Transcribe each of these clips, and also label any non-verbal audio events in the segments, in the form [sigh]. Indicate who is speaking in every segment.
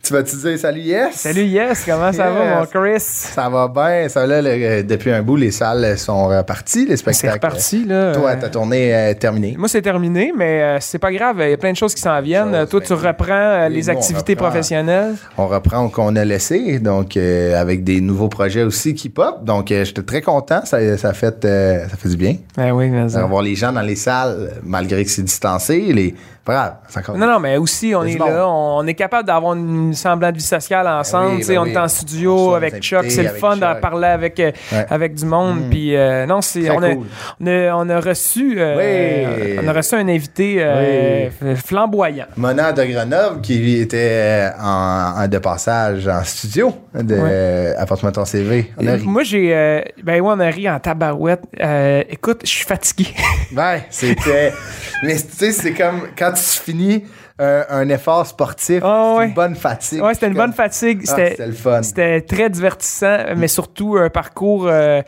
Speaker 1: Tu vas-tu dire salut, yes?
Speaker 2: Salut Yes, comment ça
Speaker 1: Yes.
Speaker 2: va mon Chris?
Speaker 1: Ça va bien. Ça, là, le- euh, depuis un bout, les salles sont reparties, les
Speaker 2: C'est
Speaker 1: spectacles.
Speaker 2: reparti là.
Speaker 1: Toi,
Speaker 2: Euh,
Speaker 1: ta tournée est terminée.
Speaker 2: Moi c'est terminé, mais euh, c'est pas grave, il y a plein de choses qui s'en viennent.
Speaker 1: Choses,
Speaker 2: Toi tu
Speaker 1: ben,
Speaker 2: reprends euh,
Speaker 1: oui,
Speaker 2: les
Speaker 1: nous, on
Speaker 2: activités
Speaker 1: reprend.
Speaker 2: professionnelles.
Speaker 1: On reprend qu'on a laissé, donc euh, avec des nouveaux projets aussi qui pop. Donc, euh, j'étais très content. Ça, ça, fait, euh, ça fait du bien.
Speaker 2: Ah oui, mais
Speaker 1: Ça va voir les gens dans les salles, malgré que c'est distancé. Les... Pas grave, c'est encore-
Speaker 2: Non, non, mais aussi, on
Speaker 1: Il y a
Speaker 2: est
Speaker 1: du monde.
Speaker 2: là, on est capable d'avoir une semblant de vie sociale ensemble.
Speaker 1: Ben oui,
Speaker 2: tu sais,
Speaker 1: ben
Speaker 2: on
Speaker 1: oui.
Speaker 2: est en
Speaker 1: On
Speaker 2: studio
Speaker 1: reçoit
Speaker 2: avec
Speaker 1: nos
Speaker 2: Chuck, c'est le
Speaker 1: invités,
Speaker 2: fun
Speaker 1: avec
Speaker 2: d'en
Speaker 1: Chuck.
Speaker 2: parler avec, euh,
Speaker 1: Ouais. Mm.
Speaker 2: avec du monde. Puis, euh, non, c'est,
Speaker 1: Très
Speaker 2: on, a,
Speaker 1: cool.
Speaker 2: on, a, on a reçu, euh,
Speaker 1: Oui.
Speaker 2: on a reçu un invité euh, flamboyant.
Speaker 1: Mona de Grenoble qui était euh, en, en- de passage en studio de euh, Apporte-moi ton CV. On a ri.
Speaker 2: Moi, j'ai. euh, ben ouais, on a ri en tabarouette. Euh, écoute, je suis fatigué.
Speaker 1: Ouais,
Speaker 2: [laughs]
Speaker 1: c'était. mais tu sais, c'est comme quand tu finis un, un effort sportif, [laughs]
Speaker 2: Ah,
Speaker 1: c'est
Speaker 2: ouais.
Speaker 1: une bonne fatigue.
Speaker 2: ouais, c'était une
Speaker 1: Comme-
Speaker 2: bonne fatigue.
Speaker 1: Ah,
Speaker 2: C'était.
Speaker 1: c'était le fun.
Speaker 2: c'était très divertissant, mais surtout un parcours euh,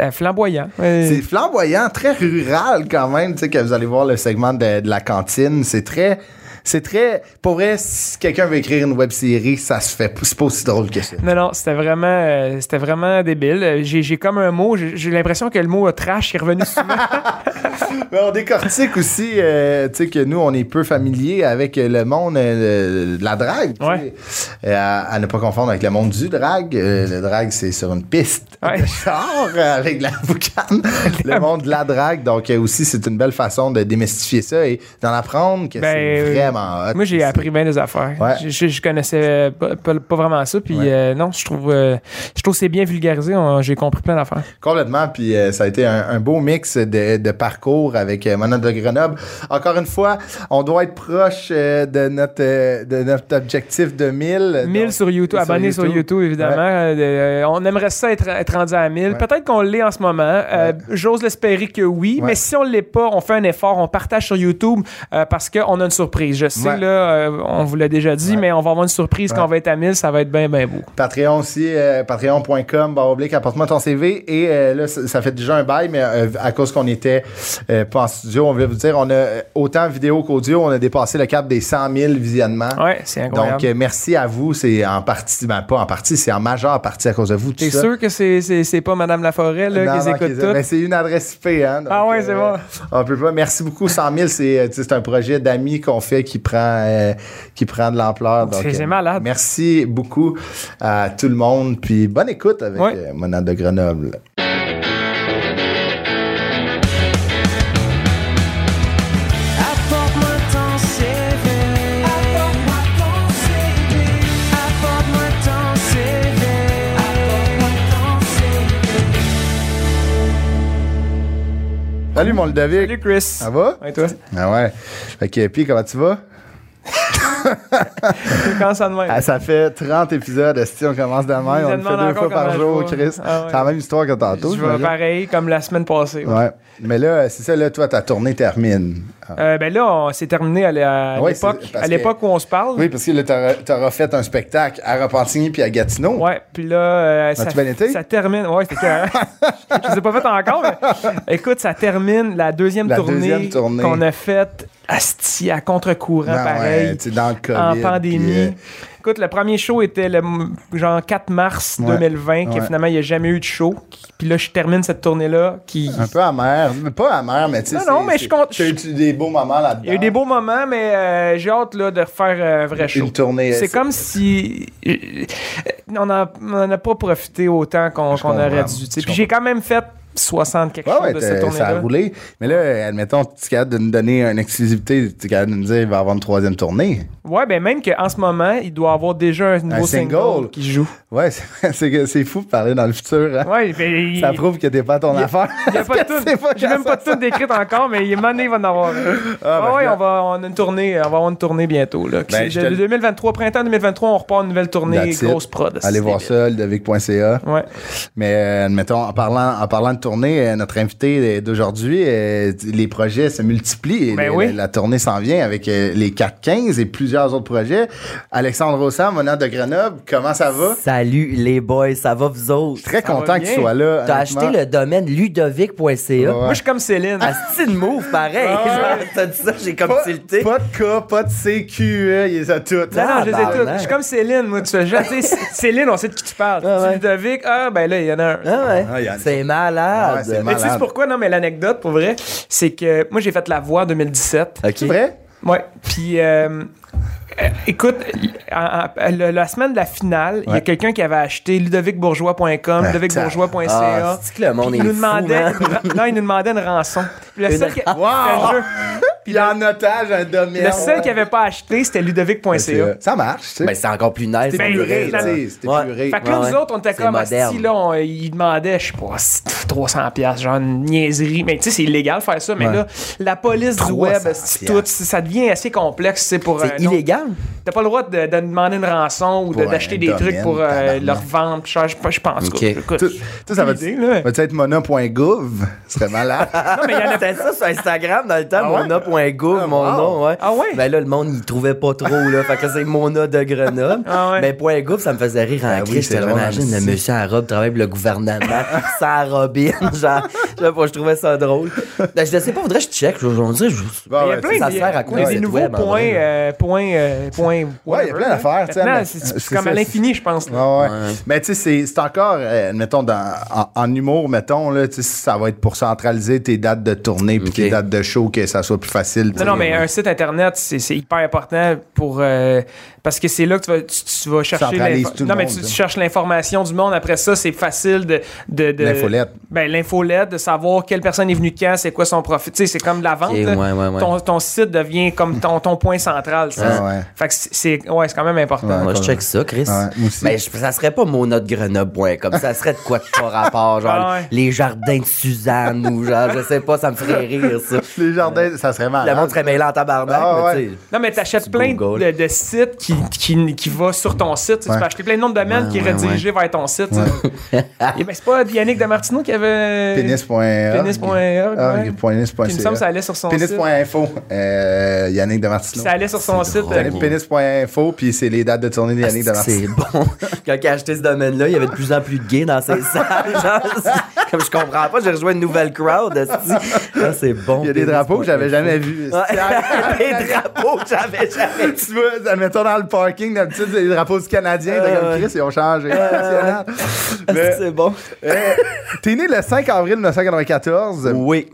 Speaker 2: euh, flamboyant. Euh,
Speaker 1: C'est flamboyant, très rural quand même. Tu sais, que vous allez voir le segment de, de la cantine, c'est très. C'est très. Pour vrai, si quelqu'un veut écrire une web série, ça se fait. C'est pas aussi drôle que ça.
Speaker 2: Non, non, c'était vraiment, euh, c'était vraiment débile. Euh, J'ai, j'ai comme un mot, j'ai, j'ai l'impression que le mot euh, trash est revenu
Speaker 1: [laughs]
Speaker 2: souvent.
Speaker 1: Mais on décortique aussi, euh, tu sais, que nous, on est peu familier avec le monde euh, de la drague. tu sais.
Speaker 2: Ouais.
Speaker 1: Euh, à, à ne pas confondre avec le monde du drague. Euh, le drague, c'est sur une piste
Speaker 2: Ouais.
Speaker 1: de char euh, avec de la boucane. le monde de la drague. Donc, euh, aussi, c'est une belle façon de démystifier ça et d'en apprendre que
Speaker 2: Ben,
Speaker 1: c'est
Speaker 2: euh,
Speaker 1: vraiment hot.
Speaker 2: Moi, j'ai appris bien des affaires.
Speaker 1: Ouais.
Speaker 2: Je, je- je connaissais euh, pas, pas- pas vraiment ça. Puis
Speaker 1: Ouais.
Speaker 2: euh, non, je trouve, euh, je trouve que c'est bien vulgarisé. On- j'ai compris plein d'affaires.
Speaker 1: Complètement, puis euh, ça a été un, un beau mix de, de parcours avec euh, Mona de Grenoble. Encore une fois, on doit être proche euh, de, notre, euh, de notre objectif de 1000.
Speaker 2: 1000
Speaker 1: Donc,
Speaker 2: sur YouTube, abonnés sur YouTube, évidemment.
Speaker 1: Ouais.
Speaker 2: Euh, euh, on aimerait ça être, être rendu à 1000.
Speaker 1: Ouais.
Speaker 2: Peut-être qu'on l'est en ce moment. Euh, J'ose l'espérer que oui.
Speaker 1: Ouais.
Speaker 2: Mais si on l'est pas, on fait un effort, on partage sur YouTube euh, parce qu'on a une surprise. Je sais,
Speaker 1: Ouais.
Speaker 2: là, euh, on vous l'a déjà dit,
Speaker 1: Ouais.
Speaker 2: mais on va avoir une surprise
Speaker 1: Ouais.
Speaker 2: quand on va être à 1000. Ça va être bien, bien beau.
Speaker 1: Patreon aussi, euh, patreon.com, barre oblique, apporte-moi ton CV. Et euh, là, ça, ça fait déjà un bail, mais euh, à cause qu'on était euh, pas en studio, on voulait vous dire, on a euh, autant vidéo qu'audio, on a dépassé le cap des 100 000 visionnements.
Speaker 2: Ouais, c'est incroyable.
Speaker 1: Donc, euh, merci à vous. C'est en partie, ben pas en partie, c'est en majeure partie à cause de vous. tout
Speaker 2: T'es
Speaker 1: ça.
Speaker 2: sûr que c'est- c'est c'est pas Madame Laforêt là,
Speaker 1: Non,
Speaker 2: qui les
Speaker 1: non,
Speaker 2: écoute
Speaker 1: qu'ils- mais
Speaker 2: toutes? Ben,
Speaker 1: c'est une adresse IP, hein. donc,
Speaker 2: Ah ouais, c'est bon.
Speaker 1: On peut pas. Merci beaucoup. 100 000, c'est, euh, tu sais, c'est un projet d'amis qu'on fait qui prend, euh, qui prend de l'ampleur. donc,
Speaker 2: C'est- c'est
Speaker 1: euh,
Speaker 2: malade.
Speaker 1: Merci beaucoup à tout le monde. Puis bonne écoute avec
Speaker 2: Ouais.
Speaker 1: euh, Mona de Grenoble.
Speaker 3: Apporte-moi ton CV. Apporte-moi ton CV. Apporte-moi ton CV. Apporte-moi ton CV.
Speaker 1: Salut, mon Ludovic.
Speaker 2: Salut Chris.
Speaker 1: Ça va?
Speaker 2: Ouais, toi?
Speaker 1: Ah ouais. Fait que, puis, comment tu vas?
Speaker 2: Quand ça de même?
Speaker 1: Ah, ça fait 30 épisodes. Si on commence demain,
Speaker 2: Ils
Speaker 1: on
Speaker 2: nous
Speaker 1: le fait
Speaker 2: demandent
Speaker 1: deux
Speaker 2: encore
Speaker 1: fois par
Speaker 2: comment
Speaker 1: jour,
Speaker 2: je vais.
Speaker 1: Chris.
Speaker 2: Ah ouais.
Speaker 1: C'est la même histoire que tantôt.
Speaker 2: Je vais
Speaker 1: j'imagine.
Speaker 2: pareil comme la semaine passée.
Speaker 1: Ouais. Mais là, c'est ça, là, toi, ta tournée termine. Ah.
Speaker 2: Euh, ben là, on- c'est terminé à la- à
Speaker 1: Ouais,
Speaker 2: l'époque
Speaker 1: c'est- parce
Speaker 2: à l'époque où on se parle.
Speaker 1: Oui, parce que là, t'auras- t'auras fait un spectacle à Repentigny puis à Gatineau.
Speaker 2: Ouais, puis là, euh, ça,
Speaker 1: tu bien été?
Speaker 2: ça termine. Ouais,
Speaker 1: [laughs]
Speaker 2: c'était carré. Je ne les ai pas fait encore, mais écoute, ça termine la deuxième
Speaker 1: La
Speaker 2: tournée,
Speaker 1: deuxième tournée.
Speaker 2: qu'on a faite asti, à contre-courant,
Speaker 1: Non,
Speaker 2: pareil.
Speaker 1: Ah ouais, tu sais, dans le COVID,
Speaker 2: en
Speaker 1: puis,
Speaker 2: pandémie.
Speaker 1: euh,
Speaker 2: Écoute, le premier show était le m- genre 4 mars
Speaker 1: Ouais,
Speaker 2: 2020, que
Speaker 1: ouais.
Speaker 2: finalement, il n'y a jamais eu de show. Puis là, je termine cette tournée-là qui.
Speaker 1: un peu amer. Mais pas amer, mais tu sais.
Speaker 2: Non, non,
Speaker 1: c'est-
Speaker 2: mais je
Speaker 1: c'est-
Speaker 2: compte-
Speaker 1: T'as eu des beaux moments là-dedans.
Speaker 2: Il y a eu des beaux moments, mais euh, j'ai hâte là, de refaire euh, un vrai show.
Speaker 1: Une tournée.
Speaker 2: C'est comme si. euh, On n'en a pas profité autant qu'on
Speaker 1: Je
Speaker 2: qu'on aurait
Speaker 1: comprends.
Speaker 2: dû. tu sais.
Speaker 1: Je
Speaker 2: Puis j'ai quand même fait 60 quelque
Speaker 1: Ouais,
Speaker 2: chose
Speaker 1: ouais,
Speaker 2: de
Speaker 1: t'as-
Speaker 2: cette
Speaker 1: ça a
Speaker 2: tournée-là.
Speaker 1: roulé. Mais là, admettons, tu es capable de nous donner une exclusivité, tu es capable de nous dire qu'il va y avoir une troisième tournée.
Speaker 2: Ouais, ben même qu'en ce moment, il doit avoir déjà un nouveau single,
Speaker 1: single.
Speaker 2: qui joue.
Speaker 1: Ouais, [laughs] c'est c'est que- c'est fou de parler dans le futur. hein.
Speaker 2: Ouais, ben, il,
Speaker 1: Ça prouve que t'es pas à ton affaire.
Speaker 2: il y a pas de
Speaker 1: [laughs] Parce que c'est
Speaker 2: tune. J'ai même pas de tune décrite encore, mais il mané, il va en avoir. une. Ah, ouais, on va on a une tournée, on va avoir une tournée bientôt là.
Speaker 1: Ben, je
Speaker 2: C'est
Speaker 1: te-
Speaker 2: de 2023 printemps 2023, on repart une nouvelle tournée
Speaker 1: That's it.
Speaker 2: grosse prod.
Speaker 1: Allez
Speaker 2: c'est
Speaker 1: voir
Speaker 2: débile.
Speaker 1: ça, ledevic.ca.
Speaker 2: Ouais.
Speaker 1: Mais euh, admettons, en parlant, en parlant de tournée, euh, notre invité euh, d'aujourd'hui, euh, les projets se multiplient. et
Speaker 2: Ben
Speaker 1: la-
Speaker 2: oui.
Speaker 1: la, la tournée s'en vient avec euh, les 4-15 et plusieurs autres projets. Alexandre Rossam, venant de Grenoble, comment ça va?
Speaker 4: Salut les boys, ça va vous autres?
Speaker 1: Très
Speaker 2: va
Speaker 1: content que
Speaker 2: bien.
Speaker 1: tu sois là.
Speaker 4: T'as
Speaker 1: honnêtement.
Speaker 4: acheté le domaine ludovic.ca.
Speaker 1: Ouais.
Speaker 2: Moi je suis comme Céline.
Speaker 4: Asti de Ah, move, pareil.
Speaker 1: Ah ouais.
Speaker 4: Genre, [laughs] T'as dit ça, j'ai comme
Speaker 1: Pas,
Speaker 4: tilté.
Speaker 1: pas de cas, pas de CQE, il les a toutes.
Speaker 2: Non, non, je les ai toutes.
Speaker 4: Tabarnak.
Speaker 2: Je suis comme Céline, moi, tu fais genre,
Speaker 4: [laughs]
Speaker 2: tu sais, C- Céline, on sait de qui tu parles.
Speaker 4: Ah ouais.
Speaker 2: Tu Ludovic, ah, ben là, il y en a un.
Speaker 4: Ah ouais.
Speaker 1: Ah, y a-
Speaker 4: C'est
Speaker 1: Ouais, c'est
Speaker 4: malade.
Speaker 1: malade.
Speaker 2: Mais tu sais c'est pourquoi? Non, mais l'anecdote, pour vrai, c'est que moi, j'ai fait La Voix en 2017.
Speaker 4: Ok.
Speaker 1: C'est vrai?
Speaker 2: Ouais. Puis, euh, euh, écoute, en- en- le- la semaine de la finale, il y a
Speaker 1: Ouais.
Speaker 2: quelqu'un qui avait acheté ludovicbourgeois.com, ludovicbourgeois.ca.
Speaker 4: Ah, c'est que le monde
Speaker 2: Puis
Speaker 4: est
Speaker 2: il nous
Speaker 4: fou,
Speaker 2: demandait,
Speaker 4: man.
Speaker 2: non, il nous demandait une rançon. Puis le
Speaker 4: Une
Speaker 2: seul qui,
Speaker 4: rançon.
Speaker 1: Wow!
Speaker 2: le jeu-
Speaker 1: Puis il y a en otage un domaine.
Speaker 2: le seul qui avait pas acheté, c'était ludovic.ca.
Speaker 1: Ça marche, tu sais.
Speaker 4: Ben, c'est encore plus nice.
Speaker 1: T'es
Speaker 4: on
Speaker 2: ben,
Speaker 1: puré,
Speaker 4: dirait,
Speaker 1: là,
Speaker 4: là.
Speaker 1: tu sais, c'était
Speaker 4: Ouais.
Speaker 1: puré.
Speaker 2: Fait que
Speaker 4: Ouais,
Speaker 2: là, nous
Speaker 4: ouais.
Speaker 2: autres, on était
Speaker 4: C'est
Speaker 2: comme, ah,
Speaker 4: moderne.
Speaker 2: si là, on- ils demandaient, je sais pas, si, 300 pièces genre une niaiserie. Mais tu sais, c'est illégal de faire ça. Mais
Speaker 1: Ouais.
Speaker 2: là, la police du
Speaker 4: 300
Speaker 2: web, c'est tout, ça devient assez complexe, c'est pour.
Speaker 4: C'est
Speaker 2: euh, non.
Speaker 4: illégal?
Speaker 2: T'as pas le droit de, de demander une rançon ou de-
Speaker 1: Pour un
Speaker 2: d'acheter des
Speaker 1: domaine,
Speaker 2: trucs pour euh,
Speaker 1: tabarnak.
Speaker 2: leur vendre. Je sais pas, je pense.
Speaker 4: Ok.
Speaker 2: quoi. Écoute,
Speaker 1: Tout- tout ça va
Speaker 2: idée, là.
Speaker 1: va être mona.gouv? Ce serait [laughs] malade.
Speaker 4: Non, mais il y en a C'était ça sur Instagram dans le temps,
Speaker 1: ouais?
Speaker 4: mona.gouv,
Speaker 1: Ah,
Speaker 4: mon
Speaker 1: wow.
Speaker 4: nom, ouais.
Speaker 2: Ah ouais?
Speaker 4: Ben là, le monde, il trouvait pas trop, là. fait que c'est mona de Grenoble.
Speaker 2: Ah ouais.
Speaker 4: Mais point .gouv, ça me faisait rire en
Speaker 1: Ah oui,
Speaker 4: crise.
Speaker 1: c'est
Speaker 4: J'étais là,
Speaker 1: drôle,
Speaker 4: imagine, le
Speaker 1: merci.
Speaker 4: monsieur à robe travaille pour le gouvernement, sans robine, genre. Je sais pas, je trouvais ça drôle. Ben, je sais pas, faudrait que je check. Je, on dirait, je-
Speaker 1: Bon, ben,
Speaker 2: Il y a
Speaker 1: Ah, ouais,
Speaker 2: plein
Speaker 4: ça
Speaker 2: de,
Speaker 4: sert à quoi,
Speaker 2: des
Speaker 4: un site
Speaker 2: nouveaux
Speaker 4: web, en
Speaker 2: points,
Speaker 4: vrai, là?
Speaker 2: euh, points, euh, points.
Speaker 1: Ouais, il y a
Speaker 2: whatever,
Speaker 1: plein
Speaker 2: là.
Speaker 1: d'affaires, tu sais,
Speaker 2: Maintenant,
Speaker 1: mais-
Speaker 2: c'est- c'est
Speaker 1: c'est
Speaker 2: comme
Speaker 1: ça,
Speaker 2: à l'infini, je pense. là.
Speaker 1: Ouais, ouais. Mais tu sais, c'est- c'est encore, euh, mettons, dans, en, en humour, mettons, là, tu sais, ça va être pour centraliser tes dates de tournée puis
Speaker 4: Ok.
Speaker 1: tes dates de show, que ça soit plus facile. tu
Speaker 2: Non,
Speaker 1: sais.
Speaker 2: non, mais un site internet, c'est c'est hyper important pour euh, parce que c'est là que tu vas, tu, tu vas chercher
Speaker 1: Centralise
Speaker 2: l'info-
Speaker 1: tout le
Speaker 2: Non, mais
Speaker 1: monde,
Speaker 2: tu, tu
Speaker 1: là.
Speaker 2: cherches l'information du monde. Après ça, c'est facile de, de, de
Speaker 1: L'infolette.
Speaker 2: Ben l'infolette, de savoir quelle personne est venue quand, c'est quoi son profit. Tu sais, c'est comme de la vente.
Speaker 4: Ok,
Speaker 2: là.
Speaker 4: ouais, ouais, ouais.
Speaker 2: Ton, ton site devient comme ton, ton point central. Ça.
Speaker 1: Ah, ouais.
Speaker 2: Fait que c'est ouais, c'est quand même important.
Speaker 4: Moi, je
Speaker 1: comme-
Speaker 4: check ça, Chris.
Speaker 1: Ouais, moi aussi.
Speaker 4: Mais je- ça serait pas mona de Grenoble, comme ça serait de quoi de pas rapport, genre
Speaker 2: Ah ouais.
Speaker 4: les jardins de Suzanne ou genre, je sais pas, ça me ferait rire, ça.
Speaker 2: euh,
Speaker 1: Les jardins, ça serait
Speaker 4: Le monde
Speaker 1: malade.
Speaker 4: serait mêlé en tabarnak,
Speaker 1: hein? Ah
Speaker 4: mais
Speaker 1: ouais.
Speaker 4: tu sais.
Speaker 2: Non, mais t'achètes
Speaker 4: C'est
Speaker 2: plein
Speaker 4: beau
Speaker 2: de,
Speaker 4: goal.
Speaker 2: de sites qui, qui, qui va sur ton site. Tu sais, Tu peux acheter plein de noms de domaines
Speaker 4: Ouais,
Speaker 2: qui est
Speaker 4: ouais,
Speaker 2: redirigé vers ton site. tu sais. Et ben, c'est pas Yannick Damartino qui avait.
Speaker 1: Pénis.org.
Speaker 2: Pénis.org,
Speaker 1: Ah,
Speaker 2: ouais.
Speaker 1: ok, pénis.ca.
Speaker 2: Puis il me semble que ça allait sur son site.
Speaker 1: Pénis.info. Euh, Yannick
Speaker 2: Puis
Speaker 1: Damartino.
Speaker 2: ça allait sur son
Speaker 4: C'est
Speaker 2: site.
Speaker 4: drôle.
Speaker 2: euh,
Speaker 1: Allez, Pénis.info, puis c'est les dates de tournée de Yannick
Speaker 4: Ah,
Speaker 1: Damartino.
Speaker 4: C'est bon. [laughs] Quand il a acheté ce domaine-là, il y avait de plus en plus de gays dans ses salles. genre, c'est- [laughs] comme je comprends pas, j'ai rejoint une nouvelle crowd. esti. Ah, c'est bon.
Speaker 1: Il y a des drapeaux que j'avais jamais vus.
Speaker 4: Ouais. [laughs] des drapeaux que j'avais
Speaker 1: [laughs]
Speaker 4: jamais.
Speaker 1: tu vois, admettons dans le parking, d'habitude, c'est les drapeaux du Canadien. T'es
Speaker 4: Ouais,
Speaker 1: comme
Speaker 4: ouais.
Speaker 1: Chris, ils ont changé. National. Mais,
Speaker 4: C'est bon.
Speaker 1: euh, T'es né le 5 avril 1994.
Speaker 4: Oui.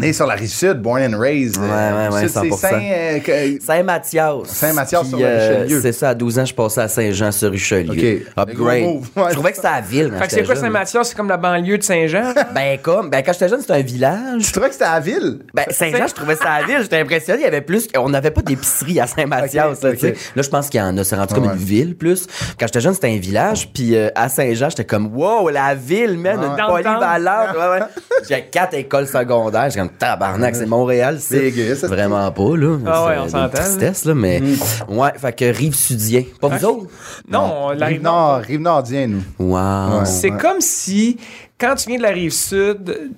Speaker 1: Né sur la rive sud, born and raised.
Speaker 4: Ouais, ouais, ouais,
Speaker 1: Rive-Sud, C'est
Speaker 4: 100%.
Speaker 1: Saint, euh, que-
Speaker 4: Saint-Mathias.
Speaker 1: Saint-Mathias
Speaker 4: Puis,
Speaker 1: sur le Richelieu.
Speaker 4: C'est ça, à 12 ans, je passais à Saint-Jean-sur-Richelieu.
Speaker 1: Ok. Le
Speaker 4: Upgrade.
Speaker 1: gros move. Ouais.
Speaker 4: Je trouvais que c'était la ville. quand
Speaker 2: Fait que c'est
Speaker 4: j'étais
Speaker 2: quoi
Speaker 4: jeune.
Speaker 2: Saint-Mathieu? C'est comme la banlieue de Saint-Jean?
Speaker 4: Ben, comme. Ben, quand j'étais jeune, c'était un village.
Speaker 1: tu trouvais que c'était à la ville?
Speaker 4: Ben, Saint-Jean, je trouvais ça à la ville. J'étais impressionné. Il y avait plus. On n'avait pas d'épicerie à Saint-Mathias.
Speaker 1: Ok,
Speaker 4: là, tu sais.
Speaker 1: ok.
Speaker 4: Là, je pense qu'il y en a. C'est rendu comme
Speaker 1: Ouais.
Speaker 4: une ville, plus. Quand j'étais jeune, c'était un village. Puis euh, à Saint-Jean, j'étais comme, wow, la ville, man, une
Speaker 2: Downtown.
Speaker 4: polyvalente.
Speaker 1: [laughs]
Speaker 4: Ouais, ouais. J'ai quatre écoles secondaires. J'étais comme, tabarnak, c'est Montréal.
Speaker 1: C'est
Speaker 4: C'est
Speaker 1: aiguë, ça.
Speaker 4: vraiment pas, là.
Speaker 2: Ah ouais, on
Speaker 4: C'est
Speaker 2: s'entend,
Speaker 4: une tristesse, là, mais.
Speaker 1: Mm.
Speaker 4: Ouais, fait que Rive-Sudien. Pas [laughs] vous autres?
Speaker 2: Non, la rive nord.
Speaker 1: Rive-Nord, Rive-Nordien, nous.
Speaker 4: Wow.
Speaker 1: Ouais.
Speaker 2: C'est comme si, quand tu viens de la rive sud,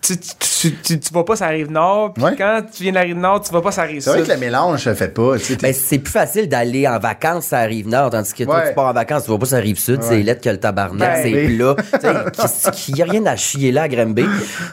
Speaker 2: tu, tu, tu, tu- tu vas pas sur la rive nord. Puis
Speaker 1: Ouais.
Speaker 2: quand tu viens de la rive nord, tu vas pas sur la rive
Speaker 1: C'est vrai que
Speaker 2: sud.
Speaker 1: le mélange se fait pas. tu sais, t'es-
Speaker 4: Ben, c'est plus facile d'aller en vacances à la Rive-Nord, tandis que toi,
Speaker 1: Ouais.
Speaker 4: tu pars en vacances, tu vas pas sur la Rive-Sud, c'est lettre que le tabarnak,
Speaker 2: Ben,
Speaker 4: c'est
Speaker 1: oui. [laughs]
Speaker 4: plat. Tu sais, Il n'y a rien à chier là à Grimby.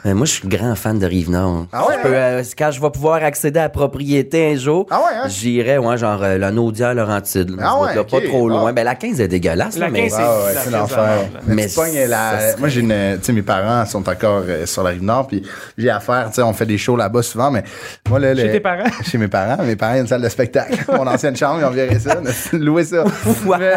Speaker 4: Euh, moi, je suis grand fan de Rive-Nord.
Speaker 1: Ah ouais,
Speaker 4: Je peux, euh, quand je vais pouvoir accéder à la propriété un jour,
Speaker 1: Ah ouais, hein?
Speaker 4: j'irai, ouais, genre euh, la Naudière Laurentide. là,
Speaker 1: Ah
Speaker 4: ce
Speaker 1: ouais,
Speaker 4: bout-là,
Speaker 1: ok,
Speaker 4: pas trop loin.
Speaker 1: ah.
Speaker 4: Ben, la 15 est dégueulasse,
Speaker 2: La
Speaker 4: là, mais
Speaker 2: 15
Speaker 1: Ah ouais,
Speaker 2: c'est
Speaker 1: c'est
Speaker 2: la
Speaker 1: l'enfer.
Speaker 2: crise
Speaker 1: Mais
Speaker 4: Mais
Speaker 1: tu pognes la-
Speaker 4: ça serait-
Speaker 1: Moi, j'ai une. Tu sais, mes parents sont encore euh, sur la rive nord. Saint-Léonard, puis j'ai affaire, tu sais, on fait des shows là-bas souvent, mais moi, là,
Speaker 2: Chez
Speaker 1: le-
Speaker 2: tes parents?
Speaker 1: [laughs] Chez mes parents. Mes parents, il y a une salle de spectacle.
Speaker 2: [laughs]
Speaker 1: Mon ancienne chambre, ils ont viré ça. [laughs] Loué ça. Mais-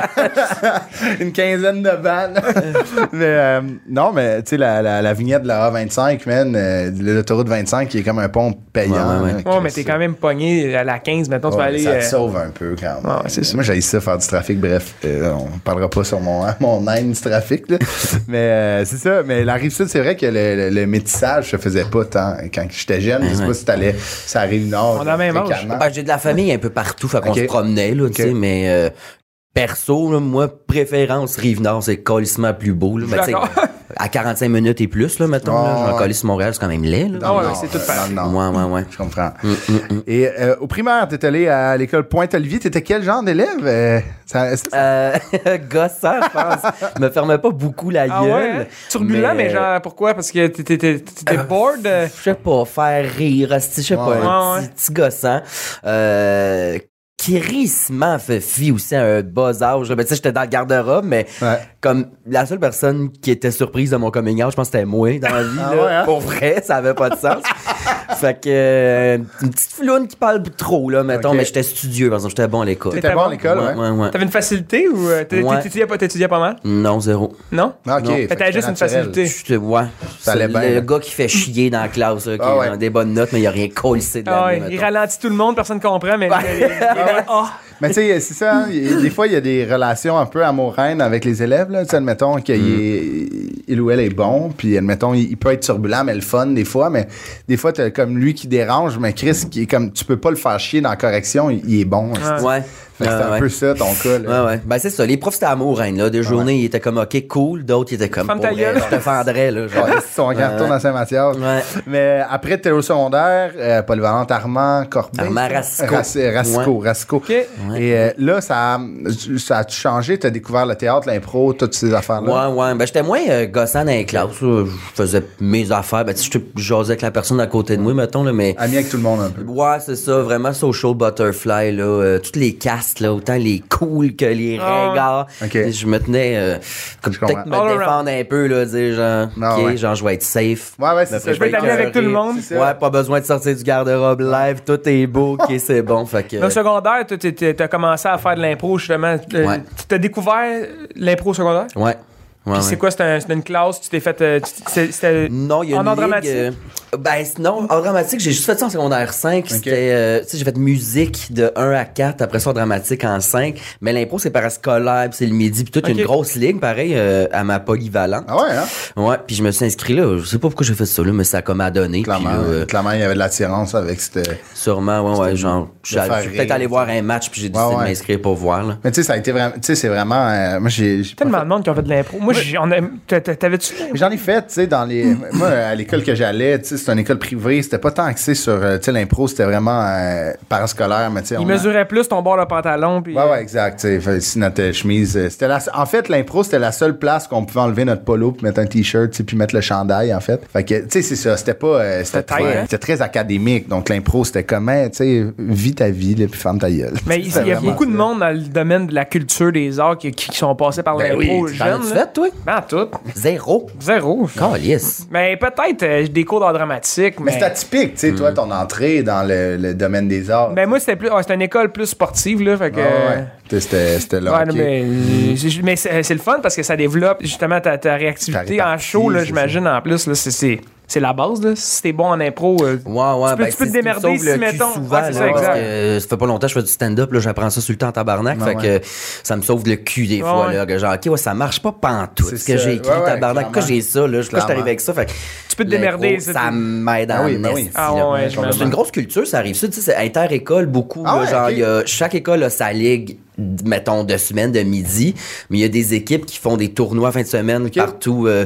Speaker 1: [laughs] une quinzaine de vannes. [laughs] mais euh, non, mais tu sais, la, la, la vignette de la A25, man, euh, l'autoroute 25, qui est comme un pont payant.
Speaker 4: Ouais, ouais, ouais.
Speaker 1: là,
Speaker 2: Ouais, mais
Speaker 1: Christ.
Speaker 2: t'es quand même pogné à la 15, maintenant tu vas
Speaker 1: Ouais,
Speaker 2: aller.
Speaker 1: ça
Speaker 2: euh,
Speaker 1: te sauve un peu quand même.
Speaker 2: Ouais, c'est ça.
Speaker 1: Moi, j'ai ça faire du trafic. Bref, euh, on parlera pas sur mon, [laughs] hein, mon haine du trafic.
Speaker 2: [laughs]
Speaker 1: là. mais euh, c'est ça. Mais la rive sud, c'est vrai que le, le- le métissage se faisait pas tant. Quand j'étais jeune, je sais pas si t'allais. Ça arrive nord.
Speaker 2: On a même âge.
Speaker 1: fréquemment.
Speaker 4: Ben, j'ai de la famille un peu partout, fait qu'on
Speaker 1: Ah. Ok.
Speaker 4: se promenait, là, tu sais,
Speaker 1: Ok.
Speaker 4: mais euh, perso, là, moi, préférence Rive-Nord, c'est colissement plus beau, là. Ben, tu sais,
Speaker 2: d'accord.
Speaker 4: à 45 minutes et plus, là, mettons,
Speaker 1: Ouais,
Speaker 4: là,
Speaker 1: Ah, ouais.
Speaker 4: un colisse Montréal, c'est quand même laid, là.
Speaker 2: Ah ouais,
Speaker 1: Non,
Speaker 2: c'est tout
Speaker 1: euh,
Speaker 2: pareil.
Speaker 1: non, non.
Speaker 4: Ouais, ouais, Mm, ouais.
Speaker 1: Je comprends. [laughs] Et euh, au primaire, t'es allé à l'école Pointe-Olivier. T'étais quel genre d'élève? euh, ça- ça-
Speaker 4: Euh, [laughs] gossant, je
Speaker 1: [laughs]
Speaker 4: pense. me fermait pas beaucoup la
Speaker 2: Ah
Speaker 4: gueule.
Speaker 2: ouais? Turbulent, mais, genre, pourquoi? Parce que t'étais- t'étais t'étais
Speaker 4: Ah.
Speaker 2: bored? euh,
Speaker 4: je sais pas, faire rire, hostie, je sais
Speaker 1: Ouais,
Speaker 4: pas,
Speaker 1: ouais.
Speaker 4: un
Speaker 2: Ah Ouais,
Speaker 4: petit, petit gossant. Euh, qui rissement fait fi aussi à un bas âge. Ben, tu sais, j'étais dans le garde-robe, mais
Speaker 1: Ouais.
Speaker 4: comme la seule personne qui était surprise de mon coming out, je pense que c'était moi dans la vie.
Speaker 1: Ah
Speaker 4: là.
Speaker 1: ouais, hein?
Speaker 4: Pour vrai, ça avait pas
Speaker 1: [laughs]
Speaker 4: de sens. fait que, euh, une petite floune qui parle trop, là, mettons,
Speaker 1: Ok.
Speaker 4: mais j'étais studieux, par exemple, j'étais bon à l'école.
Speaker 1: T'étais bon à
Speaker 2: bon.
Speaker 1: l'école,
Speaker 4: Ouais,
Speaker 1: ouais?
Speaker 4: ouais, ouais.
Speaker 2: T'avais une facilité ou euh, t'é-
Speaker 4: Ouais.
Speaker 2: t'étudiais pas, t'étudiais pas mal?
Speaker 4: Non, zéro.
Speaker 2: Non?
Speaker 1: Ah, ok.
Speaker 4: Non.
Speaker 1: Fait que
Speaker 2: T'avais juste une
Speaker 1: c'était naturel.
Speaker 2: facilité.
Speaker 4: Je te vois.
Speaker 1: Ça allait
Speaker 4: C'est
Speaker 1: bien,
Speaker 4: le
Speaker 1: là.
Speaker 4: gars qui fait chier dans la classe, là, qui
Speaker 1: Ah ouais.
Speaker 4: a des bonnes notes, mais il a rien collé de la
Speaker 2: Ah
Speaker 4: nuit,
Speaker 2: ouais, il
Speaker 4: mettons.
Speaker 2: ralentit tout le monde, personne comprend, mais. il- il- il- Ah!
Speaker 1: Mais tu sais, c'est ça. hein, il- des fois, il y a des relations un peu amourines avec les élèves. Là. Tu sais, admettons qu'il
Speaker 4: Mm.
Speaker 1: est- il ou elle est bon, puis admettons, il, il peut être turbulent, mais le fun des fois. Mais des fois, t'as comme lui qui dérange, mais Chris, qui est comme tu peux pas le faire chier dans la correction, il, il est bon. hein, c'est-
Speaker 4: Ouais.
Speaker 1: Fait que c'est
Speaker 4: Ouais,
Speaker 1: un
Speaker 4: ouais.
Speaker 1: peu Ah ça ton cas. là.
Speaker 4: Ouais, ouais. Ben, c'est ça. Les profs, c'était amour, hein, là. Des journées, ils étaient comme, OK, cool. D'autres, ils étaient comme,
Speaker 2: Ferme
Speaker 4: pour
Speaker 2: ta
Speaker 4: vrai,
Speaker 2: gueule.
Speaker 4: je te fendrais, là. genre.
Speaker 1: [laughs] Ouais, c'est son carton dans Saint-Mathias.
Speaker 4: Ouais.
Speaker 1: Mais après, t'es au secondaire, euh, polyvalente Armand, Corbin.
Speaker 4: Armand Racicot.
Speaker 1: Raci- Racicot, Racicot. Et euh, là, ça a, ça a changé. T'as découvert le théâtre, l'impro, toutes ces affaires-là.
Speaker 4: Ouais, ouais. Ben, j'étais moins euh, gossant dans les classes. là. Je faisais mes affaires. Ben, tu sais, je jasais avec la personne à côté de moi, mettons, là, mais.
Speaker 1: Ami avec tout le monde un peu.
Speaker 4: Ouais, c'est ça, vraiment social butterfly, là. euh, toutes les castes, là, autant les cools que les
Speaker 2: Ah.
Speaker 4: ringards.
Speaker 1: Ok.
Speaker 4: Et Je me tenais, euh, comme
Speaker 1: Je
Speaker 4: peut-être
Speaker 1: comprends.
Speaker 2: All
Speaker 4: me
Speaker 2: around.
Speaker 4: défendre un peu, là, dire genre,
Speaker 1: Ah,
Speaker 4: OK,
Speaker 1: ouais.
Speaker 4: genre, je vais être safe.
Speaker 1: Ouais, ouais, c'est ça.
Speaker 2: Je vais être ami avec tout le monde.
Speaker 1: C'est ça.
Speaker 4: Ouais, pas besoin de sortir du garde-robe live, tout est beau, OK, c'est bon. Fait que.
Speaker 2: Au secondaire, toi, t'es- t'es- t'as commencé à faire de l'impro, justement. Euh,
Speaker 4: Ouais.
Speaker 2: Tu t'as découvert l'impro au secondaire?
Speaker 4: Ouais. ouais, ouais.
Speaker 2: Puis c'est quoi? C'était un- c'était une classe? Tu t'es fait. euh, tu- c'est- c'était-
Speaker 4: Non, il y a
Speaker 2: en
Speaker 4: une
Speaker 2: art
Speaker 4: ligue,
Speaker 2: dramatique?
Speaker 4: euh, ben c'est- non, en dramatique, j'ai juste fait ça en secondaire 5, c'était euh, tu sais j'ai fait musique de 1 à 4, après ça en dramatique en 5, mais l'impro c'est parascolaire, puis c'est le midi, puis toute
Speaker 2: Ok.
Speaker 4: une grosse ligue pareil euh, à ma polyvalente.
Speaker 1: Ah ouais, hein?
Speaker 4: Ouais, puis je me suis inscrit là, je sais pas pourquoi j'ai fait ça là, mais ça a comme à donner puis
Speaker 1: Clairement,
Speaker 4: là, euh,
Speaker 1: clairement, il y avait de l'attirance avec cette.
Speaker 4: sûrement ouais ouais, genre j'ai
Speaker 1: faire
Speaker 4: j'ai peut-être
Speaker 1: rire,
Speaker 4: allé voir un match puis j'ai décidé
Speaker 1: Ouais, ouais.
Speaker 4: de m'inscrire pour voir là.
Speaker 1: Mais tu sais, ça a été vraiment. Tu sais, c'est vraiment. euh, moi, j'ai. j'ai pas
Speaker 2: Tellement de monde qui ont fait de l'impro. Moi, j'en ai- t'a- t'a- t'avais-tu.
Speaker 1: Mais J'en ai fait, tu sais, dans les. Moi, à l'école que j'allais, tu sais, c'était une école privée, c'était pas tant axé sur. euh, Tu sais, l'impro, c'était vraiment euh, parascolaire, mais tu sais.
Speaker 2: Il
Speaker 1: on a-
Speaker 2: mesurait plus ton bord de pantalon. Puis, euh,
Speaker 1: Ouais, ouais, exact. tu sais, fait, si notre euh, chemise. euh, c'était la... En fait, l'impro, c'était la seule place qu'on pouvait enlever notre polo, puis mettre un t-shirt, tu sais, puis mettre le chandail, en fait. Fait que, tu sais, c'est ça. C'était pas. euh, c'était
Speaker 2: C'était tight,
Speaker 1: très,
Speaker 2: hein?
Speaker 1: c'était très académique. Donc, l'impro, c'était comment, tu sais, vis ta vie, là, puis ferme ta gueule. [laughs]
Speaker 2: Mais il
Speaker 1: C'était
Speaker 2: il y a
Speaker 1: vraiment
Speaker 2: beaucoup de
Speaker 1: ça.
Speaker 2: monde dans le domaine de la culture, des arts qui, qui sont passés par
Speaker 1: Ben
Speaker 2: l'impro
Speaker 1: oui,
Speaker 4: T'en
Speaker 2: jeune.
Speaker 4: as-tu
Speaker 2: là.
Speaker 4: fait toi
Speaker 2: Ben, tout.
Speaker 4: Zéro.
Speaker 2: Zéro.
Speaker 4: Calice.
Speaker 2: Mais peut-être euh, des cours d'art dramatique.
Speaker 1: Mais
Speaker 2: Mais,
Speaker 1: c'est atypique, tu sais, toi, ton entrée dans le, le domaine des arts.
Speaker 2: mais moi, c'était plus. ah, c'était une école plus sportive, là. Fait que.
Speaker 1: Ah ouais. Tu sais, C'était c'était le
Speaker 2: euh, Ouais,
Speaker 1: hockey.
Speaker 2: mais j- j- mais c'est c'est le fun parce que ça développe justement ta, ta réactivité
Speaker 1: Ta
Speaker 2: en show, là,
Speaker 1: répartie,
Speaker 2: j'imagine, en plus. là, c'est- C'est c'est la base. Là. Si t'es bon en impro, euh,
Speaker 4: Ouais, ouais,
Speaker 2: tu peux,
Speaker 4: ben,
Speaker 2: tu peux
Speaker 4: c'est
Speaker 2: te
Speaker 4: ce qui me
Speaker 2: démerder
Speaker 4: sauve le
Speaker 2: si,
Speaker 4: cul
Speaker 2: mettons.
Speaker 4: souvent,
Speaker 2: ouais, c'est ça,
Speaker 4: là, parce
Speaker 2: exact.
Speaker 4: que ça fait pas longtemps que je fais du stand-up, là, j'apprends ça sur le temps en tabarnak,
Speaker 1: Ouais,
Speaker 4: fait
Speaker 1: ouais.
Speaker 4: que ça me sauve le cul des
Speaker 2: Ouais,
Speaker 4: fois,
Speaker 2: ouais.
Speaker 4: là, que genre, OK, ouais, ça marche pas pantoute,
Speaker 1: C'est
Speaker 4: ce que
Speaker 1: ça.
Speaker 4: j'ai écrit,
Speaker 1: Ouais, ouais,
Speaker 4: tabarnak, pourquoi
Speaker 1: clairement.
Speaker 4: j'ai ça, là, je suis
Speaker 1: Clairement.
Speaker 4: arrivé avec ça, fait que
Speaker 2: Tu peux te
Speaker 4: l'impro,
Speaker 2: démerder, ça,
Speaker 4: ça
Speaker 2: tu-
Speaker 4: m'aide
Speaker 1: Ah
Speaker 4: en
Speaker 1: oui, ben oui.
Speaker 4: esti,
Speaker 2: Ah
Speaker 4: là.
Speaker 2: ouais,
Speaker 1: Ouais,
Speaker 2: j'imagine.
Speaker 4: C'est une grosse culture, ça arrive ça, tu sais, c'est inter-école beaucoup.
Speaker 1: Ah
Speaker 4: là,
Speaker 1: ouais,
Speaker 4: genre,
Speaker 1: ok.
Speaker 4: il y a- chaque école a sa ligue, d- mettons, de semaine, de midi, mais il y a des équipes qui font des tournois fin de semaine partout. euh,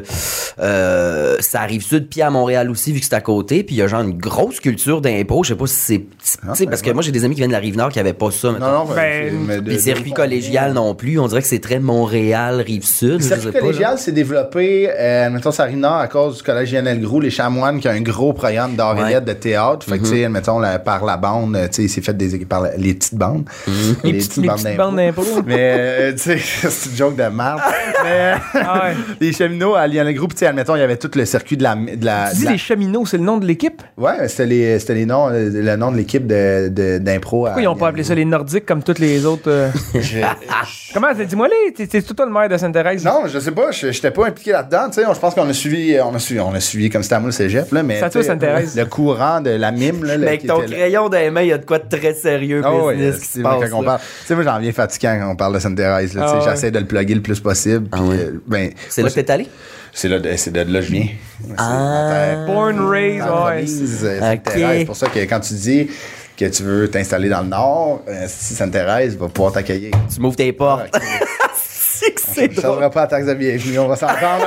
Speaker 4: euh, ça arrive sud, puis à Montréal aussi, vu que c'est à côté. Puis il y a genre une grosse culture d'impro. Je sais pas si c'est.
Speaker 1: Ah,
Speaker 4: tu sais, parce que moi, j'ai des amis qui viennent de la Rive-Nord qui n'avaient pas ça, mettons.
Speaker 1: Non, non,
Speaker 2: Ben,
Speaker 1: c'est- mais de-
Speaker 4: les
Speaker 1: de-
Speaker 4: circuits collégiales non plus. On dirait que c'est très Montréal, Rive-Sud.
Speaker 1: Le
Speaker 4: je sais
Speaker 1: circuit
Speaker 4: pas, là.
Speaker 1: collégial s'est développé, euh, mettons, ça arrive nord à cause du collège Lionel Groux, les Chamoines, qui a un gros programme d'art et
Speaker 4: Ouais.
Speaker 1: lettres de
Speaker 2: Mm-hmm.
Speaker 1: théâtre. Fait que, tu sais, mettons, la- par la bande, euh, tu sais, il s'est fait des par la- les petites bandes.
Speaker 2: Mm-hmm. Les petites- les petites bandes bornes d'impôt.
Speaker 1: [laughs] Mais, euh, tu sais, c'est une joke de
Speaker 2: [laughs]
Speaker 1: merde. Mais
Speaker 2: Ah
Speaker 4: [laughs]
Speaker 2: ouais.
Speaker 1: les cheminots, il y en a un groupe, tu sais, admettons, il y avait tout le circuit de la. De la,
Speaker 2: Tu dis
Speaker 1: de la-
Speaker 2: les cheminots, c'est le nom de l'équipe?
Speaker 4: Ah,
Speaker 1: Ouais, c'était les, c'était les noms, euh, le nom de l'équipe de- de- d'impro.
Speaker 2: Pourquoi ils n'ont pas appelé ça les Nordiques comme toutes les autres?
Speaker 4: [laughs]
Speaker 2: euh?
Speaker 1: [laughs]
Speaker 2: Comment? Dis-moi, les, t'es- t'es tout toi le maire de Sainte-Thérèse?
Speaker 1: Non, je sais pas, je n'étais pas impliqué là-dedans. tu sais, on- Je pense qu'on a suivi, euh, on a suivi, on a suivi comme c'était à moi le cégep, là, mais
Speaker 2: Ça, toi,
Speaker 1: tu sais,
Speaker 2: ça t'intéresse.
Speaker 1: le courant de la mime. Là, là,
Speaker 4: Mais avec
Speaker 1: qui
Speaker 4: ton
Speaker 1: était là.
Speaker 4: crayon dans les mains, il y a de quoi de très sérieux
Speaker 1: Ah oui,
Speaker 4: business qui se
Speaker 1: effectivement,
Speaker 4: passe.
Speaker 1: quand on
Speaker 4: là.
Speaker 1: parle. Tu sais, moi, j'en viens fatiguant quand on parle de Sainte-Thérèse. là, tu
Speaker 2: Ah
Speaker 1: sais,
Speaker 2: ouais.
Speaker 1: J'essaie de le plugger le plus possible. puis,
Speaker 4: Ah ouais.
Speaker 1: euh, ben,
Speaker 4: C'est
Speaker 1: moi,
Speaker 4: là que t'es allé?
Speaker 1: c'est là de, c'est de là que je viens. C'est ma terre.
Speaker 2: Born raised, ouais.
Speaker 1: Sainte-Thérèse, euh, Sainte-Thérèse.
Speaker 4: Ok.
Speaker 1: C'est pour ça que quand tu dis que tu veux t'installer dans le Nord, euh, si Sainte-Thérèse va pouvoir t'accueillir.
Speaker 4: Tu m'ouvres tes portes. [laughs] c'est que c'est
Speaker 1: Ça ne
Speaker 4: drôle.
Speaker 1: sera pas la taxe de bienvenue, on va
Speaker 4: [laughs]
Speaker 1: s'entendre.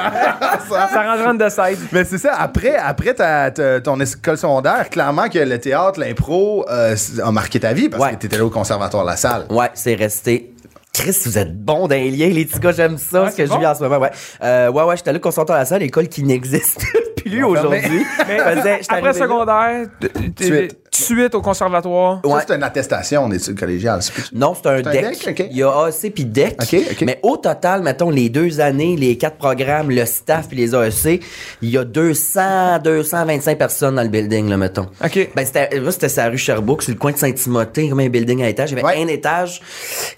Speaker 2: Ça range rentre de side.
Speaker 1: Mais c'est ça, après, après ta, ta- ton école secondaire, clairement que le théâtre, l'impro euh, c- a marqué ta vie parce
Speaker 4: Ouais.
Speaker 1: que t'étais là au conservatoire La Salle.
Speaker 4: Ouais, c'est resté. Chris, vous êtes bon dans les liens, les petits gars, j'aime ça,
Speaker 2: Ouais,
Speaker 4: ce
Speaker 2: c'est
Speaker 4: que
Speaker 2: bon.
Speaker 4: je vis en ce moment. Ouais, euh, ouais, ouais j'étais allé consultant à la salle, école qui n'existe [laughs] plus
Speaker 1: Bon,
Speaker 4: aujourd'hui.
Speaker 2: Mais
Speaker 4: Faisais- j'étais
Speaker 2: après
Speaker 4: arrivé là.
Speaker 2: secondaire,
Speaker 1: de suite.
Speaker 2: suite. suite au conservatoire.
Speaker 4: Ouais.
Speaker 1: Ça, c'est une attestation d'études collégiales. c'est plus-
Speaker 4: Non, c'est un
Speaker 1: C'est un
Speaker 4: deck.
Speaker 1: deck, ok.
Speaker 4: Il y a AC puis deck.
Speaker 1: Ok, ok.
Speaker 4: Mais au total, mettons, les deux années, les quatre programmes, le staff puis les AEC, il y a 200, 225 personnes dans le building, là, mettons.
Speaker 2: Ok.
Speaker 4: Ben, c'était, moi, c'était sur la rue Sherbrooke, sur le coin de Saint-Timothée, comme un building à étage. J'avais
Speaker 1: Ouais.
Speaker 4: un étage,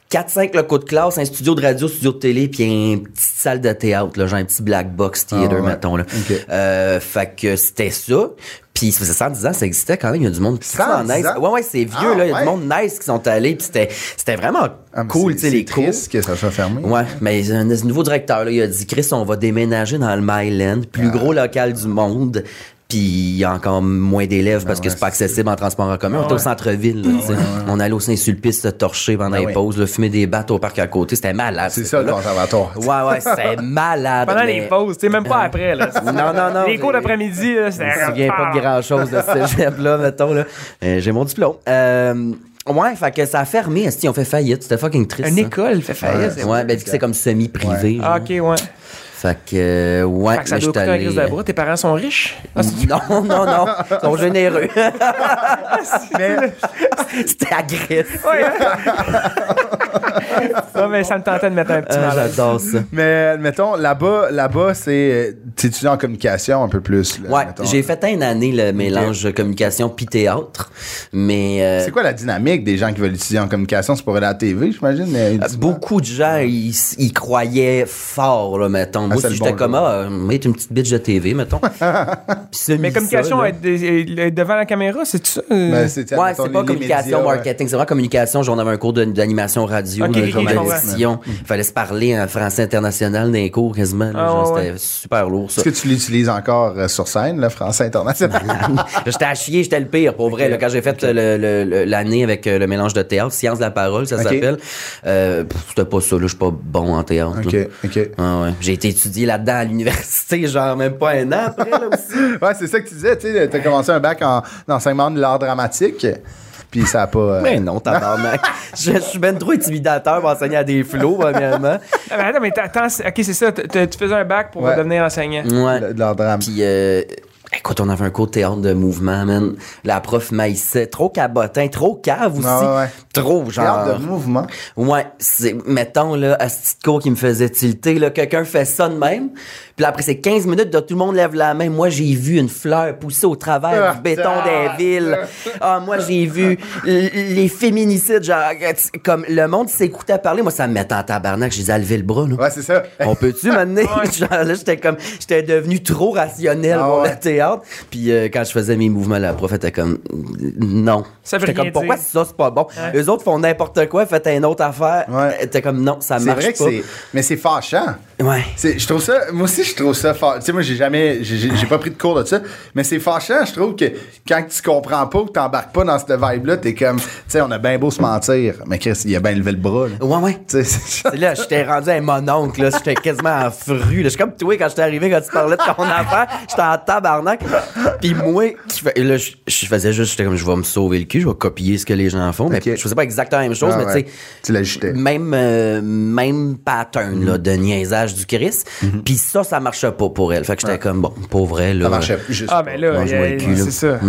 Speaker 4: 4-5 locaux de classe, un studio de radio, studio de télé, puis une petite salle de théâtre, là, genre un petit black box theater,
Speaker 1: Ah ouais.
Speaker 4: mettons. Là.
Speaker 1: Ok.
Speaker 4: Euh, fait que c'était ça. Puis ça faisait 110 ans, ça existait quand même. Il y a du monde qui
Speaker 1: 110
Speaker 4: nice.
Speaker 1: ans?
Speaker 4: Ouais, ouais, c'est vieux,
Speaker 1: Ah,
Speaker 4: là. Il y a
Speaker 1: ouais.
Speaker 4: du monde nice qui sont allés. Puis c'était, c'était vraiment
Speaker 1: Ah, mais
Speaker 4: cool,
Speaker 1: c'est-
Speaker 4: tu sais,
Speaker 1: c'est
Speaker 4: les cours.
Speaker 1: triste que ça soit fermé.
Speaker 4: Ouais, mais un un nouveau directeur, là, il a dit Chris, on va déménager dans le Myland, plus
Speaker 1: Ah.
Speaker 4: gros local du monde. Puis il y a encore moins d'élèves
Speaker 1: Ah
Speaker 4: parce que c'est pas accessible en transport en
Speaker 2: Ah
Speaker 4: commun. on était au centre-ville. là, tu sais. On allait au Saint-Sulpice se torcher pendant
Speaker 1: Ah
Speaker 4: les
Speaker 1: ouais.
Speaker 4: pauses, là, fumer des battes au parc à côté. C'était malade.
Speaker 1: C'est
Speaker 4: ce
Speaker 1: ça, le
Speaker 4: temps-là.
Speaker 1: conservatoire.
Speaker 4: Ouais,
Speaker 2: [laughs]
Speaker 4: ouais, c'était malade.
Speaker 2: Pendant
Speaker 4: mais-
Speaker 2: les pauses, tu sais, même pas après. Là.
Speaker 4: Non, non, non.
Speaker 2: les cours
Speaker 4: mais-
Speaker 2: d'après-midi, là, c'était.
Speaker 4: je me souviens pas de grand chose de ce cégep-là, mettons. Là. Euh, J'ai mon diplôme. Euh, ouais, fait que ça a fermé. Esti, on fait faillite. C'était fucking triste.
Speaker 2: Une
Speaker 4: ça.
Speaker 2: école fait
Speaker 4: Ouais,
Speaker 2: faillite.
Speaker 4: ouais, ben, vu que c'est comme semi-privé. genre.
Speaker 2: Ah, ok, ouais.
Speaker 4: Fait que, euh, ouais,
Speaker 2: Fait que ça
Speaker 4: mais
Speaker 2: doit coûter
Speaker 4: j'étais
Speaker 2: un
Speaker 4: allé- euh,
Speaker 2: crise de bras. Tes parents sont riches.
Speaker 4: [laughs]
Speaker 2: Ah,
Speaker 4: Non, non, non. Ils
Speaker 2: [laughs]
Speaker 4: sont généreux.
Speaker 1: Mais
Speaker 4: C'était agressif.
Speaker 2: [laughs] Ouais. non, mais ça me tentait de mettre un petit
Speaker 4: Ah,
Speaker 2: mal.
Speaker 4: J'adore ça.
Speaker 1: Mais mettons, là-bas, là-bas, c'est. Tu étudies en communication un peu plus.
Speaker 2: Ben,
Speaker 1: là,
Speaker 4: Ouais,
Speaker 1: mettons.
Speaker 4: j'ai fait une année le mélange communication puis théâtre, mais euh,
Speaker 1: C'est quoi la dynamique des gens qui veulent étudier en communication? C'est pour aller à la TV, j'imagine? mais-
Speaker 4: Euh, beaucoup de gens ils, s- ils croyaient fort là, mettons. Moi,
Speaker 1: c'est
Speaker 4: si
Speaker 1: le
Speaker 4: j'étais
Speaker 1: bon
Speaker 4: comme
Speaker 1: jour.
Speaker 4: ah, être une petite bitch de
Speaker 1: [laughs]
Speaker 4: TV, mettons. Puis c'est
Speaker 2: Mais
Speaker 4: mis ça,
Speaker 2: communication,
Speaker 4: là.
Speaker 2: être, de- être devant la caméra, c'est ça? Euh,
Speaker 1: Ben, c'est,
Speaker 4: mm, Ouais,
Speaker 1: admettons,
Speaker 4: c'est pas
Speaker 1: les- les
Speaker 4: communication,
Speaker 1: médias, euh, ouais.
Speaker 4: marketing. C'est vraiment communication. Genre, on avait un cours de- d'animation radio,
Speaker 2: Ok,
Speaker 4: de
Speaker 2: ok, je comprends.
Speaker 4: journalisme. Il fallait se parler en français international dans les cours quasiment. là.
Speaker 2: Ah,
Speaker 4: Genre,
Speaker 2: ouais,
Speaker 4: C'était super lourd, ça.
Speaker 1: Est-ce que tu l'utilises encore euh, sur scène, le français international?
Speaker 4: [laughs] j'étais à chier, j'étais le pire, pour vrai. là, quand j'ai fait le- le- le- l'année avec euh, le mélange de théâtre, science de la parole, ça
Speaker 1: Ok.
Speaker 4: s'appelle, euh, pff, c'était pas ça. là, Je suis pas bon en théâtre.
Speaker 1: ok,
Speaker 4: là.
Speaker 1: ok.
Speaker 4: Ah ouais. J'ai été étudié là-dedans à l'université, [laughs] genre même pas un an après, là aussi.
Speaker 1: Ouais, c'est ça que tu disais, tu sais, t'as commencé un bac en enseignement de l'art dramatique, puis ça a pas. euh,
Speaker 4: Mais non, tabarnak. [laughs] je, je suis ben trop intimidateur pour enseigner à des flots, premièrement.
Speaker 2: Ah, mais attends, mais t'attends, c'est- ok, c'est ça. t- t- Tu faisais un bac pour
Speaker 1: Ouais.
Speaker 2: devenir enseignant.
Speaker 4: Ouais.
Speaker 1: de l'art drame.
Speaker 4: Puis, euh, écoute, on avait un cours de théâtre de mouvement, man. La prof maïssait. Trop cabotin, trop cave aussi.
Speaker 1: Ah ouais.
Speaker 4: Trop, genre.
Speaker 1: L'art de mouvement.
Speaker 4: Ouais, c'est, mettons, là, à ce petit cours qui me faisait tilter, là, quelqu'un fait ça de même. Puis là, après ces 15 minutes de tout le monde lève la main, moi, j'ai vu une fleur pousser au travers
Speaker 1: Ah,
Speaker 4: du béton
Speaker 1: ah,
Speaker 4: des villes. Ah, moi, j'ai vu l- les féminicides, genre, tu- comme le monde s'écoutait parler. Moi, ça me mettait en tabarnak, j'ai dit à lever le bras, là.
Speaker 1: [laughs] Ouais, c'est ça.
Speaker 4: On peut-tu m'amener? [laughs] Genre là, j'étais comme, j'étais devenu trop rationnel
Speaker 1: Ah
Speaker 4: pour
Speaker 1: ouais.
Speaker 4: le théâtre. Puis euh, quand je faisais mes mouvements, la prof était comme, non.
Speaker 2: Ça veut
Speaker 4: J'étais
Speaker 2: rien
Speaker 4: comme, pourquoi
Speaker 2: dire.
Speaker 4: ça, c'est pas bon? Eux autres font n'importe quoi, faites une autre affaire.
Speaker 1: Ouais.
Speaker 4: Elle était comme, non, ça
Speaker 1: C'est
Speaker 4: marche
Speaker 1: vrai que
Speaker 4: pas.
Speaker 1: c'est. Mais c'est fâchant.
Speaker 4: Ouais.
Speaker 1: C'est- je trouve ça, moi aussi, je trouve ça fâchant. Tu sais, moi, j'ai jamais, j'ai- j'ai j'ai pas pris de cours de ça, mais c'est fâchant, je trouve que quand tu comprends pas ou que t'embarques pas dans cette vibe-là, t'es comme, tu sais, on a bien beau se mentir, mais Chris, il a bien levé le bras, là.
Speaker 4: Ouais, ouais.
Speaker 1: Tu sais, c'est
Speaker 4: C'est [laughs] Là, j'étais rendu à mon oncle, là. J'étais quasiment en fru, là. Je suis comme toi, quand j'étais arrivé, quand tu parlais de ton affaire, j'étais en tabarnak. Puis moi, qui fa- là, je, je faisais juste, j'étais comme, je vais me sauver le cul, je vais copier ce que les gens font.
Speaker 1: Ok.
Speaker 4: Mais je faisais pas exactement la même chose,
Speaker 1: Ah
Speaker 4: mais
Speaker 1: ouais.
Speaker 4: tu sais,
Speaker 1: Tu l'ajustais.
Speaker 4: même, euh, même pattern là, de niaisage du Chris. Puis ça, ça marchait pas pour elle. Fait que j'étais comme, bon, pour vrai, là.
Speaker 1: Mhm. Ça marchait juste.
Speaker 2: Ah, mais là,
Speaker 4: Ouais, je vois le
Speaker 2: euh,
Speaker 4: cul, là. Mm.
Speaker 2: c'est ça.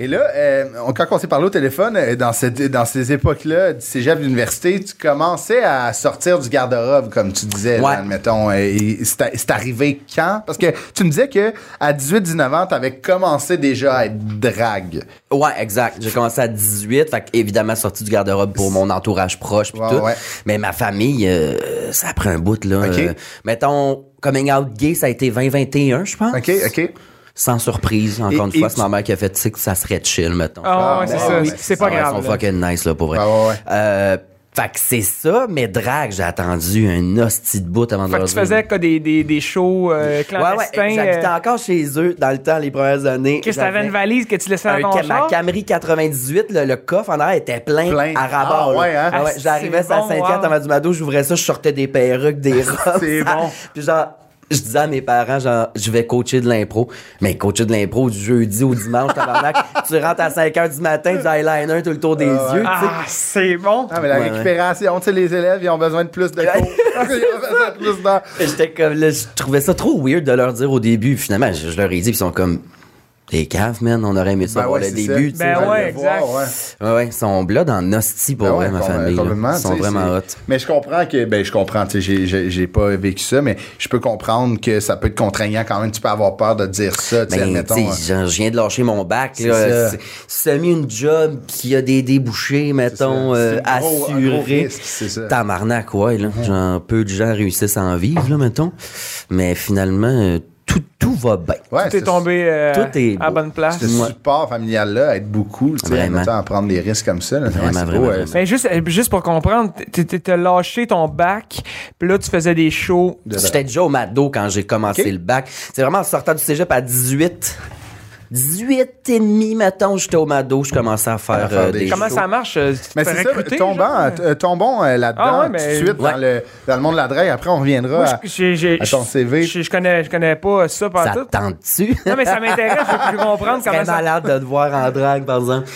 Speaker 1: Et là, euh, on- quand on s'est parlé au téléphone, euh, dans, cette, dans ces époques-là, du cégep, d'université, tu commençais à sortir du garde-robe, comme tu disais,
Speaker 4: Ouais.
Speaker 1: là, admettons. Euh, et C'est a- c'est arrivé quand? Parce que tu me disais que à 18-19 ans, tu avais commencé déjà à être drague.
Speaker 4: Ouais, exact. J'ai commencé à 18, fait que, évidemment sorti du garde-robe pour mon entourage proche puis
Speaker 1: Ouais,
Speaker 4: tout.
Speaker 1: ouais.
Speaker 4: Mais ma famille, euh, ça prend un bout là.
Speaker 1: Ok.
Speaker 4: Euh, mettons coming out gay, ça a été 2021, je pense.
Speaker 1: OK? OK?
Speaker 4: Sans surprise, encore
Speaker 1: Et-
Speaker 4: une fois,
Speaker 1: et
Speaker 4: c'est ma mère qui a fait tu sais, que ça serait chill mettons.
Speaker 2: Ah, ouais,
Speaker 1: Ah,
Speaker 2: c'est
Speaker 1: ouais,
Speaker 2: ça.
Speaker 1: ouais,
Speaker 2: C'est- C'est pas
Speaker 4: Ouais, Ils
Speaker 2: grave.
Speaker 4: sont
Speaker 2: là.
Speaker 4: fucking nice là pour vrai.
Speaker 1: Ah, Ouais, ouais, ouais.
Speaker 4: Euh, fait que c'est ça, mais drague, j'ai attendu un hostie de bout avant de
Speaker 2: Fait que tu
Speaker 4: rejoindre.
Speaker 2: faisais quoi, des, des, des shows euh,
Speaker 4: Ouais, ouais,
Speaker 2: clandestins.
Speaker 4: j'habitais
Speaker 2: euh,
Speaker 4: encore chez eux dans le temps, les premières années.
Speaker 2: Qu'est-ce que t'avais
Speaker 4: J'avais-
Speaker 2: une valise que tu laissais
Speaker 4: un
Speaker 2: dans ton
Speaker 4: ca- ma
Speaker 2: char?
Speaker 4: Camry 98, le, le coffre en arrière était plein,
Speaker 1: Plein.
Speaker 4: à rabat.
Speaker 1: Ah,
Speaker 4: là.
Speaker 1: ouais, hein?
Speaker 4: Ah ouais,
Speaker 2: Ah,
Speaker 4: J'arrivais
Speaker 2: c'est
Speaker 4: à
Speaker 2: bon,
Speaker 4: Saint-Pierre,
Speaker 2: wow.
Speaker 4: Thomas du Mado, j'ouvrais ça, je sortais des
Speaker 1: [laughs]
Speaker 4: perruques, des robes.
Speaker 1: C'est
Speaker 4: ça.
Speaker 1: bon.
Speaker 4: Puis genre, je disais à mes parents, genre, je vais coacher de l'impro. Mais coacher de l'impro du jeudi au dimanche,
Speaker 2: [laughs]
Speaker 4: tabarnak. tu rentres à 5 h du matin, du eyeliner tout le tour des yeux, tu sais.
Speaker 2: Ah, c'est bon.
Speaker 1: Ah, mais la
Speaker 4: Ouais, ouais.
Speaker 1: récupération, tu sais, les élèves, ils ont besoin de plus de cours.
Speaker 4: [laughs]
Speaker 1: [laughs] ils ont besoin de plus d'heures.
Speaker 4: Et J'étais comme, là, je trouvais ça trop weird de leur dire au début. Finalement, je, je leur ai dit, puis ils sont comme, des caves, man, on aurait aimé ça
Speaker 1: Ben
Speaker 4: voir
Speaker 1: ouais,
Speaker 4: le
Speaker 1: c'est ça.
Speaker 4: début. tu sais.
Speaker 2: Ben
Speaker 1: Ils veulent
Speaker 2: ouais,
Speaker 1: le
Speaker 2: exact.
Speaker 1: voir, ouais.
Speaker 4: Ouais, ouais, ils sont blood en hostie pour
Speaker 1: Ben
Speaker 4: vrai,
Speaker 1: ouais,
Speaker 4: ma
Speaker 1: com-
Speaker 4: famille. là.
Speaker 1: complètement,
Speaker 4: Ils sont
Speaker 1: tu sais,
Speaker 4: vraiment hot.
Speaker 1: c'est- Mais je comprends que. Ben, je comprends, tu sais, j'ai- j'ai- j'ai pas vécu ça, mais je peux comprendre que ça peut être contraignant quand même. Tu peux avoir peur de dire ça, tu sais,
Speaker 4: Ben,
Speaker 1: admettons.
Speaker 4: tu
Speaker 1: hein.
Speaker 4: sais, genre, je viens de lâcher mon bac.
Speaker 1: ça.
Speaker 4: Là, C'est- c'est mis une job qui a des débouchés, mettons,
Speaker 1: ça.
Speaker 4: euh,
Speaker 1: C'est un gros- un gros
Speaker 4: assurés.
Speaker 1: risque, c'est ça.
Speaker 4: Tamarnak, ouais. Là. Genre, peu de gens réussissent à en vivre, là, mettons. Mais finalement, euh, tout, tout va bien.
Speaker 1: Ouais,
Speaker 2: Tout est
Speaker 1: c'est-
Speaker 2: tombé euh,
Speaker 4: Tout est
Speaker 2: à
Speaker 4: beau.
Speaker 2: bonne place.
Speaker 1: Ce
Speaker 4: Ouais.
Speaker 1: support familial-là aide beaucoup, tu sais,
Speaker 4: Vraiment.
Speaker 1: admettons, à prendre des risques comme ça. là.
Speaker 4: Vraiment,
Speaker 1: Ouais, c'est
Speaker 4: vraiment,
Speaker 1: beau,
Speaker 4: vraiment.
Speaker 1: c'est-
Speaker 2: Mais juste, euh, juste pour comprendre, t- t- t'as lâché ton bac, puis là, tu faisais des shows.
Speaker 1: de-
Speaker 4: J'étais déjà au Mado quand j'ai commencé
Speaker 1: Ok.
Speaker 4: le bac. C'est vraiment en sortant du cégep à 18. 18 et demi, mettons, j'étais au Mado, je commençais à faire,
Speaker 1: faire
Speaker 4: euh,
Speaker 1: des
Speaker 4: des
Speaker 2: Comment
Speaker 4: shows.
Speaker 2: ça marche? euh, tu te
Speaker 1: Mais
Speaker 2: fais
Speaker 1: c'est ça,
Speaker 2: recruter, genre?
Speaker 1: tombant, euh, tombons euh, là-dedans
Speaker 2: Ah ouais,
Speaker 1: tout de
Speaker 2: mais-
Speaker 1: suite dans,
Speaker 4: Ouais.
Speaker 1: le, dans le monde de la drague. Après, on reviendra
Speaker 2: Moi,
Speaker 1: à-
Speaker 2: je- j'ai- j'ai-
Speaker 1: à ton CV.
Speaker 2: Je, je connais, je connais pas ça par
Speaker 4: Ça
Speaker 2: tout.
Speaker 4: tente-tu?
Speaker 2: Non,
Speaker 1: [laughs]
Speaker 2: mais ça m'intéresse, je veux comprendre
Speaker 4: C'est
Speaker 2: comment ça.
Speaker 4: malade de te voir en drague,
Speaker 2: [laughs]
Speaker 4: par exemple.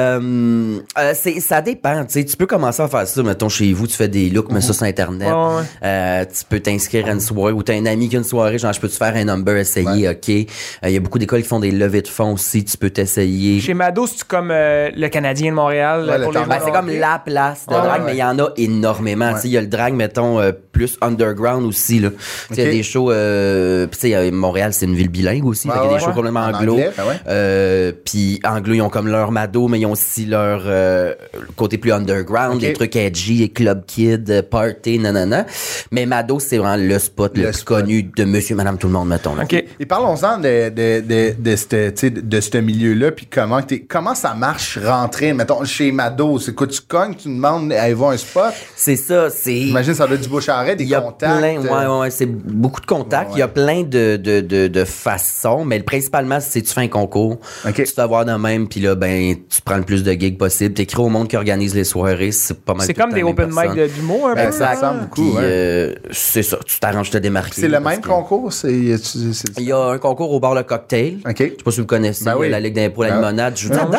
Speaker 4: Euh, euh, c'est- ça dépend. Tu sais, tu peux commencer à faire ça. Mettons, chez vous, tu fais des looks, mais ça, sur Internet.
Speaker 2: Ouais, ouais.
Speaker 4: Euh, tu peux t'inscrire à une soirée ou t'as un ami qui a une soirée. Genre, je peux-tu faire un number, essayer, OK. Euh, Il y a beaucoup d'écoles qui font des levées de fonds aussi. Tu peux t'essayer.
Speaker 2: Chez Mado, c'est comme euh, le Canadien de Montréal.
Speaker 1: Ouais,
Speaker 2: euh,
Speaker 1: le
Speaker 2: pour les
Speaker 1: temps-
Speaker 4: Ben, c'est comme
Speaker 2: volontaires.
Speaker 4: la place de
Speaker 1: Ah, Ouais,
Speaker 4: drague,
Speaker 1: ouais.
Speaker 4: mais il y en a énormément. Tu sais, Il y a le drague, mettons, euh, plus underground aussi. là. Tu sais, Il y
Speaker 1: Ok.
Speaker 4: a des shows. euh, puis tu sais, euh, Montréal, c'est une ville bilingue aussi.
Speaker 1: Ouais,
Speaker 4: fait il y a des
Speaker 1: ouais,
Speaker 4: shows
Speaker 1: ouais.
Speaker 4: complètement
Speaker 1: En
Speaker 4: anglo.
Speaker 1: anglais, ben ouais.
Speaker 4: Euh, puis anglo, ils ont comme leur mado, mais ils ont aussi leur euh, côté plus underground,
Speaker 1: Ok.
Speaker 4: des trucs edgy, club kid, euh, party, nanana. Mais mado, c'est vraiment le spot le,
Speaker 1: Le
Speaker 4: plus
Speaker 1: spot.
Speaker 4: connu de monsieur, madame, tout le monde, mettons. là.
Speaker 2: OK.
Speaker 1: Et parlons-en de, de, de, de ce de ce milieu-là, puis comment, que t'es- comment ça marche rentrer, mettons, chez Mado. C'est quoi, tu cognes, tu demandes, avez-vous un spot?
Speaker 4: C'est ça, c'est...
Speaker 1: J'imagine ça doit être du bouche à oreille, des
Speaker 4: Il y a
Speaker 1: contacts.
Speaker 4: plein, ouais,
Speaker 1: euh,
Speaker 4: ouais, ouais, c'est beaucoup de contacts.
Speaker 1: Ouais,
Speaker 4: Il y a plein de, de, de, de façons, mais le- principalement, c'est tu fais un concours,
Speaker 1: OK.
Speaker 4: tu te voir de même, puis là, ben, tu prends le plus de gigs possible. T'écris au monde qui organise les soirées, c'est pas mal.
Speaker 2: C'est
Speaker 4: tout le
Speaker 2: comme
Speaker 4: temps
Speaker 2: des
Speaker 4: les
Speaker 2: open mic
Speaker 4: personnes.
Speaker 2: de- d'humour, un
Speaker 1: Ben,
Speaker 2: peu.
Speaker 1: ça ressemble beaucoup,
Speaker 4: Puis,
Speaker 1: ouais.
Speaker 4: euh, c'est ça, tu t'arranges de te démarquer.
Speaker 1: C'est le
Speaker 4: parce
Speaker 1: même
Speaker 4: que-
Speaker 1: concours? C'est, tu- c'est-
Speaker 4: Il y a un concours au bar Le Cocktail.
Speaker 1: OK.
Speaker 4: Je sais pas si vous le connaissez,
Speaker 1: Ben oui.
Speaker 4: la Ligue d'impro, la
Speaker 1: Ben oui.
Speaker 4: limonade. Je vous
Speaker 1: Non,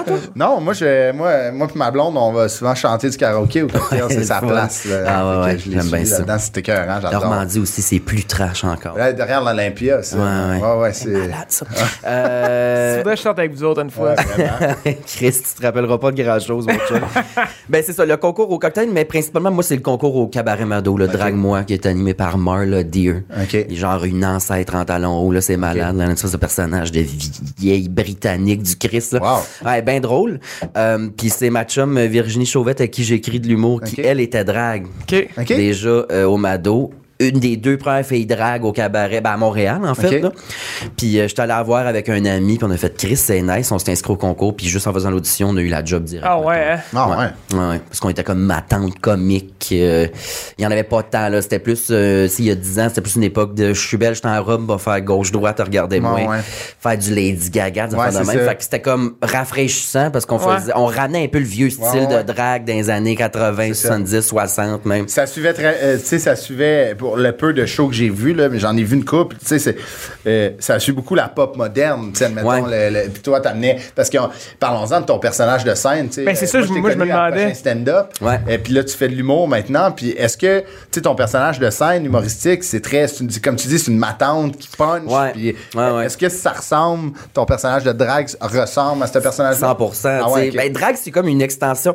Speaker 1: Non, moi, je, moi, moi puis ma blonde, on va souvent chanter du karaoké au cocktail,
Speaker 4: [laughs] Ouais,
Speaker 1: c'est sa
Speaker 4: le fun.
Speaker 1: place. là.
Speaker 4: Ah ouais,
Speaker 1: Fait que
Speaker 4: ouais,
Speaker 1: je l'ai
Speaker 4: j'aime
Speaker 1: suivi
Speaker 4: bien ça.
Speaker 1: là-dedans, c'était écœurant, j'adore.
Speaker 4: Normandie aussi, c'est plus trash encore.
Speaker 1: Là, derrière l'Olympia, ça.
Speaker 4: Ouais, ouais.
Speaker 1: c'est...
Speaker 4: Malade, ça.
Speaker 1: [laughs]
Speaker 4: Euh,
Speaker 2: Faudrait que je sorte avec vous autres une fois.
Speaker 1: Ouais, vraiment.
Speaker 4: [laughs] Chris, tu te rappelleras pas de grand-chose, mon
Speaker 1: [laughs]
Speaker 4: chum. ben, c'est ça, le concours au cocktail, mais principalement, moi, c'est le concours au cabaret Mado, le Drague-moi, qui est animé par Marla Deer.
Speaker 1: OK.
Speaker 4: Genre une ancêtre en talons hauts, là, c'est malade. Là, une espèce de personnage de vieille britannique du Chris, là.
Speaker 1: Wow.
Speaker 4: Ouais, ben drôle. Euh, Puis c'est ma chum euh, Virginie Chauvette à qui j'écris de l'humour,
Speaker 1: OK.
Speaker 4: qui, elle, était drague.
Speaker 2: OK.
Speaker 1: OK.
Speaker 4: Déjà euh, au Mado. Une des deux premières filles drague au cabaret, ben à Montréal, en fait.
Speaker 1: OK.
Speaker 4: là. Puis euh, j'étais allé la voir avec un ami, puis on a fait Chris, c'est nice, on s'est inscrit au concours, puis juste en faisant l'audition, on a eu la job direct.
Speaker 2: Ah ouais, hein?
Speaker 1: Ah ouais.
Speaker 4: Ouais, ouais, parce qu'on était comme ma tante comique. euh, Il y en avait pas tant, là. C'était plus, euh, s'il y a 10 ans, c'était plus une époque de je suis belle, je suis en robe, va faire gauche-droite, regardez-moi.
Speaker 1: Ouais, ouais.
Speaker 4: Faire du Lady Gaga, des
Speaker 1: Ouais,
Speaker 4: affaires de
Speaker 1: c'est
Speaker 4: même.
Speaker 1: ça.
Speaker 4: Fait que c'était comme rafraîchissant parce qu'on
Speaker 2: Ouais.
Speaker 4: faisait, on ramenait un peu le vieux style
Speaker 1: Ouais, ouais.
Speaker 4: de drague des années 80,
Speaker 1: ça.
Speaker 4: 70, 60 même.
Speaker 1: Ça suivait très, euh, tu sais, ça suivait, pour le peu de shows que j'ai vu, là, mais j'en ai vu une couple. Tu sais, c'est, euh, ça suit beaucoup la pop moderne. Tu sais, admettons, le- le- puis toi, t'amenais. Parce que, parlons-en de ton personnage de scène. tu sais,
Speaker 2: Ben, c'est
Speaker 1: euh,
Speaker 2: ça, je-
Speaker 1: t'ai
Speaker 2: moi, je me
Speaker 1: connu à la
Speaker 2: demandais.
Speaker 1: prochaine stand-up.
Speaker 4: Ouais.
Speaker 1: Et puis là, tu fais de l'humour maintenant. Puis est-ce que, tu sais, ton personnage de scène humoristique, c'est très, c'est une- comme tu dis, c'est une matante qui punch.
Speaker 4: Ouais.
Speaker 1: puis
Speaker 4: Ouais, ouais.
Speaker 1: Est-ce que ça ressemble, ton personnage de drague ressemble à ce personnage
Speaker 4: 100%.
Speaker 1: Ah ouais,
Speaker 4: tu sais.
Speaker 1: ok.
Speaker 4: Ben, drag, c'est comme une extension.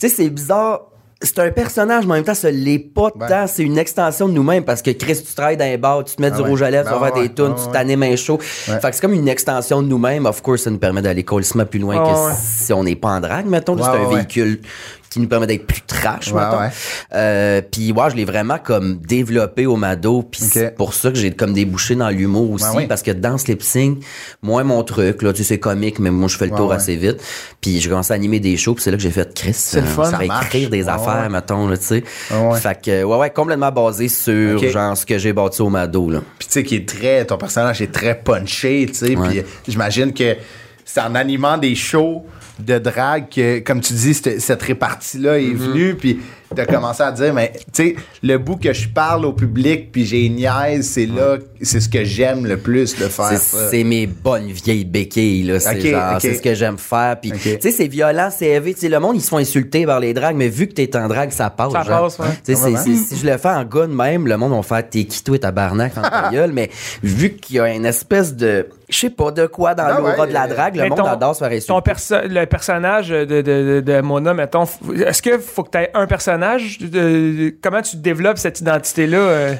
Speaker 4: Tu sais, c'est bizarre. C'est un personnage, mais en même temps, ça l'est pas
Speaker 1: Ouais.
Speaker 4: tant. C'est une extension de nous-mêmes parce que Chris, tu travailles dans les bars, tu te mets
Speaker 1: Ah
Speaker 4: du
Speaker 1: ouais.
Speaker 4: rouge à lèvres,
Speaker 1: Ben
Speaker 4: tu vas faire
Speaker 1: ouais,
Speaker 4: des tunes,
Speaker 1: ouais, ouais.
Speaker 4: tu t'animes un show. Fait que c'est comme une extension de nous-mêmes. Of course, ça nous permet d'aller colissement plus loin que
Speaker 2: Ouais, ouais.
Speaker 4: si on n'est pas en drague, mettons.
Speaker 1: Ah Ouais,
Speaker 4: c'est un
Speaker 1: ouais.
Speaker 4: véhicule qui nous permet d'être plus trash,
Speaker 1: Ouais,
Speaker 4: mettons.
Speaker 1: ouais.
Speaker 4: Euh, puis, ouais, je l'ai vraiment comme développé au Mado. Puis
Speaker 1: Ok.
Speaker 4: c'est pour ça que j'ai comme débouché dans l'humour aussi.
Speaker 1: Ouais, ouais.
Speaker 4: Parce que dans Slipsing, moi, mon truc, là, tu sais, c'est comique, mais moi, je fais le
Speaker 1: Ouais,
Speaker 4: tour
Speaker 1: ouais.
Speaker 4: assez vite. Puis j'ai commencé à animer des shows, puis c'est là que j'ai fait Chris. C'est
Speaker 1: le fun. Ça marche.
Speaker 4: écrire des
Speaker 1: Ouais,
Speaker 4: affaires,
Speaker 1: ouais.
Speaker 4: mettons, là, tu sais.
Speaker 1: Ouais, ouais.
Speaker 4: Fait que, ouais, ouais, complètement basé sur,
Speaker 1: Ok.
Speaker 4: genre, ce que j'ai bâti au Mado, là.
Speaker 1: Puis tu sais, qui est très. Ton personnage est très punché, tu sais.
Speaker 4: Ouais.
Speaker 1: Puis j'imagine que c'est en animant des shows de drague que, comme tu dis, cette, cette répartie-là est
Speaker 4: Mm-hmm.
Speaker 1: venue. Puis t'as commencé à dire, mais tu sais, le bout que je parle au public, puis j'ai niaise, c'est là, c'est ce que j'aime le plus de
Speaker 4: C'est-
Speaker 1: faire ça.
Speaker 4: C'est mes bonnes vieilles béquilles, là. C'est
Speaker 1: Ok,
Speaker 4: genre,
Speaker 1: ok.
Speaker 4: c'est ce que j'aime faire. Puis,
Speaker 1: Ok.
Speaker 4: tu sais, c'est violent, c'est élevé. Tu sais, le monde, ils se font insulter par les dragues, mais vu que t'es en drague, ça passe.
Speaker 2: Ça
Speaker 4: genre.
Speaker 2: passe, ouais.
Speaker 4: Tu sais, c'est-
Speaker 1: Vraiment?
Speaker 4: c'est- si je le fais en gars de même, le monde va faire t'es qui, toi, tabarnak,
Speaker 1: [laughs]
Speaker 4: en ta gueule. Mais vu qu'il y a une espèce de, je sais pas de quoi dans
Speaker 1: Ah
Speaker 4: l'aura
Speaker 1: ouais,
Speaker 4: de la
Speaker 1: euh,
Speaker 4: drague, le
Speaker 2: Mais
Speaker 4: monde
Speaker 2: ton-
Speaker 4: adore se faire
Speaker 2: Ton
Speaker 4: insulter.
Speaker 2: perso- le personnage de, de, de, de Mona, mettons, f- est-ce que faut que tu aies un personnage? De- de- comment tu développes cette identité-là? euh?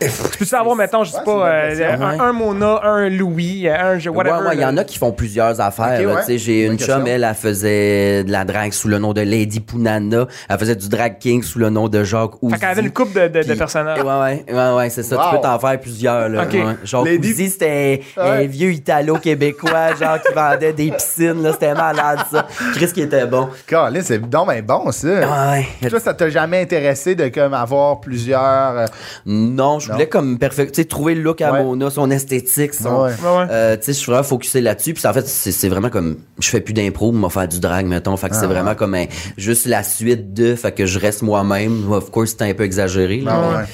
Speaker 2: tu peux-tu avoir, mettons, je sais
Speaker 1: Ouais,
Speaker 2: pas,
Speaker 1: c'est une bonne
Speaker 2: euh,
Speaker 4: question.
Speaker 2: un, un Mona, un Louis, euh, un je- whatever. euh,
Speaker 4: Ouais, ouais, il y en a qui font plusieurs affaires.
Speaker 1: Ok,
Speaker 4: là.
Speaker 1: ouais.
Speaker 4: Tu sais, J'ai
Speaker 1: Bonne
Speaker 4: une
Speaker 1: question.
Speaker 4: chum, elle, elle faisait de la drague sous le nom de Lady Punana. Elle faisait du drag king sous le nom de Jacques Ouzi.
Speaker 2: Fait qu'elle avait une coupe de, de, de
Speaker 4: Puis-
Speaker 2: personnages.
Speaker 4: Ouais, ouais, ouais, ouais, c'est ça.
Speaker 1: Wow.
Speaker 4: Tu peux t'en faire plusieurs, là.
Speaker 2: Ok.
Speaker 4: Ouais. Genre,
Speaker 1: Lady-
Speaker 4: Ouzi, c'était un-
Speaker 1: Ouais.
Speaker 4: un vieux italo-québécois, genre, qui vendait des piscines, là. C'était malade, ça. Chris qui était bon.
Speaker 1: Calais, c'est donc ben bon, ça.
Speaker 4: Ah Ouais.
Speaker 1: Toi, ça t'a jamais intéressé de comme avoir plusieurs. euh,
Speaker 4: Non, je voulais comme perfect, tu sais, trouver le look à
Speaker 1: Ouais.
Speaker 4: Mona, son esthétique, son.
Speaker 1: Ouais.
Speaker 2: Ouais, ouais.
Speaker 4: Euh, tu sais, je suis vraiment focusé là-dessus. Puis en fait, c'est c'est vraiment comme. Je fais plus d'impro, mais faire du drag, mettons. Fait que
Speaker 1: Ah,
Speaker 4: c'est vraiment comme un- juste la suite de. Fait que je reste moi-même. Of course, c'était un peu exagéré. là.
Speaker 1: Ah ouais.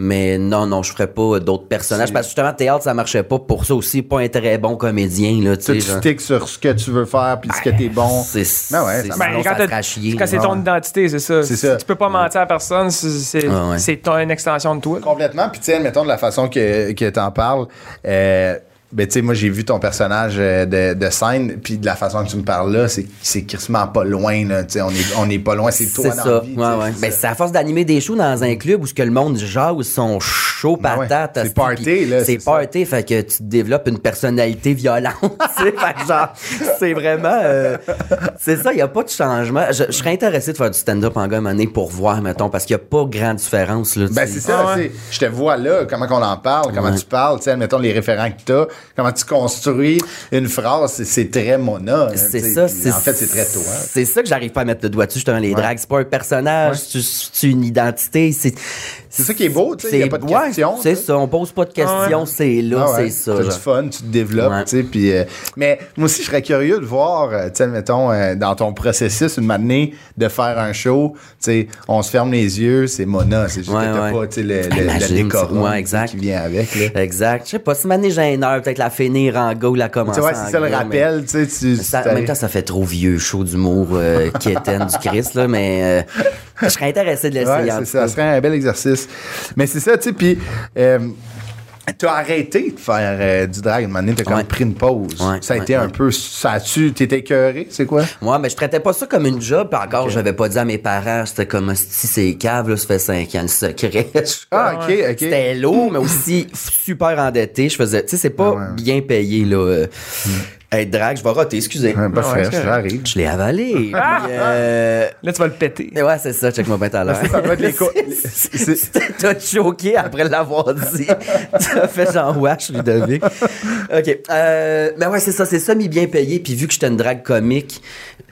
Speaker 4: Mais non, non, je ferais pas d'autres personnages. Parce que justement, théâtre, ça marchait pas pour ça aussi. Pas un très bon comédien, là. Tu
Speaker 1: Tu
Speaker 4: sais,
Speaker 1: tu
Speaker 4: genre. Ben,
Speaker 1: sticks sur ce que tu veux faire, puis ce que t'es bon.
Speaker 4: C'est
Speaker 1: Ah ouais,
Speaker 4: c'est-
Speaker 1: ça marche.
Speaker 4: sinon,
Speaker 2: Ben,
Speaker 4: ça
Speaker 2: quand
Speaker 4: te fera
Speaker 2: t'as-
Speaker 4: chier.
Speaker 2: quand c'est
Speaker 1: Ouais.
Speaker 2: ton identité, c'est ça.
Speaker 1: C'est ça.
Speaker 2: Tu peux pas mentir à personne, c'est- c'est
Speaker 4: Ouais, ouais.
Speaker 2: c'est ton- une extension de toi.
Speaker 1: Complètement. Puis, tu sais, mettons de la façon que, que t'en parles, euh, ben, tu sais, moi, j'ai vu ton personnage euh, de, de scène, puis de la façon que tu me parles là, c'est, c'est crissement pas loin, là. Tu sais, on est, on est pas loin, c'est toi
Speaker 4: C'est
Speaker 1: dans
Speaker 4: ça.
Speaker 1: la vie, tu
Speaker 4: ouais,
Speaker 1: sais,
Speaker 4: ouais.
Speaker 1: c'est
Speaker 4: Ben,
Speaker 1: ça.
Speaker 4: c'est à force d'animer des shows dans un club où ce que le monde jase son chaud
Speaker 1: Mm. Ben ouais.
Speaker 4: patate.
Speaker 1: C'est
Speaker 4: hostie,
Speaker 1: party,
Speaker 4: puis
Speaker 1: là,
Speaker 4: C'est
Speaker 1: c'est ça.
Speaker 4: party, fait que tu développes une personnalité violente. [laughs] tu sais, fait que genre, c'est vraiment. euh, c'est ça, il n'y a pas de changement. Je, je serais intéressé de faire du stand-up en gomme année pour voir, mettons, parce qu'il n'y a pas grande différence. Là, tu
Speaker 1: Ben,
Speaker 4: sais.
Speaker 1: c'est ça,
Speaker 2: Ah ouais.
Speaker 1: c'est- je te vois là, comment qu'on en parle, comment tu parles, tu sais, mettons les référents que t'as, comment tu construis une phrase, c'est, c'est très mona. là,
Speaker 4: C'est
Speaker 1: Euh, tu sais,
Speaker 4: ça,
Speaker 1: puis
Speaker 4: c'est
Speaker 1: En fait, c'est très toi. hein.
Speaker 4: C'est ça que j'arrive pas à mettre le doigt dessus, justement, les drags. C'est pas un personnage, c'est- c'est une identité. C'est
Speaker 1: C'est ça qui est beau, tu sais, il y a
Speaker 4: c'est-
Speaker 1: pas de
Speaker 4: ouais,
Speaker 1: questions, tu
Speaker 4: C'est
Speaker 1: sais.
Speaker 4: ça, on pose pas de questions, c'est là,
Speaker 1: Ah ouais,
Speaker 4: c'est ça.
Speaker 1: T'as du
Speaker 4: genre.
Speaker 1: fun, tu te développes,
Speaker 4: Ouais.
Speaker 1: tu sais. puis, euh, mais moi aussi, je serais curieux de voir, euh, tu sais, mettons, euh, dans ton processus, une matinée, de faire un show, tu sais, on se ferme les yeux, c'est Mona, c'est juste
Speaker 4: Ouais,
Speaker 1: que t'as
Speaker 4: ouais.
Speaker 1: pas, tu sais, le, le,
Speaker 4: Imagine,
Speaker 1: le décorum
Speaker 4: ouais, exact.
Speaker 1: qui vient avec, là.
Speaker 4: Exact. Je sais pas, si mané j'ai une heure, peut-être la finir en go, la
Speaker 1: Tu
Speaker 4: commencer.
Speaker 1: vois,
Speaker 4: en
Speaker 1: c'est ça le
Speaker 4: go, mais-
Speaker 1: rappel, tu sais, tu...
Speaker 4: Ça-
Speaker 1: tu-
Speaker 4: en même temps, ça fait trop vieux, chaud d'humour, euh, quétaine du Christ, là, mais euh, je serais intéressé de l'essayer.
Speaker 1: Ouais,
Speaker 4: en
Speaker 1: c'est
Speaker 4: tout
Speaker 1: ça,
Speaker 4: cas.
Speaker 1: ça serait un bel exercice. Mais c'est ça, tu sais, puis... euh, T'as arrêté de faire euh, du drag, une matinée, t'as quand
Speaker 4: Ouais.
Speaker 1: même pris une pause.
Speaker 4: Ouais,
Speaker 1: ça a
Speaker 4: ouais,
Speaker 1: été un
Speaker 4: ouais.
Speaker 1: peu... Ça a-tu... T'étais écœuré, c'est quoi?
Speaker 4: Moi, mais je traitais pas ça comme une job, puis encore, j'avais pas dit à mes parents, c'était comme si c'est cave, là, ça fait 5 ans le secret. [laughs]
Speaker 1: Ah, OK, OK.
Speaker 4: C'était lourd, mais aussi super endetté. Je faisais, tu sais, c'est
Speaker 1: Ah
Speaker 4: pas bien payé, là. euh, Être drague, je vais roter, excusez.
Speaker 1: Hmm. Ouais, ben, pas frère,
Speaker 2: Ouais, c'est correct.
Speaker 1: j'arrive.
Speaker 4: Je
Speaker 1: [laughs]
Speaker 4: l'ai avalé. puis, euh,
Speaker 2: Là, tu vas le péter.
Speaker 4: Et ouais, c'est ça, check moi bien tout à l'heure.
Speaker 1: Ça doit être les
Speaker 4: [laughs]
Speaker 1: co-
Speaker 4: C'est- c'est- T'as choqué après
Speaker 1: [laughs]
Speaker 4: l'avoir dit. T'as fait genre wesh, Ludovic. OK. Euh, ben ouais, c'est ça, c'est semi-bien payé. Puis vu que j'étais une drague comique,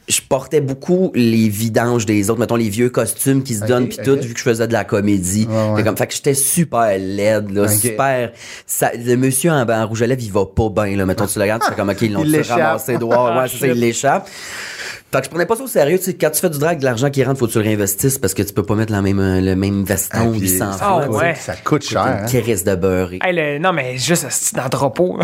Speaker 4: je portais beaucoup les vidanges des autres, mettons les vieux costumes qui se
Speaker 1: Ok,
Speaker 4: donnent, puis
Speaker 1: ok.
Speaker 4: tout, vu que je faisais de la comédie.
Speaker 1: Ouais, ouais.
Speaker 4: Fait comme, fait que j'étais super laide, là,
Speaker 1: Ok.
Speaker 4: super. ça- le monsieur en, en rouge à lèvres, il va pas bien, là. Mettons, tu le regardes, tu fais comme, OK, ils l'ont
Speaker 1: Il l'échappe. [laughs]
Speaker 4: ramassé droit. Ouais, c'est ça,
Speaker 2: shit.
Speaker 4: il l'échappe. Fait Fait que je prenais pas ça au sérieux. Tu sais, quand tu fais du drag, de l'argent qui rentre, faut que tu le réinvestisses parce que tu peux pas mettre la même, euh, le même veston,
Speaker 1: Ah, puis
Speaker 4: 800
Speaker 1: ça
Speaker 4: francs.
Speaker 2: Ah,
Speaker 1: coûte-
Speaker 2: ouais.
Speaker 1: Ça coûte cher. hein.
Speaker 4: Une caresse de beurre. et-
Speaker 2: Hey, le- non, mais juste un petit [laughs] entrepôt.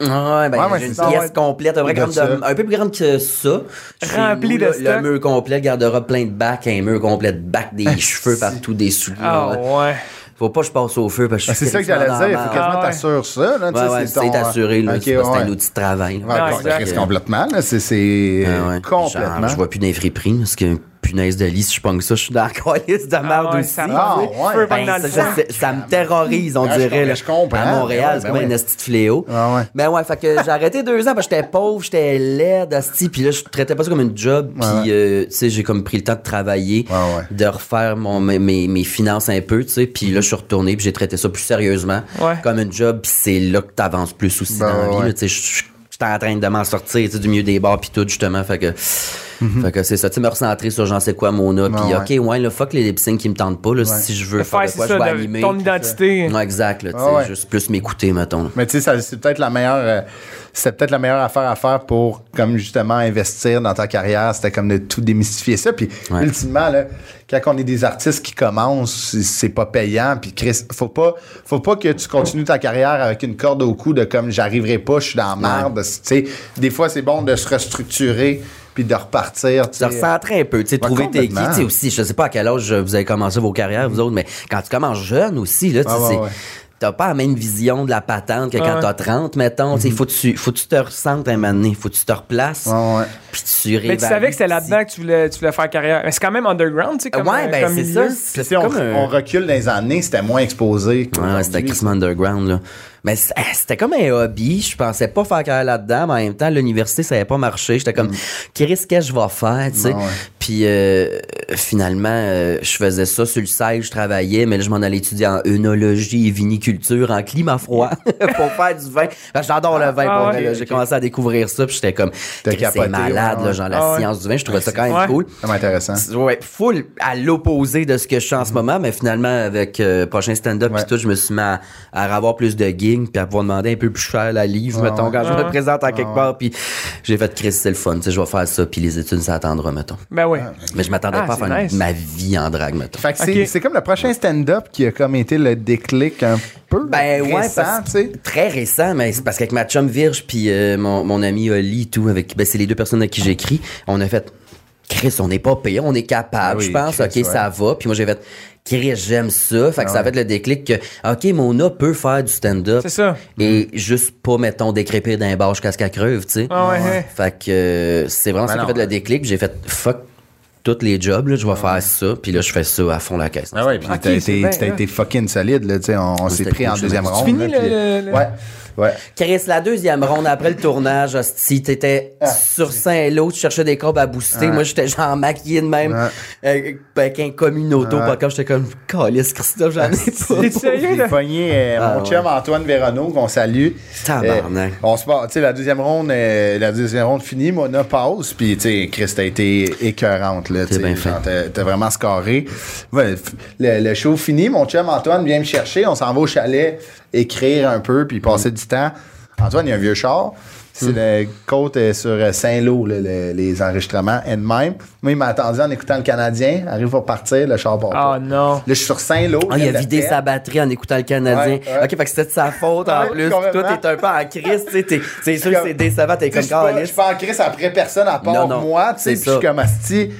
Speaker 4: Ah ouais, ben,
Speaker 1: Ouais, ouais,
Speaker 4: j'ai
Speaker 1: c'est
Speaker 4: une
Speaker 1: ça,
Speaker 4: pièce
Speaker 1: ouais.
Speaker 4: complète, un, vrai
Speaker 1: De
Speaker 4: grand- de-
Speaker 1: ça.
Speaker 4: un peu plus grande que ça. Chez
Speaker 2: Rempli
Speaker 4: nous,
Speaker 2: de
Speaker 4: là,
Speaker 2: stock.
Speaker 4: Le mur complet, garde-robe plein de bacs, un mur complet de
Speaker 1: [laughs]
Speaker 4: bacs, des cheveux partout, des souliers.
Speaker 2: Ah
Speaker 4: là.
Speaker 2: ouais.
Speaker 4: Faut pas que je passe au feu parce que
Speaker 1: Ah,
Speaker 4: je suis
Speaker 1: C'est ça que j'allais
Speaker 4: crissement
Speaker 1: dire. Il
Speaker 4: dans
Speaker 1: faut
Speaker 4: la
Speaker 2: que-
Speaker 4: merde.
Speaker 1: quasiment
Speaker 2: Ah, ouais.
Speaker 1: t'assurer ça. Là, tu sais,
Speaker 4: Ouais, ouais, c'est
Speaker 1: ton- euh,
Speaker 4: assuré, là.
Speaker 1: Ok,
Speaker 4: c'est parce que c'est un
Speaker 1: ouais.
Speaker 4: outil de travail. là.
Speaker 1: Ouais,
Speaker 2: Ah,
Speaker 1: con-
Speaker 2: exact.
Speaker 1: presque complètement. là, C'est c'est
Speaker 4: Ah ouais.
Speaker 1: complètement.
Speaker 4: Genre, je vois plus d'infriperie parce que punaise de lit, si je pogne ça, je suis dans la [laughs] colisse de merde
Speaker 2: ouais,
Speaker 4: aussi.
Speaker 2: ça
Speaker 1: Ah,
Speaker 2: me-
Speaker 1: ouais.
Speaker 2: feu
Speaker 4: Ben,
Speaker 2: pendant
Speaker 4: ça,
Speaker 2: le
Speaker 4: ça-
Speaker 2: sac.
Speaker 4: c'est- ça me terrorise, on
Speaker 1: Ah, je
Speaker 4: dirait.
Speaker 1: comprends,
Speaker 4: là.
Speaker 1: je comprends.
Speaker 4: À Montréal,
Speaker 1: Ben
Speaker 4: c'est
Speaker 1: ouais,
Speaker 4: comme
Speaker 1: ben
Speaker 4: un
Speaker 1: ouais.
Speaker 4: esti de fléau.
Speaker 1: Ah ouais.
Speaker 4: Ben ouais, fait que j'ai arrêté deux ans parce que j'étais pauvre, j'étais laid, asti, puis là, je traitais pas ça comme une job. Puis,
Speaker 1: Ouais, ouais.
Speaker 4: euh, tu sais, j'ai comme pris le temps de travailler,
Speaker 1: Ouais, ouais.
Speaker 4: de refaire mon, mes, mes- mes finances un peu, tu sais. Puis là, je suis retourné, puis j'ai traité ça plus sérieusement
Speaker 2: Ouais.
Speaker 4: comme une job. Puis c'est là que t'avances plus aussi
Speaker 1: Ben
Speaker 4: dans la vie.
Speaker 1: ouais.
Speaker 4: là, tu sais, je- je- J'étais en train de m'en sortir tu sais, du milieu des bars puis tout, justement. Fait que, fait que c'est ça. Tu sais, me recentrer sur j'en sais quoi, Mona.
Speaker 1: Mhm.
Speaker 4: Puis,
Speaker 1: Ben Ouais, ouais.
Speaker 4: OK, ouais, le fuck les lip syncs qui me tentent pas. Là, Si je veux faire,
Speaker 2: Faire,
Speaker 4: de quoi,
Speaker 2: c'est
Speaker 4: je
Speaker 2: ça,
Speaker 4: vais
Speaker 2: de-
Speaker 4: animer.
Speaker 2: ton identité.
Speaker 4: Ouais, exact. Là, tu sais,
Speaker 1: Ah ouais.
Speaker 4: Juste plus m'écouter, mettons. là.
Speaker 1: Mais tu sais, ça- c'est peut-être la meilleure, euh, c'est peut-être la meilleure affaire à faire pour, comme justement, investir dans ta carrière. C'était comme de tout démystifier ça. Puis,
Speaker 4: Ouais.
Speaker 1: ultimement, là, quand on est des artistes qui commencent, c'est- c'est pas payant. Puis, Chris, faut pas, faut pas que tu continues ta carrière avec une corde au cou de comme j'arriverai pas, je suis dans la merde. Tu sais, des fois, c'est bon de se restructurer puis de repartir. tu
Speaker 4: te
Speaker 1: sais.
Speaker 4: recentrer un peu, tu sais, trouver tes
Speaker 1: complètement.
Speaker 4: guides, tu sais, aussi, je sais pas à quel âge vous avez commencé vos carrières, vous autres, mais quand tu commences jeune aussi, là, tu
Speaker 1: Ah,
Speaker 4: sais,
Speaker 1: ouais,
Speaker 4: c'est-
Speaker 1: ouais.
Speaker 4: t'as pas la même vision de la patente que quand
Speaker 2: Ouais.
Speaker 4: t'as 30, mettons, tu sais, faut que tu, faut que tu te ressentes un moment donné, faut que tu te replaces,
Speaker 1: Mhm. Ouais, ouais.
Speaker 4: puis tu
Speaker 2: Mais tu savais que c'était
Speaker 4: c'est
Speaker 2: là-dedans que tu voulais, tu voulais faire carrière. Mais c'est quand même underground, tu sais, comme,
Speaker 4: Ouais,
Speaker 2: euh,
Speaker 4: ben
Speaker 2: comme
Speaker 4: c'est ça,
Speaker 2: milieu.
Speaker 1: Puis,
Speaker 4: c'est
Speaker 1: si on,
Speaker 4: comme un-
Speaker 1: on recule dans les années, c'était moins exposé.
Speaker 2: euh,
Speaker 4: Ouais, ouais, c'était Christmas Underground, là. Mais c'est- eh, c'était comme un hobby. Je pensais pas faire carrière là-dedans, mais en même temps, l'université, ça avait pas marché. J'étais comme,
Speaker 2: Mm.
Speaker 4: qu'est-ce que je vais faire, tu sais?
Speaker 2: Ah
Speaker 1: Ouais, ouais.
Speaker 4: Puis euh, finalement, euh, je faisais ça sur le site, je travaillais, mais là, je m'en allais étudier en œnologie et viniculture, en climat froid, [laughs] pour faire du vin. Parce que J'adore le vin,
Speaker 2: Ah,
Speaker 4: pour
Speaker 2: ouais.
Speaker 4: vrai, là. J'ai commencé à découvrir ça, puis j'étais comme, Chris,
Speaker 1: capoté,
Speaker 4: c'est malade,
Speaker 1: ouais,
Speaker 4: là,
Speaker 1: ouais.
Speaker 4: genre la
Speaker 2: Ah, ouais.
Speaker 4: science du vin. Je trouvais ça quand même
Speaker 2: Ouais.
Speaker 4: cool.
Speaker 1: C'est intéressant.
Speaker 4: Ouais, full à l'opposé de ce que je suis en ce moment, mais finalement, avec euh, prochain stand-up pis
Speaker 1: Mhm. Ouais.
Speaker 4: tout, je me suis mis à, à avoir plus de gigs puis à pouvoir demander un peu plus cher la livre,
Speaker 1: Ah
Speaker 4: mettons,
Speaker 1: ouais.
Speaker 4: quand je
Speaker 2: Ah
Speaker 4: me
Speaker 2: ouais.
Speaker 4: présente à quelque part, puis j'ai fait Chris, c'est le fun, tu sais, je vais faire ça, puis les études, ça attendra, mettons.
Speaker 2: Ben oui.
Speaker 4: Mais je m'attendais
Speaker 2: Ah,
Speaker 4: pas à
Speaker 2: c'est
Speaker 4: faire une-
Speaker 2: nice.
Speaker 4: ma vie en drague, mettons.
Speaker 1: Fait que c'est-
Speaker 2: Ok.
Speaker 1: c'est comme le prochain stand-up qui a comme été le déclic un peu
Speaker 4: Ben ouais,
Speaker 1: récent,
Speaker 4: parce-
Speaker 1: tu sais.
Speaker 4: Très récent, mais c'est parce qu'avec ma chum Virge puis euh, mon, mon ami Oli et tout, avec ben, c'est les deux personnes
Speaker 1: Ah.
Speaker 4: à qui j'écris, on a fait Chris, on n'est pas payé, on est capable,
Speaker 1: Ah oui,
Speaker 4: je pense,
Speaker 1: Chris, Ah
Speaker 4: ok, ça va. Puis moi j'ai fait Chris, j'aime ça. Fait que ça a fait le déclic que OK, Mona peut faire du stand-up.
Speaker 2: C'est ça.
Speaker 4: Et juste pas, mettons, décrépir d'un bar jusqu'à ce qu'elle creuve, tu sais.
Speaker 2: Ah ouais, ouais.
Speaker 4: Fait que euh, c'est vraiment
Speaker 1: hein. Ben
Speaker 4: ça qui a
Speaker 1: non.
Speaker 4: fait le déclic. Puis J'ai fait fuck tous les jobs, là, je vais faire ça. Puis là, je fais ça à fond la caisse.
Speaker 1: Ah ouais, puis
Speaker 2: Ok,
Speaker 1: t'as
Speaker 2: c'est
Speaker 1: été,
Speaker 2: bien,
Speaker 1: t'as
Speaker 2: là.
Speaker 1: été fucking solide, là, tu sais, on, on s'est
Speaker 4: c'était
Speaker 1: pris en
Speaker 4: cool,
Speaker 1: deuxième
Speaker 4: je
Speaker 1: ronde.
Speaker 2: finis
Speaker 1: là,
Speaker 2: le-
Speaker 1: puis-
Speaker 2: le- le-
Speaker 1: Ouais, ouais.
Speaker 4: Chris, la deuxième ronde après le tournage, hostie, t'étais
Speaker 1: Ah,
Speaker 4: sur Saint-Lô, tu cherchais des corbes à booster. Moi, j'étais genre maquillé de même,
Speaker 1: Ah.
Speaker 4: euh, avec un communauto, pas comme j'étais comme, calisse, Christophe, j'en ai pas.
Speaker 2: T'es sérieux,
Speaker 1: J'ai
Speaker 2: là?
Speaker 1: pogné euh,
Speaker 4: Ah
Speaker 1: mon
Speaker 4: ouais.
Speaker 1: chum Antoine Véronneau, qu'on salue.
Speaker 4: Tabarnak.
Speaker 1: Euh, on se part- tu sais, la deuxième ronde, euh, la deuxième ronde finie, Mona passe, puis tu sais, Chris, t'as été écœurante, là, tu sais,
Speaker 4: bien
Speaker 1: genre,
Speaker 4: fait.
Speaker 1: t'as- t'as vraiment scoré. Ouais, f- le, le show fini, mon chum Antoine vient me chercher, on s'en va au chalet, écrire un peu, puis passer du temps. Antoine, il a un vieux char. C'est
Speaker 2: Mm.
Speaker 1: la côte euh, sur euh, Saint-Lô, là, le- les enregistrements, et de même. Moi, il m'a attendu en écoutant le Canadien, arrive pour partir, le char part pas.
Speaker 2: Ah non.
Speaker 1: Là, je suis sur Saint-Lô.
Speaker 4: Ah, il a
Speaker 1: la
Speaker 4: vidé
Speaker 1: paix.
Speaker 4: sa batterie en écoutant le Canadien.
Speaker 1: Ouais, ouais.
Speaker 4: Ok, fait que c'était de sa faute en
Speaker 1: Ouais,
Speaker 4: plus. Puis
Speaker 1: complètement.
Speaker 4: Toi, t'es un peu en crise, tu sais. t'es- C'est sûr que c'est décevant, t'es
Speaker 1: Tu sais,
Speaker 4: comme
Speaker 1: je suis pas- Je
Speaker 4: calisse.
Speaker 1: suis pas en crise après personne à part
Speaker 4: Non, non,
Speaker 1: moi, tu sais,
Speaker 4: c'est
Speaker 1: puis je
Speaker 4: ça.
Speaker 1: suis comme asti.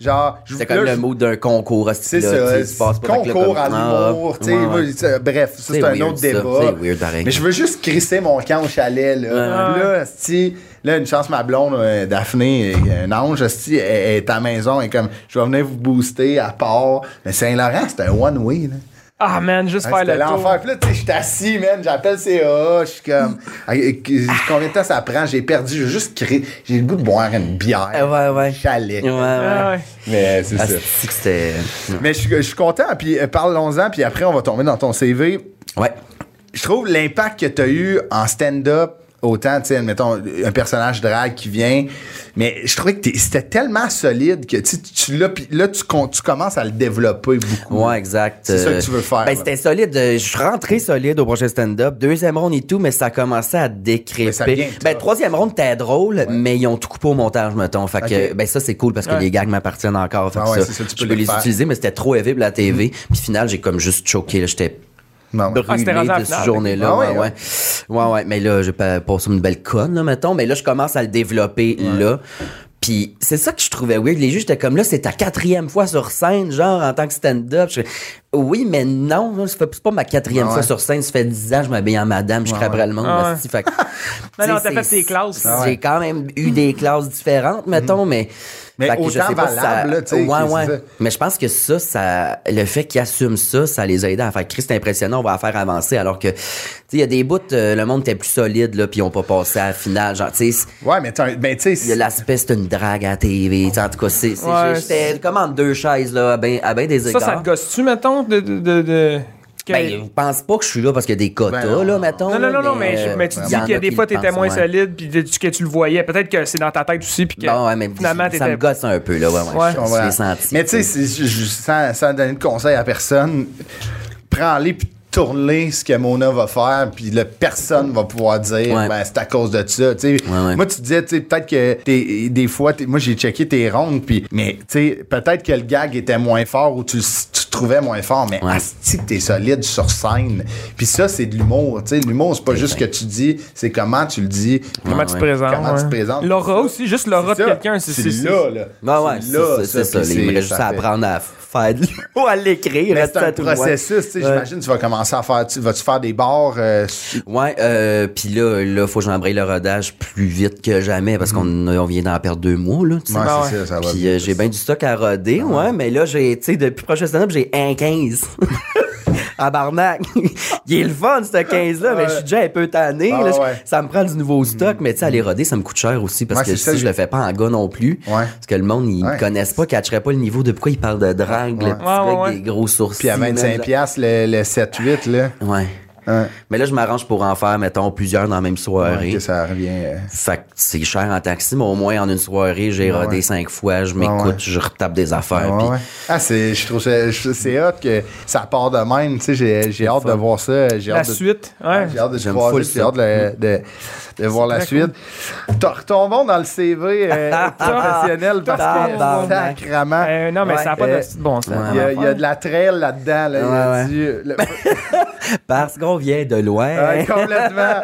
Speaker 1: Genre, je
Speaker 4: C'est comme
Speaker 1: là,
Speaker 4: le
Speaker 1: je-
Speaker 4: mot d'un concours, hostie,
Speaker 1: C'est
Speaker 4: là,
Speaker 1: ça,
Speaker 4: tu sais, tu passes pas fait que là,
Speaker 1: concours
Speaker 4: comme,
Speaker 1: à
Speaker 4: ah,
Speaker 1: l'humour, tu sais,
Speaker 4: ouais, ouais.
Speaker 1: moi, c'est- bref, ça
Speaker 4: C'est
Speaker 1: c'est un
Speaker 4: weird,
Speaker 1: autre
Speaker 4: ça.
Speaker 1: débat.
Speaker 4: C'est weird, pareil.
Speaker 1: Mais je veux juste crisser mon camp au chalet, là. Là, asti, là, une chance, ma blonde, euh, Daphné, euh, un ange, asti, elle- elle est à la maison, et comme, je vais venir vous booster à part. Mais Saint-Laurent, c'était un one-way, là.
Speaker 2: Ah man, juste
Speaker 1: Hein,
Speaker 2: faire
Speaker 1: C'était
Speaker 2: le tour.
Speaker 1: l'enfer. Puis là, tu sais, je suis assis, man. J'appelle CA. Je suis
Speaker 4: [laughs]
Speaker 1: comme. Hey, euh, Combien de temps ça prend? J'ai perdu. J'ai juste créé. J'ai le goût de boire une bière.
Speaker 4: Ah, Ouais, ouais.
Speaker 1: Chalet.
Speaker 4: Ouais, ouais.
Speaker 2: Ah, ouais.
Speaker 1: Mais c'est
Speaker 4: Ah,
Speaker 1: ça.
Speaker 4: c'est que c'était.
Speaker 1: Mais je suis- je suis content. Puis euh, parlons-en. Puis après, on va tomber dans ton CV.
Speaker 4: Ouais.
Speaker 1: Je trouve l'impact que tu as eu en stand-up, autant, tu sais, admettons, un personnage drag qui vient. Mais je trouvais que t'es- c'était tellement solide que tu sais, tu l'as, puis là, tu, con- tu commences à le développer beaucoup.
Speaker 4: Ouais, exact.
Speaker 1: C'est ça
Speaker 4: Euh,
Speaker 1: que tu veux faire, là.
Speaker 4: Ben, c'était solide. Euh, Je suis rentré solide au prochain stand-up. Deuxième round et tout, mais ça commençait à décréper.
Speaker 1: Mais ça vient, toi.
Speaker 4: ben, troisième round, t'es drôle, mais ils ont tout coupé au montage, mettons. Fait que,
Speaker 1: Ok.
Speaker 4: ben, ça, c'est cool parce que
Speaker 2: Ouais.
Speaker 4: les gags m'appartiennent encore. Fait
Speaker 1: Ah
Speaker 4: que
Speaker 1: ouais,
Speaker 4: ça,
Speaker 1: c'est ça, tu
Speaker 4: je
Speaker 1: peux
Speaker 4: peux
Speaker 1: les
Speaker 4: les
Speaker 1: faire. Mm.
Speaker 4: utiliser, mais c'était trop élevé pour la TV. Puis, final, j'ai comme juste choqué. là. J'étais
Speaker 1: Non, ouais.
Speaker 2: Ah,
Speaker 4: brûlé
Speaker 2: c'était rendu à la
Speaker 4: de
Speaker 2: finale.
Speaker 4: cette journée-là.
Speaker 1: Ah ouais,
Speaker 4: ouais, ouais,
Speaker 1: ouais.
Speaker 4: ouais. ouais. Mais là, je pas passé une belle conne, là, mettons. Mais là, je commence à le développer là. Puis c'est ça que je trouvais weird. Les juges étaient comme là, c'est ta quatrième fois sur scène, genre en tant que stand-up. Je fais, Oui, mais non, là, c'est pas- c'est pas ma quatrième
Speaker 1: Ah
Speaker 4: fois
Speaker 1: ouais.
Speaker 4: sur scène. Ça fait 10 ans, je m'habille en madame, je craperais le monde.
Speaker 2: Ah ouais.
Speaker 4: asti. Fait que-
Speaker 2: [laughs] Non, non,
Speaker 4: T'sais,
Speaker 2: t'as fait
Speaker 4: c'est-
Speaker 2: tes classes. Mm.
Speaker 4: J'ai quand même eu des classes différentes, mettons, mais.
Speaker 1: Mais
Speaker 4: Fait que je
Speaker 1: autant
Speaker 4: sais pas si ça-
Speaker 1: valable, là, tu sais,
Speaker 4: Ouais,
Speaker 1: que
Speaker 4: ouais.
Speaker 1: c'est ça.
Speaker 4: Mais je pense que ça, ça, le fait qu'ils assument ça, ça les a aidés à faire Chris, c'est impressionnant, on va la faire avancer. Alors que, tu sais, il y a des bouts, euh, le monde était plus solide, là, puis ils ont pas passé à la finale. Genre, tu sais,
Speaker 1: Ouais, mais t'as- ben, tu
Speaker 4: il y a
Speaker 1: sais,
Speaker 4: l'aspect, c'est une drague à la TV. tu sais, En tout cas, c'est. c'est-
Speaker 2: Ouais,
Speaker 4: J'étais comme en deux chaises, là, à ben, à ben des
Speaker 2: Ça,
Speaker 4: égards.
Speaker 2: ça te gosse-tu, mettons, de. de, de, de- que-
Speaker 4: Ben, je pense pas que je suis là parce qu'il y a des quotas,
Speaker 1: Ben, non.
Speaker 4: là, mettons.
Speaker 2: non, non, non,
Speaker 4: là,
Speaker 2: non, mais,
Speaker 4: euh,
Speaker 2: mais tu
Speaker 4: il
Speaker 2: dis
Speaker 4: y en
Speaker 2: qu'il y a
Speaker 4: a
Speaker 2: des
Speaker 4: qui
Speaker 2: fois,
Speaker 4: le
Speaker 2: t'étais
Speaker 4: pensent,
Speaker 2: moins
Speaker 4: ouais.
Speaker 2: solide, puis de- que tu le voyais. Peut-être que c'est dans ta tête aussi, puis que
Speaker 4: Bon, Ben, ouais, mais
Speaker 2: finalement,
Speaker 4: ça me
Speaker 2: t'étais.
Speaker 4: gosse un peu, là. Ouais, ouais.
Speaker 2: Ouais.
Speaker 4: Je-
Speaker 1: on
Speaker 4: je
Speaker 1: va-
Speaker 4: l'ai senti.
Speaker 1: Mais tu sais, c'est- je- je- sans, sans donner de conseils à personne, prends-les puis tourne-les ce que Mona va faire, puis là, personne va pouvoir dire,
Speaker 4: Ouais.
Speaker 1: ben, c'est à cause de ça. tu sais.
Speaker 4: ouais.
Speaker 1: Moi, tu disais, tu sais, peut-être que t'es- des fois, t'es- moi, j'ai checké tes rondes, puis, mais tu sais, peut-être que le gag était moins fort ou tu, le- tu le trouvais moins fort, mais
Speaker 4: Ouais.
Speaker 1: asti que t'es solide sur scène. Puis ça, c'est de l'humour. tu sais. L'humour, c'est pas juste ce que tu dis, c'est comment tu le dis.
Speaker 2: Comment tu te présentes?
Speaker 1: Comment tu te
Speaker 2: ouais.
Speaker 1: présentes?
Speaker 2: L'aura aussi, juste l'aura de
Speaker 1: ça.
Speaker 2: quelqu'un. c'est-
Speaker 1: C'est là, là.
Speaker 4: Ouais, ouais, c'est ça, c'est ça.
Speaker 1: puis
Speaker 4: Il me reste
Speaker 1: ça
Speaker 4: juste à
Speaker 1: fait-
Speaker 4: apprendre à faire de l'humour, à l'écrire.
Speaker 1: Mais
Speaker 4: à
Speaker 1: c'est un
Speaker 4: tout ça, tout le
Speaker 1: processus, tu sais,
Speaker 4: Ouais.
Speaker 1: j'imagine, tu vas commencer à faire, tu vas-tu faire des bars, euh, su-
Speaker 4: monde. Ouais, euh, puis là, là, faut que j'embraye le rodage plus vite que jamais parce qu'on on vient d'en perdre deux mois, là. tu sais.
Speaker 1: Ouais,
Speaker 2: Ah
Speaker 1: c'est
Speaker 2: Mm. ouais. Ah
Speaker 1: ça, ça va
Speaker 4: Puis
Speaker 1: bien.
Speaker 4: euh, j'ai bien du stock à roder, ouais, mais là, j'ai, tu sais, depuis prochain stand-up, j'ai
Speaker 2: [laughs]
Speaker 4: un 15. à Barnac. [laughs] Il est le fun, ce 15-là, mais je suis déjà un peu tanné.
Speaker 1: Ah
Speaker 4: là. Je-
Speaker 1: ouais.
Speaker 4: Ça me prend du nouveau
Speaker 2: Mm.
Speaker 4: stock, mais tu sais, aller roder, ça me coûte cher aussi parce
Speaker 1: Ouais,
Speaker 4: que
Speaker 1: c'est ça,
Speaker 4: si je
Speaker 1: j'ai-
Speaker 4: le fais pas en gars non plus,
Speaker 1: Ouais.
Speaker 4: parce que le monde, ils
Speaker 1: Ouais.
Speaker 4: me connaissent pas, catcherait pas le niveau de pourquoi ils parlent de drague, le petit
Speaker 2: Ouais, ouais,
Speaker 4: gars avec
Speaker 2: ouais.
Speaker 4: des gros sourcils.
Speaker 1: puis à
Speaker 4: man,
Speaker 1: 25
Speaker 4: là.
Speaker 1: piastres le, le 7-8, là,
Speaker 4: Ouais.
Speaker 2: Ah
Speaker 1: Ouais.
Speaker 4: Mais là, je m'arrange pour en faire, mettons, plusieurs dans la même soirée.
Speaker 1: que ça revient. euh,
Speaker 4: Fait que c'est cher en taxi, mais au moins en une soirée, j'ai rodé cinq fois, je m'écoute,
Speaker 1: ouais.
Speaker 4: je retape des affaires.
Speaker 1: ouais,
Speaker 4: puis-
Speaker 1: ouais. Ah, c'est, je trouve ça, je- c'est hot que ça part de même, tu sais, j'ai, j'ai hâte de voir ça, j'ai
Speaker 2: La
Speaker 1: hâte de,
Speaker 2: suite, hein? ouais.
Speaker 1: J'ai hâte de
Speaker 4: J'aime
Speaker 1: voir,
Speaker 4: full
Speaker 1: j'ai
Speaker 4: ça. Mm.
Speaker 1: hâte de, de- de voir la suite. T'as- Retombons dans le CV
Speaker 2: [laughs]
Speaker 1: euh, professionnel parce que
Speaker 4: Tabarnak.
Speaker 1: sacrament.
Speaker 2: Euh, non, mais ça n'a pas
Speaker 1: Euh,
Speaker 2: de bon sens.
Speaker 1: Il y, a, il y a de la trail là-dedans. là. Il y a
Speaker 4: Ouais, ouais.
Speaker 1: du- le-
Speaker 4: Parce qu'on vient de loin.
Speaker 1: Ouais, complètement.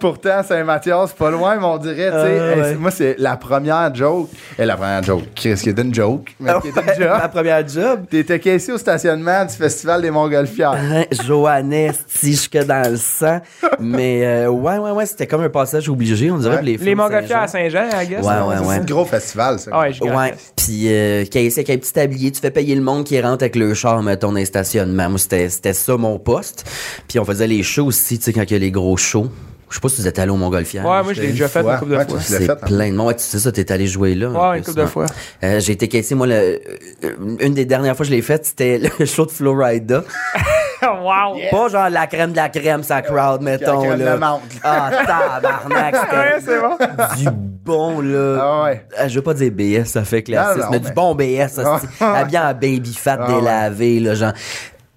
Speaker 1: Pourtant, Saint-Mathias, c'est pas loin, mais on dirait, tu sais,
Speaker 4: Ah,
Speaker 1: hey,
Speaker 4: ouais.
Speaker 1: c'est- moi, c'est la première joke. Et la première joke, Chris, qui était une joke,
Speaker 4: [laughs]
Speaker 1: mais qui était Ah, une
Speaker 4: Ma
Speaker 1: joke.
Speaker 4: première job.
Speaker 1: T'étais caissier au stationnement du Festival des Montgolfières.
Speaker 4: Hein, Johannes, si jusque dans
Speaker 1: [laughs]
Speaker 4: le sang. Mais euh, ouais, ouais, ouais, c'était comme un passage obligé, on dirait. pour Les,
Speaker 2: Les
Speaker 4: films
Speaker 2: Montgolfières à
Speaker 4: Saint-Jean.
Speaker 2: Saint-Jean, I guess.
Speaker 4: Ouais, ouais,
Speaker 1: C'est
Speaker 4: ouais.
Speaker 1: un gros festival, ça.
Speaker 2: Ah ouais, je
Speaker 4: Ouais,
Speaker 2: gagne.
Speaker 4: puis euh, caisse avec un petit tablier, tu fais payer le monde qui rentre avec le char, mettons, dans les stationnements. Moi, c'était c'était ça mon poste. Puis on faisait les shows aussi, tu sais, quand il y a les gros shows. Je sais pas si vous êtes allé au Montgolfière.
Speaker 2: Ouais, moi, je l'ai
Speaker 1: une
Speaker 2: déjà fait
Speaker 1: fois.
Speaker 2: une couple de
Speaker 1: Ouais,
Speaker 2: fois.
Speaker 1: tu l'as
Speaker 4: C'est
Speaker 1: fait, hein?
Speaker 4: plein de monde. Ouais, tu sais ça, t'es allé jouer là. en
Speaker 2: Ouais, une
Speaker 4: plus,
Speaker 2: couple de
Speaker 4: ouais.
Speaker 2: fois.
Speaker 4: Euh, j'ai été caissier, moi, le- euh, une des dernières fois que je l'ai faite, c'était le [laughs] show de Florida.
Speaker 2: [laughs] wow!
Speaker 4: Pas genre la crème de la crème, sa crowd, mettons.
Speaker 1: crème de
Speaker 4: là.
Speaker 1: menthe.
Speaker 4: Ah,
Speaker 2: [laughs]
Speaker 4: tabarnak,
Speaker 2: Ouais,
Speaker 4: c'était
Speaker 2: c'est
Speaker 4: [laughs]
Speaker 2: bon.
Speaker 4: du bon, là.
Speaker 1: Ah ouais.
Speaker 4: Ah, Je veux pas dire BS, ça fait classiste,
Speaker 1: Non, non,
Speaker 4: mais
Speaker 1: mais-
Speaker 4: du bon BS, ça, c'est- habillé en baby fat
Speaker 1: Ah ouais.
Speaker 4: délavé, là, genre.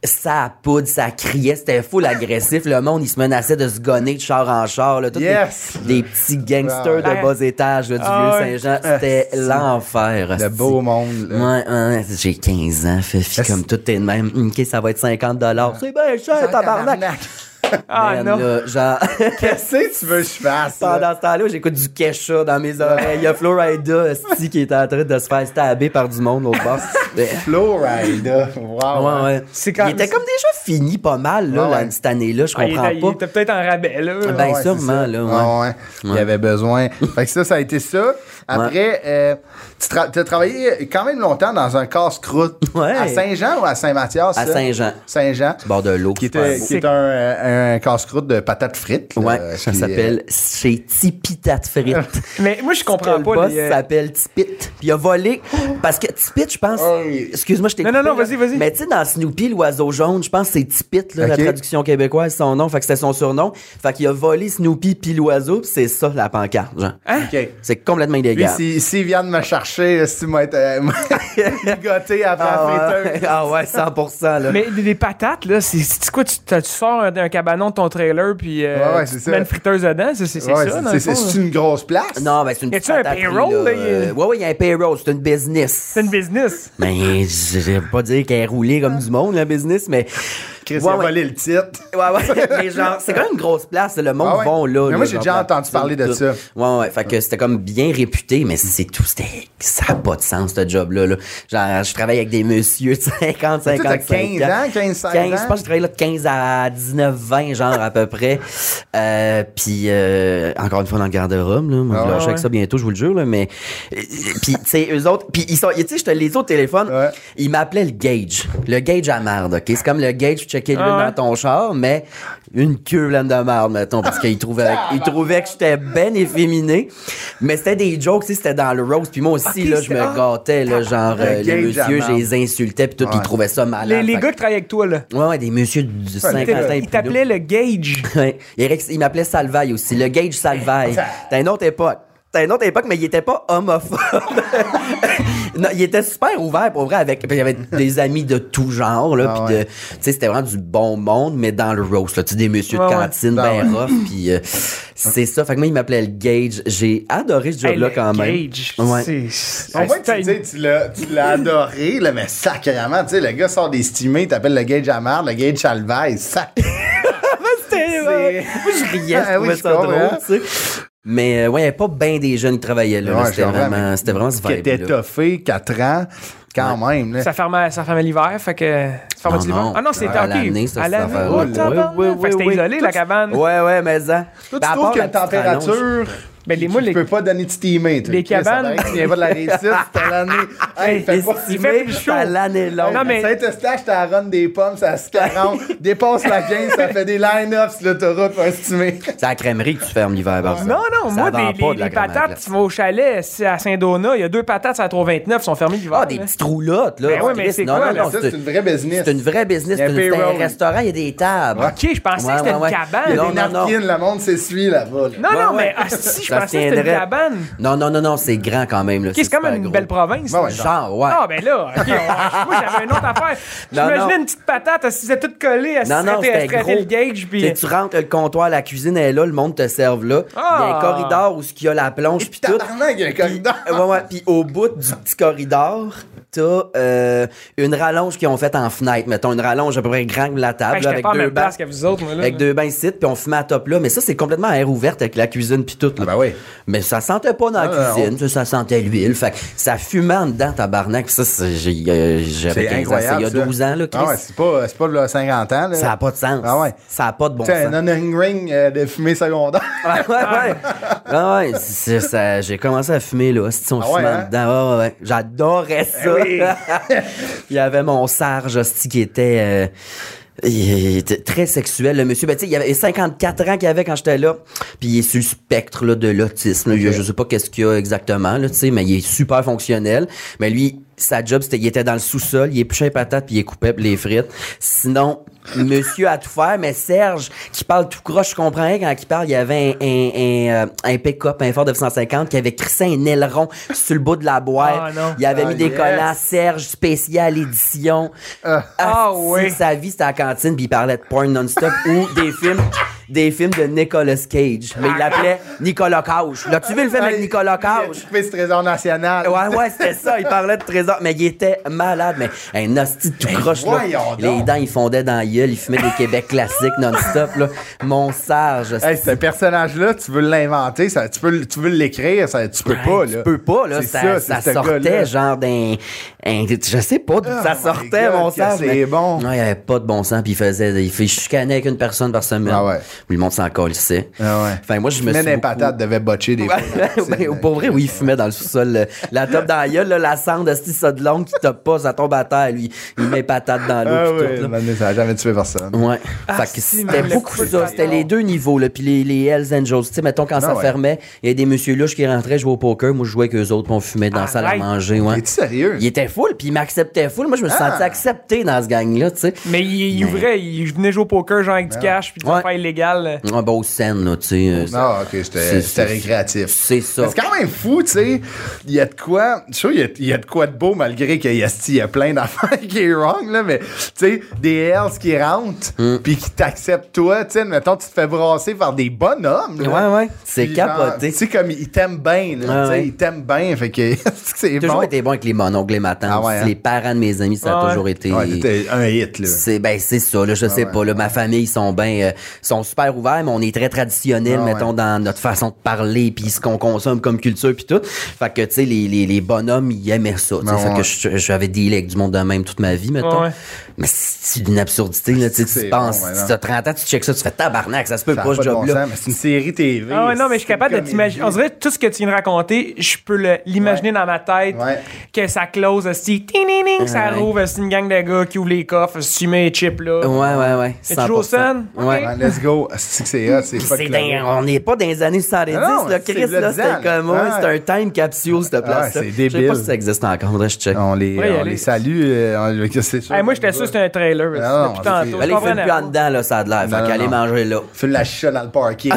Speaker 4: Ça poudre, ça criait, c'était full agressif. Le monde, il se menaçait de se gonner de char en char. Là, Tous des-
Speaker 1: Yes!
Speaker 4: des, petits
Speaker 1: Ah ouais.
Speaker 4: gangsters de bas étage là, du
Speaker 2: Ah ouais.
Speaker 4: vieux Saint-Jean. C'était l'enfer.
Speaker 1: Le
Speaker 4: hostie.
Speaker 1: beau monde. là.
Speaker 4: Ouais, ouais, ouais, j'ai 15 ans, fait fi,
Speaker 1: Est-ce- Ah.
Speaker 4: comme tout est de même. OK, ça va être 50 C'est bien cher, tabarnak.
Speaker 2: Ah
Speaker 4: Man,
Speaker 2: non!
Speaker 4: là, genre,
Speaker 1: Qu'est-ce que tu veux que je fasse? euh, là?
Speaker 4: pendant ce temps-là, j'écoute du Kesha dans mes oreilles. Il y a Florida, esti, qui est en train de se faire stabber par du monde l'autre bord. Mais-
Speaker 1: Florida. Wow.
Speaker 4: Ouais, ouais.
Speaker 2: Ah C'est quand-
Speaker 4: Il était comme déjà fini pas mal, là,
Speaker 1: Ouais,
Speaker 4: là,
Speaker 1: ouais.
Speaker 4: cette année-là. Je
Speaker 2: Ah, il
Speaker 4: comprends
Speaker 2: était- il
Speaker 4: pas.
Speaker 2: était peut-être en rabais, là.
Speaker 4: Ben,
Speaker 1: Ouais,
Speaker 4: sûrement,
Speaker 1: c'est ça.
Speaker 4: là, ouais.
Speaker 1: Ah ouais. Il y avait besoin. fait que ça, ça a été ça. Après, euh, tu as travaillé quand même longtemps dans un casse-croûte.
Speaker 4: [laughs] Ouais.
Speaker 1: À Saint-Jean ou à Saint-Mathias?
Speaker 4: À
Speaker 1: ça?
Speaker 4: Saint-Jean.
Speaker 1: Saint-Jean.
Speaker 4: Bord de l'eau.
Speaker 1: Qui,
Speaker 4: Ouais.
Speaker 1: était, qui est un, euh, un casse-croûte de patates frites. là,
Speaker 4: Ouais, ça
Speaker 1: puis, euh,
Speaker 4: s'appelle chez Tipita
Speaker 2: [laughs]
Speaker 4: de frites.
Speaker 2: Mais moi, je comprends
Speaker 4: le
Speaker 2: pas
Speaker 4: boss
Speaker 2: les... euh,
Speaker 4: s'appelle Tipit. Puis il a volé parce que Tipit, je pense,
Speaker 1: il-
Speaker 4: Excuse-moi, je t'ai
Speaker 2: Oh, Non, non,
Speaker 4: coupé,
Speaker 2: non,
Speaker 4: là.
Speaker 2: vas-y, vas-y.
Speaker 4: Mais tu sais, dans Snoopy, l'oiseau jaune, je pense que c'est Tipit, là, la
Speaker 1: Ok.
Speaker 4: traduction québécoise, son nom. Fait que c'était son surnom. Fait qu'il a volé Snoopy puis l'oiseau, puis c'est ça, la pancarte, genre.
Speaker 2: hein?
Speaker 1: OK.
Speaker 4: C'est complètement
Speaker 1: Lui,
Speaker 4: illégal.
Speaker 1: s'il si, vient de me chercher, si tu m'as été euh, [laughs] ligoté après
Speaker 4: ah,
Speaker 1: la
Speaker 4: ouais.
Speaker 1: friteuse.
Speaker 4: [laughs] Ah ouais, 100%, là.
Speaker 2: Mais des des patates, là, c'est c'est quoi? Tu, t'as- tu sors un- d'un cabanon de ton trailer, puis euh,
Speaker 1: Ouais, ouais, c'est
Speaker 2: tu
Speaker 1: ça.
Speaker 2: mets une friteuse dedans, c'est c'est- c'est
Speaker 1: Ouais,
Speaker 2: ça, dans
Speaker 1: c'est-
Speaker 2: le
Speaker 1: c'est-
Speaker 2: fond,
Speaker 1: C'est
Speaker 2: là.
Speaker 1: une grosse place.
Speaker 4: Non, ben c'est une
Speaker 2: Y a-tu un
Speaker 4: petite taperie,
Speaker 2: payroll, là,
Speaker 4: euh,
Speaker 2: y a-
Speaker 4: Ouais, ouais, y a un payroll, c'est une business.
Speaker 2: C'est une business.
Speaker 4: Mais je vais pas dire qu'elle est roulée comme du monde, la business, mais.
Speaker 1: Chris, il
Speaker 4: ouais,
Speaker 1: a
Speaker 4: ouais.
Speaker 1: volé le titre.
Speaker 4: Ouais,
Speaker 1: [laughs]
Speaker 4: ouais, mais genre, c'est quand même une grosse place, le monde
Speaker 1: Ah ouais.
Speaker 4: bon, là.
Speaker 1: Mais
Speaker 4: là,
Speaker 1: moi, j'ai
Speaker 4: genre,
Speaker 1: déjà
Speaker 4: la
Speaker 1: entendu parler de
Speaker 4: tout.
Speaker 1: ça.
Speaker 4: Ouais, ouais, fait que c'était comme bien réputé, mais c'est tout, c'était, ça n'a pas de sens, ce job-là, là. Genre, je travaille avec des [laughs] messieurs de 50,
Speaker 1: Mais toi, t'as
Speaker 4: 55
Speaker 1: 15 ans, 15, 16
Speaker 4: 15, je
Speaker 1: ans.
Speaker 4: pense que je travaille là de 15 à 19, 20, genre, à peu près. Euh, puis, euh, encore une fois, dans le garde-robe, là. Moi,
Speaker 1: Ah
Speaker 4: je
Speaker 1: ouais,
Speaker 4: lâche avec
Speaker 2: ouais.
Speaker 4: ça bientôt, je vous le jure, là, mais. euh, Puis, tu sais, eux autres, puis ils sont, tu sais, je te les autres téléphones,
Speaker 1: Ouais.
Speaker 4: ils m'appelaient le gauge. Le gauge à marde, OK? C'est comme le gauge, checker l'huile
Speaker 2: Ah ouais.
Speaker 4: dans ton char, mais une queue pleine de marde, mettons, parce qu'ils trouvaient,
Speaker 2: Ah,
Speaker 4: ils
Speaker 2: bah.
Speaker 4: trouvaient que j'étais ben efféminé. Mais c'était des jokes, tu sais, c'était dans le roast. Puis moi aussi,
Speaker 2: Ok,
Speaker 4: là, je
Speaker 2: c'était-
Speaker 4: me
Speaker 2: ah.
Speaker 4: gâtais, là, genre, euh, les
Speaker 1: gauge à
Speaker 4: messieurs, je
Speaker 1: marde.
Speaker 4: les insultais, puis tout, puis ils
Speaker 1: Ouais.
Speaker 4: trouvaient ça malade.
Speaker 2: Les, les
Speaker 4: Fait que-
Speaker 2: gars qui travaillent avec toi, là.
Speaker 4: Ouais, ouais, des messieurs du 50 ans. et
Speaker 2: Ils
Speaker 4: plus
Speaker 2: t'appelaient le gauge.
Speaker 4: là. Ouais. Eric, il m'appelait Salvaille aussi, le Gage Salvaille. T'as une autre époque. T'as une autre époque, mais il était pas
Speaker 1: [laughs]
Speaker 4: homophobe. non, il était super ouvert, pour vrai, avec. Il y avait des amis de tout genre, là.
Speaker 1: Ah
Speaker 4: puis de-
Speaker 1: ouais.
Speaker 4: Tu sais, c'était vraiment du bon monde, mais dans le roast, là. Tu sais, des messieurs
Speaker 2: Ouais,
Speaker 4: de
Speaker 2: ouais.
Speaker 4: cantine,
Speaker 1: Ah
Speaker 4: ben rough, puis euh, c'est ça. Fait que moi, il m'appelait le Gage. J'ai adoré ce
Speaker 2: Hey,
Speaker 4: job-là
Speaker 2: le
Speaker 4: quand même.
Speaker 2: Gauge,
Speaker 4: Ouais.
Speaker 1: [laughs]
Speaker 2: c'est-
Speaker 1: Au moins, tu
Speaker 2: T'as une-
Speaker 1: sais, tu l'as tu l'as adoré, là, mais sacrément, tu sais, le gars sort des stimés, t'appelles le gage Jamar, le gage Chalvaise,
Speaker 4: [laughs]
Speaker 1: sac.
Speaker 4: C'était- ouais. Moi, je riais, je
Speaker 1: Ah oui,
Speaker 4: trouvais
Speaker 1: je
Speaker 4: ça drôle,
Speaker 1: comprends.
Speaker 4: tu sais. Mais euh, ouais, il n'y avait pas bien des jeunes qui travaillaient là. là.
Speaker 1: Ouais, je
Speaker 4: c'était
Speaker 1: comprends,
Speaker 4: vraiment,
Speaker 1: mais
Speaker 4: c'était vraiment ce
Speaker 1: Qui était
Speaker 4: vibe-là.
Speaker 1: toffé, 4 ans, quand même. là.
Speaker 2: Ça fermait, ça fermait l'hiver, fait que. Ça fermait
Speaker 4: Non,
Speaker 2: l'hiver?
Speaker 4: non.
Speaker 2: Ah non, c'était
Speaker 4: À
Speaker 2: ok.
Speaker 4: l'année, ça,
Speaker 2: À
Speaker 4: cette
Speaker 2: l'année.
Speaker 4: affaire-là.
Speaker 2: Oh,
Speaker 4: Ouais,
Speaker 2: tabarnak.
Speaker 4: ouais,
Speaker 2: Fait que c'était
Speaker 4: ouais,
Speaker 2: isolé,
Speaker 4: ouais.
Speaker 2: la cabane.
Speaker 4: Ouais, ouais, mais ça.
Speaker 1: Toi,
Speaker 4: Ben,
Speaker 1: tu
Speaker 4: à
Speaker 1: trouves
Speaker 4: part
Speaker 1: qu'il y a
Speaker 4: la
Speaker 1: une
Speaker 4: petite rallonge.
Speaker 1: température.
Speaker 2: Ben, les- moi,
Speaker 1: tu
Speaker 2: les-
Speaker 1: peux pas donner de steamer. toi.
Speaker 2: les
Speaker 1: Chris, ça
Speaker 2: cabanes-
Speaker 1: paraît que Tu viens pas de la réussite,
Speaker 4: [laughs]
Speaker 1: c'était l'année. Hey, fais pas
Speaker 2: Il
Speaker 4: Mais
Speaker 2: fait plus chaud.
Speaker 4: à l'année longue.
Speaker 2: Non, mais-
Speaker 1: Saint-Eustache, t'as la run des pommes, ça se
Speaker 4: [laughs]
Speaker 1: 40. dépasse la 15, ça fait des line-ups sur l'autoroute pour un stimé.
Speaker 4: C'est à la crèmerie que tu fermes l'hiver, par exemple.
Speaker 2: Non, non,
Speaker 4: Ça
Speaker 2: moi,
Speaker 4: vend
Speaker 2: des,
Speaker 4: pas
Speaker 2: les,
Speaker 4: de la
Speaker 2: les
Speaker 4: crème à
Speaker 2: patates,
Speaker 4: glace.
Speaker 2: tu vas au chalet, c'est à Saint-Donat, il y a deux patates, c'est à 329, sont fermées l'hiver.
Speaker 4: Ah, des
Speaker 2: là.
Speaker 4: petites roulottes, là.
Speaker 2: Ben ouais, mais
Speaker 4: Christ,
Speaker 2: c'est
Speaker 4: non,
Speaker 2: quoi,
Speaker 4: Ah, non,
Speaker 2: là?
Speaker 4: non,
Speaker 1: Ça, c'est une vraie business.
Speaker 4: C'est une vraie business.
Speaker 1: Il y a
Speaker 4: C'est une-
Speaker 1: un
Speaker 4: c'est un
Speaker 1: payroll.
Speaker 4: restaurant, il y a des tables.
Speaker 2: Ok, je pensais
Speaker 4: Ouais,
Speaker 2: que c'était
Speaker 4: ouais, ouais.
Speaker 2: une cabane.
Speaker 4: Non,
Speaker 1: Des napkins, le monde s'essuie là-bas. là.
Speaker 2: Non,
Speaker 4: Ouais,
Speaker 2: non,
Speaker 4: ouais.
Speaker 2: mais asti, je
Speaker 4: Ça
Speaker 2: pensais que c'était une
Speaker 4: tiendrait.
Speaker 2: cabane.
Speaker 4: Non, non, non, non, c'est grand quand même. là.
Speaker 2: Ok, c'est comme
Speaker 4: super
Speaker 2: une
Speaker 4: gros.
Speaker 2: belle province.
Speaker 1: Ouais, ouais.
Speaker 4: Genre, ouais.
Speaker 2: Ah, ben là, ok, on- moi j'avais une autre affaire.
Speaker 4: [laughs] Non,
Speaker 2: J'imaginais
Speaker 4: non.
Speaker 2: une petite patate, elle se faisait toute collée, elle
Speaker 4: Non,
Speaker 2: se
Speaker 4: non,
Speaker 2: traitait elle
Speaker 4: c'était
Speaker 2: se traitait
Speaker 4: gros.
Speaker 2: le gauge,
Speaker 4: Tu sais,
Speaker 2: puis. Ben,
Speaker 4: tu rentres, le comptoir, la cuisine est là, le monde te serve là. Il y a un
Speaker 2: Ah.
Speaker 4: corridor où ce qu'il y a la plonge, puis tout.
Speaker 1: Tabarnak, il y a un corridor.
Speaker 4: Euh, ouais, ouais. Puis au bout du petit corridor, t'as euh, une rallonge qu'ils ont faite en fenêtre. Mettons une rallonge à peu près grande comme la
Speaker 2: Ben,
Speaker 4: table, là,
Speaker 2: j'étais
Speaker 4: avec
Speaker 2: pas en
Speaker 4: deux
Speaker 2: même
Speaker 4: bancs.
Speaker 2: place que vous autres, moi là.
Speaker 4: Avec deux bains ici, puis on fumait à top là. Mais ça, c'est complètement à air ouverte avec la cuisine puis tout. là.
Speaker 1: Ah ben oui.
Speaker 4: Mais ça sentait pas dans la
Speaker 1: Non, non,
Speaker 4: cuisine, ça, ça sentait l'huile. Fait que ça fumait en dedans, tabarnak. Puis ça, c'est- j'ai, euh,
Speaker 1: C'est
Speaker 4: j'avais 15 ans. C'est il
Speaker 1: incroyable.
Speaker 4: y a
Speaker 1: ça.
Speaker 4: 12 ans, là, Chris.
Speaker 1: Ah ouais, c'est pas, c'est pas de 50 ans. Là.
Speaker 4: ça n'a pas de sens.
Speaker 1: Ah ouais.
Speaker 4: Ça n'a pas de bon
Speaker 1: Tu sais,
Speaker 4: sens.
Speaker 1: un non ring euh, de fumée secondaire.
Speaker 4: Ah ouais, ouais. Ah ouais, c'est- ça, j'ai commencé à fumer, là. Si on
Speaker 1: Ah ouais,
Speaker 4: fumait en
Speaker 1: hein? Eh
Speaker 4: dedans, Ah ouais, ouais. j'adorais ça. [laughs] il y avait mon sarge, hostie, qui était, euh, il était très sexuel, le monsieur. Ben, tu sais, il y avait 54 ans qu'il avait quand j'étais là. Puis il est sur le spectre, là, de l'autisme. là. Il y a- Je sais pas qu'est-ce qu'il y a exactement, là, tu sais, mais il est super fonctionnel. Mais lui, sa job, c'était, il était dans le sous-sol, il épluchait les patates, puis il coupait puis les frites. Sinon, [laughs] monsieur à tout faire, mais Serge, qui parle tout croche, je comprends rien quand il parle, il y avait un, un, un, euh, un pick-up, un Ford 950, qui avait crissé un aileron sur le bout de la boîte.
Speaker 2: Ah, non.
Speaker 4: Il avait
Speaker 1: Ah,
Speaker 4: mis des
Speaker 1: yes.
Speaker 4: collants Serge spécial édition.
Speaker 2: Ah,
Speaker 4: Asti,
Speaker 2: oui.
Speaker 4: Sa vie, c'était à la cantine, puis il parlait de porn non-stop ou des films des films de Nicolas Cage. Mais il l'appelait Nicolas Cage. L'as-tu vu le film avec
Speaker 1: [laughs]
Speaker 4: Nicolas Cage?
Speaker 1: Tu fais ce trésor national.
Speaker 4: Ah, Ouais, ouais, c'était ça. Il parlait de trésor, mais il était malade. Mais un hostie tout croche, là.
Speaker 1: Ben, voyons
Speaker 4: Les
Speaker 1: donc.
Speaker 4: dents, ils fondaient dans la gueule. Il fumait des Québec classiques non-stop, là. Mon sarge.
Speaker 1: Hey, ce personnage-là, tu veux l'inventer, ça- tu veux, tu veux l'écrire, ça- tu peux pas. Là.
Speaker 4: Tu peux pas, là.
Speaker 1: C'est c'est
Speaker 4: Ça, ça
Speaker 1: ce gars-là.
Speaker 4: sortait, genre, d'un. un- Je sais pas d'où
Speaker 1: Oh
Speaker 4: ça
Speaker 1: my
Speaker 4: sortait,
Speaker 1: God,
Speaker 4: mon
Speaker 1: que
Speaker 4: sarge.
Speaker 1: c'est
Speaker 4: mais-
Speaker 1: bon.
Speaker 4: Ouais, il avait pas de bon sens. Puis il faisait. Il fait chicaner avec une personne par semaine.
Speaker 1: Ah ouais.
Speaker 4: Puis le monde s'en colissait.
Speaker 1: Ah ouais.
Speaker 4: Enfin, moi, je me suis.
Speaker 1: Même les
Speaker 4: beaucoup-
Speaker 1: patates devaient botcher des fois.
Speaker 4: [laughs] Ouais, ben, pour vrai, oui, il fumait dans le sous-sol. le- La top dans la gueule, là, la cendre, si ça de longue qui top pas, ça tombe à terre, lui. Il met patate dans l'eau.
Speaker 1: Ah
Speaker 4: pis
Speaker 1: ouais,
Speaker 4: tout, là.
Speaker 1: mais ça n'a jamais tué personne.
Speaker 4: Ouais.
Speaker 2: Ah,
Speaker 4: fait que
Speaker 2: si,
Speaker 4: c'était
Speaker 2: mais
Speaker 4: beaucoup
Speaker 2: le
Speaker 4: ça. C'était les deux niveaux, là. Puis les, les Hells Angels. Tu sais, mettons, quand
Speaker 1: Ah
Speaker 4: ça
Speaker 1: ouais.
Speaker 4: fermait, il y a des messieurs louches qui rentraient jouer au poker. Moi, je jouais avec eux autres, puis on fumait dans la salle à
Speaker 2: Arrête.
Speaker 4: manger, ouais.
Speaker 1: Es-tu sérieux?
Speaker 4: Il était full, puis il m'acceptait full. Moi, je me suis
Speaker 1: Ah.
Speaker 4: senti accepté dans ce gang-là, tu sais.
Speaker 2: Mais il, il ouvrait, il venait jouer au poker, genre avec du cash, puis des
Speaker 4: Ouais.
Speaker 2: affaires illégales.
Speaker 4: Un beau Ah, scène, là, tu sais. euh,
Speaker 1: Non, Ah, ok,
Speaker 4: C'est-
Speaker 1: c'était
Speaker 4: c'est-
Speaker 1: c'était récréatif.
Speaker 4: C'est ça.
Speaker 1: Mais C'est quand même fou, tu sais. Il y a de quoi. Je suis sûr, il y a- il y, a de quoi de beau, malgré qu'il y, a- il y a plein d'affaires [laughs] qui est wrong, là. Mais, tu sais, des Hells qui rentrent,
Speaker 4: Hmm.
Speaker 1: puis qui t'acceptent, toi. Tu sais, mettons, tu te fais brasser par des bonhommes.
Speaker 4: Ouais,
Speaker 1: là.
Speaker 4: ouais. C'est
Speaker 1: Puis genre,
Speaker 4: capoté.
Speaker 1: Tu sais, comme ils t'aiment bien, là.
Speaker 4: Ouais,
Speaker 1: tu sais,
Speaker 4: ouais.
Speaker 1: ils t'aiment bien. Fait que [laughs] c'est
Speaker 4: J'ai toujours
Speaker 1: bon.
Speaker 4: été bon avec les mononcles, les matins.
Speaker 1: Ah ouais, hein?
Speaker 4: Les parents de mes amis, ça a
Speaker 2: Ah ouais.
Speaker 4: toujours été.
Speaker 1: Ouais, t'étais un hit, là. Ah
Speaker 4: C'est ben c'est ça là, je sais
Speaker 1: ouais.
Speaker 4: pas là, ma famille ils sont ben euh, ils sont super ouverts mais on est très traditionnel
Speaker 1: Ah ouais.
Speaker 4: mettons dans notre façon de parler puis ce qu'on consomme comme culture puis tout. Fait que tu sais les, les, les bonhommes ils aimaient ça, tu sais.
Speaker 1: Ah
Speaker 4: fait
Speaker 1: ouais.
Speaker 4: que je- j'avais dealé avec du monde de même toute ma vie mettons.
Speaker 2: Ah Ouais.
Speaker 4: Mais c'est une absurdité là, tu sais,
Speaker 1: C'est
Speaker 4: tu penses
Speaker 1: bon, ouais,
Speaker 4: si
Speaker 1: non.
Speaker 4: t'as 30 ans tu checkes ça tu fais tabarnak, ça se peut
Speaker 1: Ça a
Speaker 4: pas ce
Speaker 1: pas de bon
Speaker 4: job là.
Speaker 1: sens, mais C'est une série TV.
Speaker 2: Ah ouais, non, mais je suis
Speaker 1: c'est une
Speaker 2: capable de
Speaker 1: comédie.
Speaker 2: t'imaginer. On dirait tout ce que tu viens de raconter, je peux le- l'imaginer dans ma tête.
Speaker 1: Ouais.
Speaker 2: Que ça close, aussi, ting, ting, ting, ça
Speaker 4: Ouais.
Speaker 2: rouvre, c'est une gang de gars qui ouvrent les coffres, si mes chips là.
Speaker 4: ouais ouais ouais.
Speaker 2: Et toujours
Speaker 4: 100%.
Speaker 2: saine?
Speaker 4: Ouais.
Speaker 2: Ok.
Speaker 1: Ouais, let's go. C'est que c'est hot, c'est
Speaker 4: Puis
Speaker 1: pas
Speaker 4: c'est
Speaker 1: clever.
Speaker 4: dans- on n'est pas dans les années 70,
Speaker 1: Ah non,
Speaker 4: là.
Speaker 1: c'est
Speaker 4: Chris, là,
Speaker 1: bloody
Speaker 4: c'était
Speaker 1: hell.
Speaker 4: comme, ouais,
Speaker 1: Ouais.
Speaker 4: c'est un time capsule, cette place-là.
Speaker 1: c'est
Speaker 4: Je sais pas
Speaker 1: débile.
Speaker 4: si ça existe encore, faudrait que je check.
Speaker 1: On les,
Speaker 2: Ouais, y
Speaker 1: on
Speaker 2: aller.
Speaker 1: les salue. euh, on- le- [laughs] c'est sûr.
Speaker 2: Hey, moi, j'étais sûr que c'était un trailer. aussi,
Speaker 1: non,
Speaker 2: depuis
Speaker 1: c'est-
Speaker 2: tantôt,
Speaker 4: Ben
Speaker 2: je
Speaker 4: là, il fait
Speaker 2: comprenais
Speaker 4: plus
Speaker 2: pas.
Speaker 4: en dedans, là, ça a de l'air.
Speaker 1: Non,
Speaker 4: Fait
Speaker 1: non,
Speaker 4: qu'aller
Speaker 1: non.
Speaker 4: manger là.
Speaker 1: Fais de la chicha dans le parking.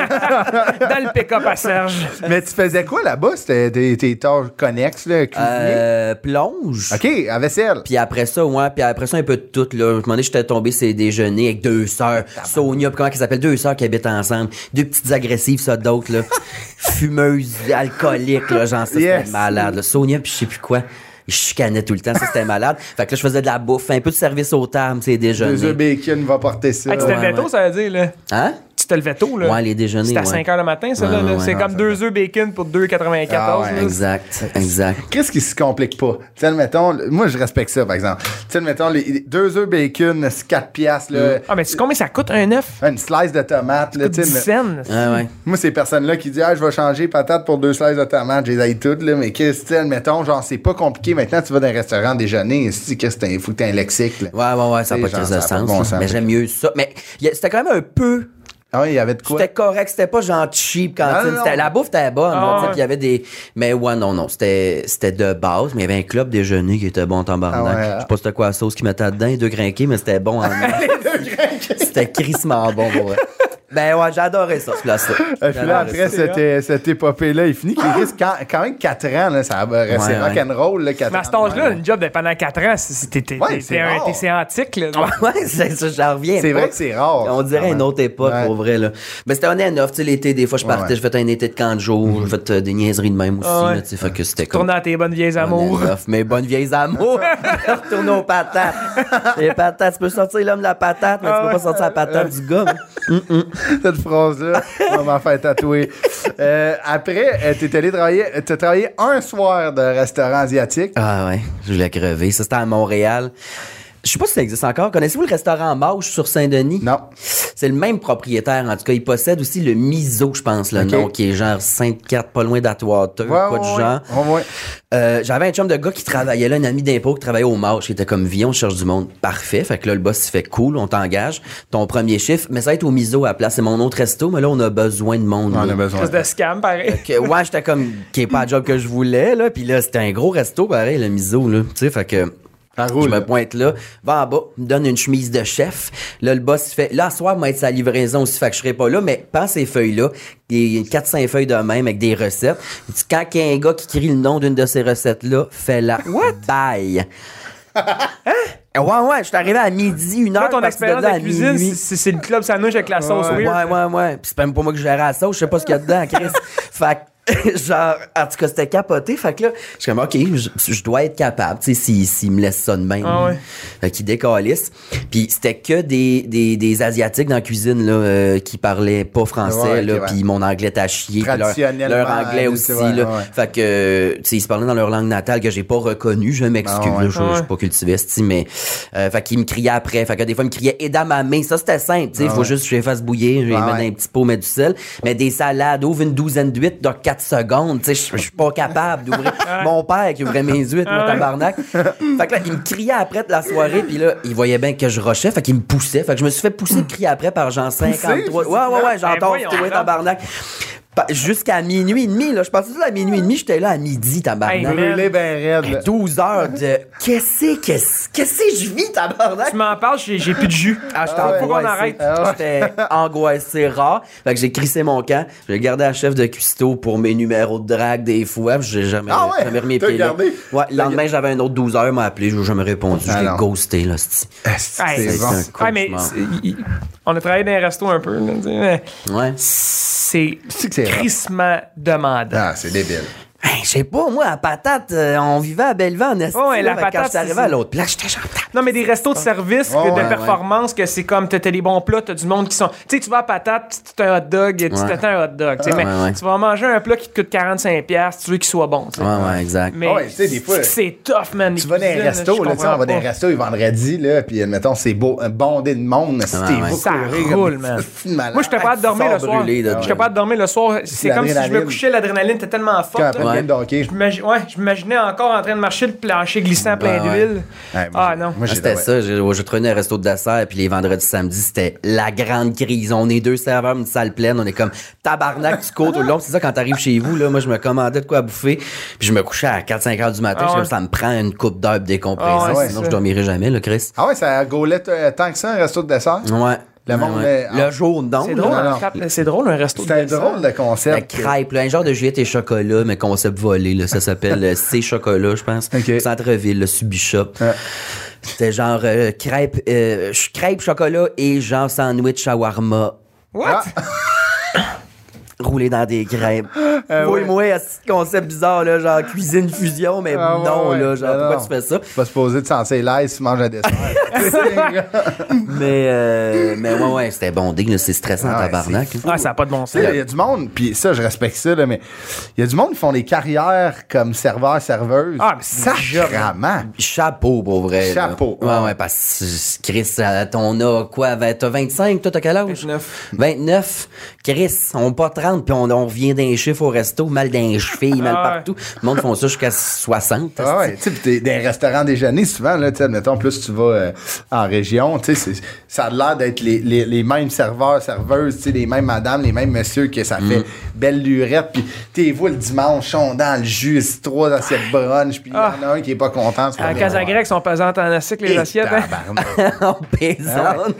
Speaker 2: Dans le pick-up à Serge.
Speaker 1: [laughs] mais tu faisais quoi là-bas? C'était tes- tes tâches connexes, là, cuisinier?
Speaker 4: Euh, plonge.
Speaker 1: OK, à vaisselle.
Speaker 4: Puis après ça, ouais, puis après ça, un peu de tout, là. Un moment donné, j'étais tombé, c'est déjeuner avec deux sœurs. Sonia, puis comment qu'elles s'appellent? Deux sœurs qui habitent ensemble. Deux petites agressives, ça,
Speaker 1: [laughs]
Speaker 4: d'autres, là. Fumeuses, alcooliques, là, genre, ça, c'était
Speaker 1: Yes.
Speaker 4: malade, là. Sonia, puis je sais plus quoi. Je chicanais tout le temps, ça, c'était malade. Fait que là, je faisais de la bouffe, un peu de service au terme, c'est
Speaker 1: Deux
Speaker 4: déjeuner.
Speaker 1: œufs bacon va porter ça.
Speaker 2: Hey, tu te
Speaker 4: Ouais,
Speaker 2: levais tôt,
Speaker 4: ouais.
Speaker 2: ça veut dire, là.
Speaker 4: Hein?
Speaker 2: Tu te levais tôt, là.
Speaker 4: Ouais, les déjeuners,
Speaker 2: C'était à
Speaker 4: ouais.
Speaker 2: 5 h le matin, ça, là,
Speaker 4: Ouais,
Speaker 2: là.
Speaker 4: ouais,
Speaker 2: C'est
Speaker 4: non,
Speaker 2: comme deux œufs bacon pour 2,94.
Speaker 1: Ah ouais,
Speaker 2: là.
Speaker 4: Exact, exact.
Speaker 1: Qu'est-ce qui se complique pas? Tu sais, admettons, le- moi, je respecte ça, par exemple. Tu sais, admettons, les, deux œufs bacon, 4 piastres, là,
Speaker 2: Ah, mais tu sais combien ça coûte un œuf?
Speaker 1: une slice de tomate, là,
Speaker 2: Coûte
Speaker 1: tu
Speaker 2: 10
Speaker 1: sais, mais-
Speaker 2: cents.
Speaker 4: Ouais, ouais.
Speaker 1: Moi, ces personnes-là qui disent Ah, je vais changer patate pour deux slices de tomates, je les aille toutes, là, mais qu'est-ce que c'est, admettons, genre, c'est pas compliqué. Maintenant, tu vas dans un restaurant déjeuner, si, qu'est-ce que c'est, un- faut que t'aies un lexique, là.
Speaker 4: Ouais, ouais, ouais, ça n'a pas
Speaker 1: Les
Speaker 4: de crise
Speaker 1: gens,
Speaker 4: de
Speaker 1: ça a pas de
Speaker 4: sens.
Speaker 1: bon
Speaker 4: là.
Speaker 1: sens.
Speaker 4: mais j'aime mieux ça. Mais y a- c'était quand même un peu.
Speaker 1: Ah oui, il y avait de quoi?
Speaker 4: C'était correct, c'était pas genre cheap quand
Speaker 1: Non, non, non.
Speaker 4: La bouffe était bonne,
Speaker 2: Ah,
Speaker 4: là, tu sais,
Speaker 2: ouais.
Speaker 4: puis il y avait des. Mais ouais, non, non, c'était c'était de base, mais il y avait un club déjeuner qui était bon en tabarnak.
Speaker 1: Ah ouais.
Speaker 4: Je sais pas c'était quoi la sauce qui mettait dedans, les deux grinqués, mais c'était
Speaker 1: [laughs]
Speaker 4: bon en. c'était crissement bon, pour vrai. Ben ouais, j'adorais ça, ce place-là.
Speaker 1: Euh, puis là, après cette, euh, cette épopée-là, il finit qu'il risque quand, quand même 4 ans. Là, ça, euh, c'est
Speaker 4: Ouais, ouais.
Speaker 1: rock'n'roll, là, 4
Speaker 2: Mais
Speaker 1: ans.
Speaker 2: à cet âge-là, une job de pendant 4 ans, c'est- c'est- t'es- t'es
Speaker 1: Ouais,
Speaker 2: t'es
Speaker 1: c'est
Speaker 2: un-
Speaker 1: rare. Ah,
Speaker 2: t'es- c'est antique, là.
Speaker 4: [laughs] Ouais, c'est ça, j'en reviens.
Speaker 1: C'est
Speaker 4: pas.
Speaker 1: vrai que c'est rare,
Speaker 4: On dirait
Speaker 1: quand
Speaker 4: une
Speaker 1: même.
Speaker 4: autre époque,
Speaker 1: Ouais.
Speaker 4: pour vrai, là. Mais c'était un an off, tu sais, l'été, des fois, je partais,
Speaker 1: Ouais, Mhm. ouais.
Speaker 4: je faisais un été de camp de jour, je faisais euh, des niaiseries de même aussi,
Speaker 2: Ah ouais.
Speaker 4: là, tu sais, fait que c'était comme- Ah,
Speaker 2: Tournant à tes bonnes vieilles amours. [laughs]
Speaker 4: Mon œuf, Mes bonnes vieilles amours. [laughs] Retourne aux patates. Les patates, tu peux sortir l'homme de la patate, mais tu peux pas sortir la patate du gars.
Speaker 1: [laughs]
Speaker 4: hein.
Speaker 1: Cette phrase-là, on va m'en faire tatouer. Euh, après, euh, t'es allé travailler, euh, t'as travaillé un soir de restaurant asiatique.
Speaker 4: Ah ouais, je voulais crever. Ça, c'était à Montréal. Je sais pas si ça existe encore. Connaissez-vous le restaurant Mauche sur Saint-Denis?
Speaker 1: Non.
Speaker 4: C'est le même propriétaire, en tout cas. Il possède aussi le Miso, je pense, le
Speaker 1: Ok.
Speaker 4: nom, qui est genre 54, pas loin d'Atwater,
Speaker 1: Ouais,
Speaker 4: pas
Speaker 1: ouais,
Speaker 4: du
Speaker 1: ouais.
Speaker 4: genre.
Speaker 1: Ouais, ouais.
Speaker 4: Euh, j'avais un chum de gars qui travaillait là, un ami d'impôt qui travaillait au Marche, qui était comme Vion, cherche du monde. Parfait. Fait que là, le boss, il fait cool, on t'engage. Ton premier chiffre, mais ça va être au miso à la place. C'est mon autre resto, mais là, on a besoin de monde.
Speaker 1: On
Speaker 4: là.
Speaker 1: a besoin.
Speaker 2: C'est de scam, pareil.
Speaker 4: Que, ouais, j'étais comme, qui est pas le job que je voulais, là. Puis là, c'était un gros resto, pareil, le miso, là. Tu sais, fait que.
Speaker 1: Ça
Speaker 4: Je
Speaker 1: roule.
Speaker 4: me pointe là, va en bas, me donne une chemise de chef. Là, le boss il fait Là, ce soir, va être sa livraison aussi, fait que je serai pas là, mais prends ces feuilles-là, des 4-5 feuilles de même avec des recettes. Il dit, Quand il y a un gars qui crie le nom d'une de ces recettes-là, fais-la. What? Bye.
Speaker 2: [laughs]
Speaker 4: hein? Ouais, ouais, je suis arrivé à midi, une heure.
Speaker 2: Là, ton
Speaker 4: parti de
Speaker 2: expérience
Speaker 4: là à
Speaker 2: de cuisine,
Speaker 4: minuit.
Speaker 2: c'est- c'est c'est le club sandwich avec la sauce
Speaker 4: Ouais,
Speaker 2: weird.
Speaker 4: ouais, ouais. Puis c'est même pas moi qui gérais la sauce, je sais pas ce qu'il y a dedans,
Speaker 2: [laughs]
Speaker 4: Chris. fait que, genre, en tout cas, c'était capoté. Fait que là, je suis comme, OK, je, je dois être capable, tu sais, s'il s'il me laisse ça de même.
Speaker 2: Ah ouais.
Speaker 4: Fait qu'il décalisse. Puis c'était que des, des, des Asiatiques dans la cuisine, là, euh, qui parlaient pas français,
Speaker 1: Ouais, ok,
Speaker 4: là,
Speaker 1: ouais.
Speaker 4: puis mon anglais t'a chié. puis leur- Leur,
Speaker 1: Traditionnellement,
Speaker 4: anglais
Speaker 1: hein,
Speaker 4: aussi,
Speaker 1: c'est vrai,
Speaker 4: là.
Speaker 1: ouais, ouais.
Speaker 4: Fait que, euh, tu sais, ils se parlaient dans leur langue natale que j'ai pas reconnue, je m'excuse,
Speaker 1: Ah ouais.
Speaker 4: là, je,
Speaker 2: Ah
Speaker 4: je
Speaker 2: ouais.
Speaker 4: suis pas cultivé, c'ti, mais, euh, fait qu'ils me criaient après. Fait que des fois, ils me criaient, aide à ma main. Ça, c'était simple, tu sais.
Speaker 1: Ah
Speaker 4: faut
Speaker 1: ouais.
Speaker 4: juste que je les fasse bouillir, je les
Speaker 1: Ah
Speaker 4: mets
Speaker 1: ouais.
Speaker 4: dans un petit pot, mets du sel. Mais des salades, ouvre une douzaine d'huîtres dans 4 secondes, tu sais. je- Je suis pas capable d'ouvrir. Mon père qui ouvrait mes huîtres, mon tabarnak. Fait que là, il me criait après de la soirée, puis là, il voyait bien que je rushais, fait qu'il me poussait. Fait que je me suis fait pousser de crier après par genre 53. Ouais, ouais, ouais,
Speaker 2: Ben
Speaker 4: j'entends,
Speaker 2: voyons
Speaker 4: toi,
Speaker 2: donc.
Speaker 4: tabarnak. Pa- Jusqu'à minuit et demi, là. Je passais ça à minuit et demi, j'étais là à midi,
Speaker 2: Hey,
Speaker 4: tabarnak.
Speaker 2: mais-
Speaker 1: Brûlé ben raide. là.
Speaker 4: 12 heures de. Qu'est-ce que qu'est-ce qu'est-ce que je vis, tabarnak?
Speaker 2: Tu m'en parles, j'ai j'ai plus de jus.
Speaker 4: [laughs] Ah, j'étais
Speaker 2: Ah ouais. Faut qu'on
Speaker 4: angoissé.
Speaker 2: arrête.
Speaker 4: Ah ouais. J'étais angoissé rare. Fait que j'ai crissé mon camp. J'ai gardé la chef de cuistot pour mes numéros de drague des fois. J'ai jamais,
Speaker 1: Ah ouais?
Speaker 4: jamais remis les
Speaker 1: T'as
Speaker 4: pieds là.
Speaker 1: gardé?
Speaker 4: Ouais, le lendemain, j'avais un autre 12 heures, m'a appelé. Je n'ai jamais répondu. Je
Speaker 1: Ah
Speaker 4: l'ai
Speaker 1: non.
Speaker 4: ghosté, là, c'ti.
Speaker 2: Hey,
Speaker 1: C'est bon.
Speaker 4: un cauchemar.
Speaker 2: Ouais, mais c'est- il- il- on a travaillé dans un resto un peu. là, tu sais, mais
Speaker 4: Ouais.
Speaker 2: C'est
Speaker 1: que c'est rough.
Speaker 2: crissement demandant.
Speaker 1: Ah, c'est débile.
Speaker 4: Hey, je sais pas, moi, à patate, euh, on vivait à Bellevue en Estie.
Speaker 2: Ouais, la
Speaker 4: là, fait que Quand
Speaker 2: patate,
Speaker 4: je suis arrivé
Speaker 2: c'est-
Speaker 4: à l'autre place, j'étais genre.
Speaker 2: Non, mais des restos
Speaker 4: Ah.
Speaker 2: de service, que
Speaker 1: Ouais, ouais,
Speaker 2: de performance, que c'est comme, t'as t'as des bons plats, t'as du monde qui sont. Tu sais, tu vas à patate, tu t'as un hot dog, tu
Speaker 4: Ouais.
Speaker 2: t'attends un hot dog. tu sais,
Speaker 4: Ouais,
Speaker 2: mais
Speaker 4: ouais.
Speaker 2: Tu vas manger un plat qui te coûte 45$, tu veux qu'il soit bon. tu sais.
Speaker 4: Ouais, ouais, exact.
Speaker 2: Mais
Speaker 1: Ah ouais, tu sais, des fois,
Speaker 2: c'est tough, man. les
Speaker 1: Tu vas dans les
Speaker 2: cuisines, je
Speaker 1: restos, là, tu sais, on
Speaker 2: comprends
Speaker 1: va dans les
Speaker 2: pas.
Speaker 1: restos les vendredis, là, puis admettons, c'est beau, un bondé de monde, si
Speaker 4: Ouais,
Speaker 1: t'es
Speaker 4: ouais.
Speaker 1: beau
Speaker 2: Ça
Speaker 1: courir comme- [laughs]
Speaker 2: roule, man.
Speaker 1: C'est malade.
Speaker 2: Moi, je t'ai pas hâte de dormir
Speaker 4: sors
Speaker 2: le soir.
Speaker 4: brûlé de-
Speaker 2: Je t'ai pas hâte de dormir le soir. C'est comme si je me
Speaker 1: Ah, L'adrénaline.
Speaker 2: couchais, l'adrénaline était tellement
Speaker 1: Quand
Speaker 2: forte.
Speaker 1: après
Speaker 2: là.
Speaker 1: le game de hockey, je-
Speaker 2: Je m'imagine- ouais, je m'imaginais encore en train de marcher le plancher glissant plein
Speaker 4: Ouais, ouais.
Speaker 2: d'huile.
Speaker 1: Ouais, moi,
Speaker 2: ah
Speaker 1: j'ai-
Speaker 2: non.
Speaker 1: moi, j'ai-
Speaker 4: Ah,
Speaker 1: ouais.
Speaker 4: C'était ça, je, je traînais un resto de dessert, puis les vendredis samedis, c'était la grande crise. On est deux serveurs, une salle pleine, on est comme tabarnak, tu cours tout le long. C'est ça, quand t'arrives chez vous, là, moi, je me commandais de quoi à bouffer, puis je me couchais à 4-5 heures du matin,
Speaker 2: Ah
Speaker 4: je suis
Speaker 2: ouais.
Speaker 4: comme, ça me prend une coupe d'heure de décompression,
Speaker 2: Ah ouais,
Speaker 4: sinon
Speaker 2: c'est
Speaker 4: je
Speaker 2: ça.
Speaker 4: dormirai jamais, là, Chris.
Speaker 1: Ah ouais, ça gaulait euh, tant que ça, un resto de dessert?
Speaker 4: Ouais.
Speaker 1: Le
Speaker 4: Ouais,
Speaker 1: monde
Speaker 4: ouais.
Speaker 1: est-
Speaker 4: Le jour, non.
Speaker 2: C'est
Speaker 4: là.
Speaker 2: drôle,
Speaker 1: non,
Speaker 2: un
Speaker 1: non.
Speaker 2: cap- c'est drôle un resto. de
Speaker 1: C'est un
Speaker 2: dessert.
Speaker 1: drôle de
Speaker 4: La
Speaker 1: concept.
Speaker 4: crêpe, là, un genre de Juliette et chocolat, mais concept volé, là, ça s'appelle euh, C chocolat, je pense.
Speaker 1: Ok.
Speaker 4: Centre-ville, le Subi Shop.
Speaker 1: Ouais.
Speaker 4: C'était genre euh, crêpe, euh, ch- crêpe, chocolat et genre sandwich shawarma
Speaker 2: What?
Speaker 1: Ah.
Speaker 4: roulé dans des
Speaker 1: [gasps]
Speaker 4: crêpes. oui,
Speaker 1: ouais.
Speaker 4: moi, ce concept bizarre, là, genre cuisine fusion, mais
Speaker 1: Ah ouais,
Speaker 4: non,
Speaker 1: ouais.
Speaker 4: là, genre,
Speaker 1: Ah
Speaker 4: pourquoi
Speaker 1: non.
Speaker 4: tu fais ça?
Speaker 1: Tu vas se poser de sentir l'aise si tu manges un
Speaker 4: [laughs]
Speaker 1: dessert.
Speaker 4: Mais, euh, mais ouais, ouais, c'était bondé, là, c'est stressant,
Speaker 1: Ah ouais,
Speaker 4: tabarnak.
Speaker 1: c'est
Speaker 4: hein.
Speaker 2: Ah, ça n'a pas de bon
Speaker 1: Tu
Speaker 2: sens.
Speaker 1: sais, il y a du monde, puis ça, je respecte ça, là, mais il y a du monde qui font des carrières comme serveur, serveuse.
Speaker 2: Ah, mais c'est des jobs,
Speaker 1: Sacrement.
Speaker 4: Chapeau, pour vrai. là.
Speaker 1: Chapeau.
Speaker 4: Ouais, ouais, parce que Chris, euh, t'en as quoi? vingt- T'as 25, toi, t'as quel âge?
Speaker 2: 29.
Speaker 4: 29. Chris, on pas 30, puis on, on revient d'un chiffre au resto, mal d'un cheville, mal
Speaker 2: Ah ouais.
Speaker 4: partout. Le monde font ça jusqu'à 60.
Speaker 1: Ah ouais, tu sais, puis t'es dans les restaurants déjeuner, souvent, là, tu sais, admettons, plus tu vas euh, en région, tu sais, c'est- ça a l'air d'être les, les- les mêmes serveurs, serveuses, tu sais, les mêmes madames, les mêmes messieurs que ça
Speaker 2: Mm.
Speaker 1: fait belle lurette, puis t'es vous le dimanche, on dans le jus, c'est trois assiettes brunch, puis il y en a un qui est pas content. c'est pas
Speaker 2: Ah. À
Speaker 1: bien.
Speaker 2: Casagrec, ils sont pesants en assiette, les
Speaker 1: Ah, Et
Speaker 2: assiettes. hein.
Speaker 1: tabarnak.
Speaker 4: on pésante.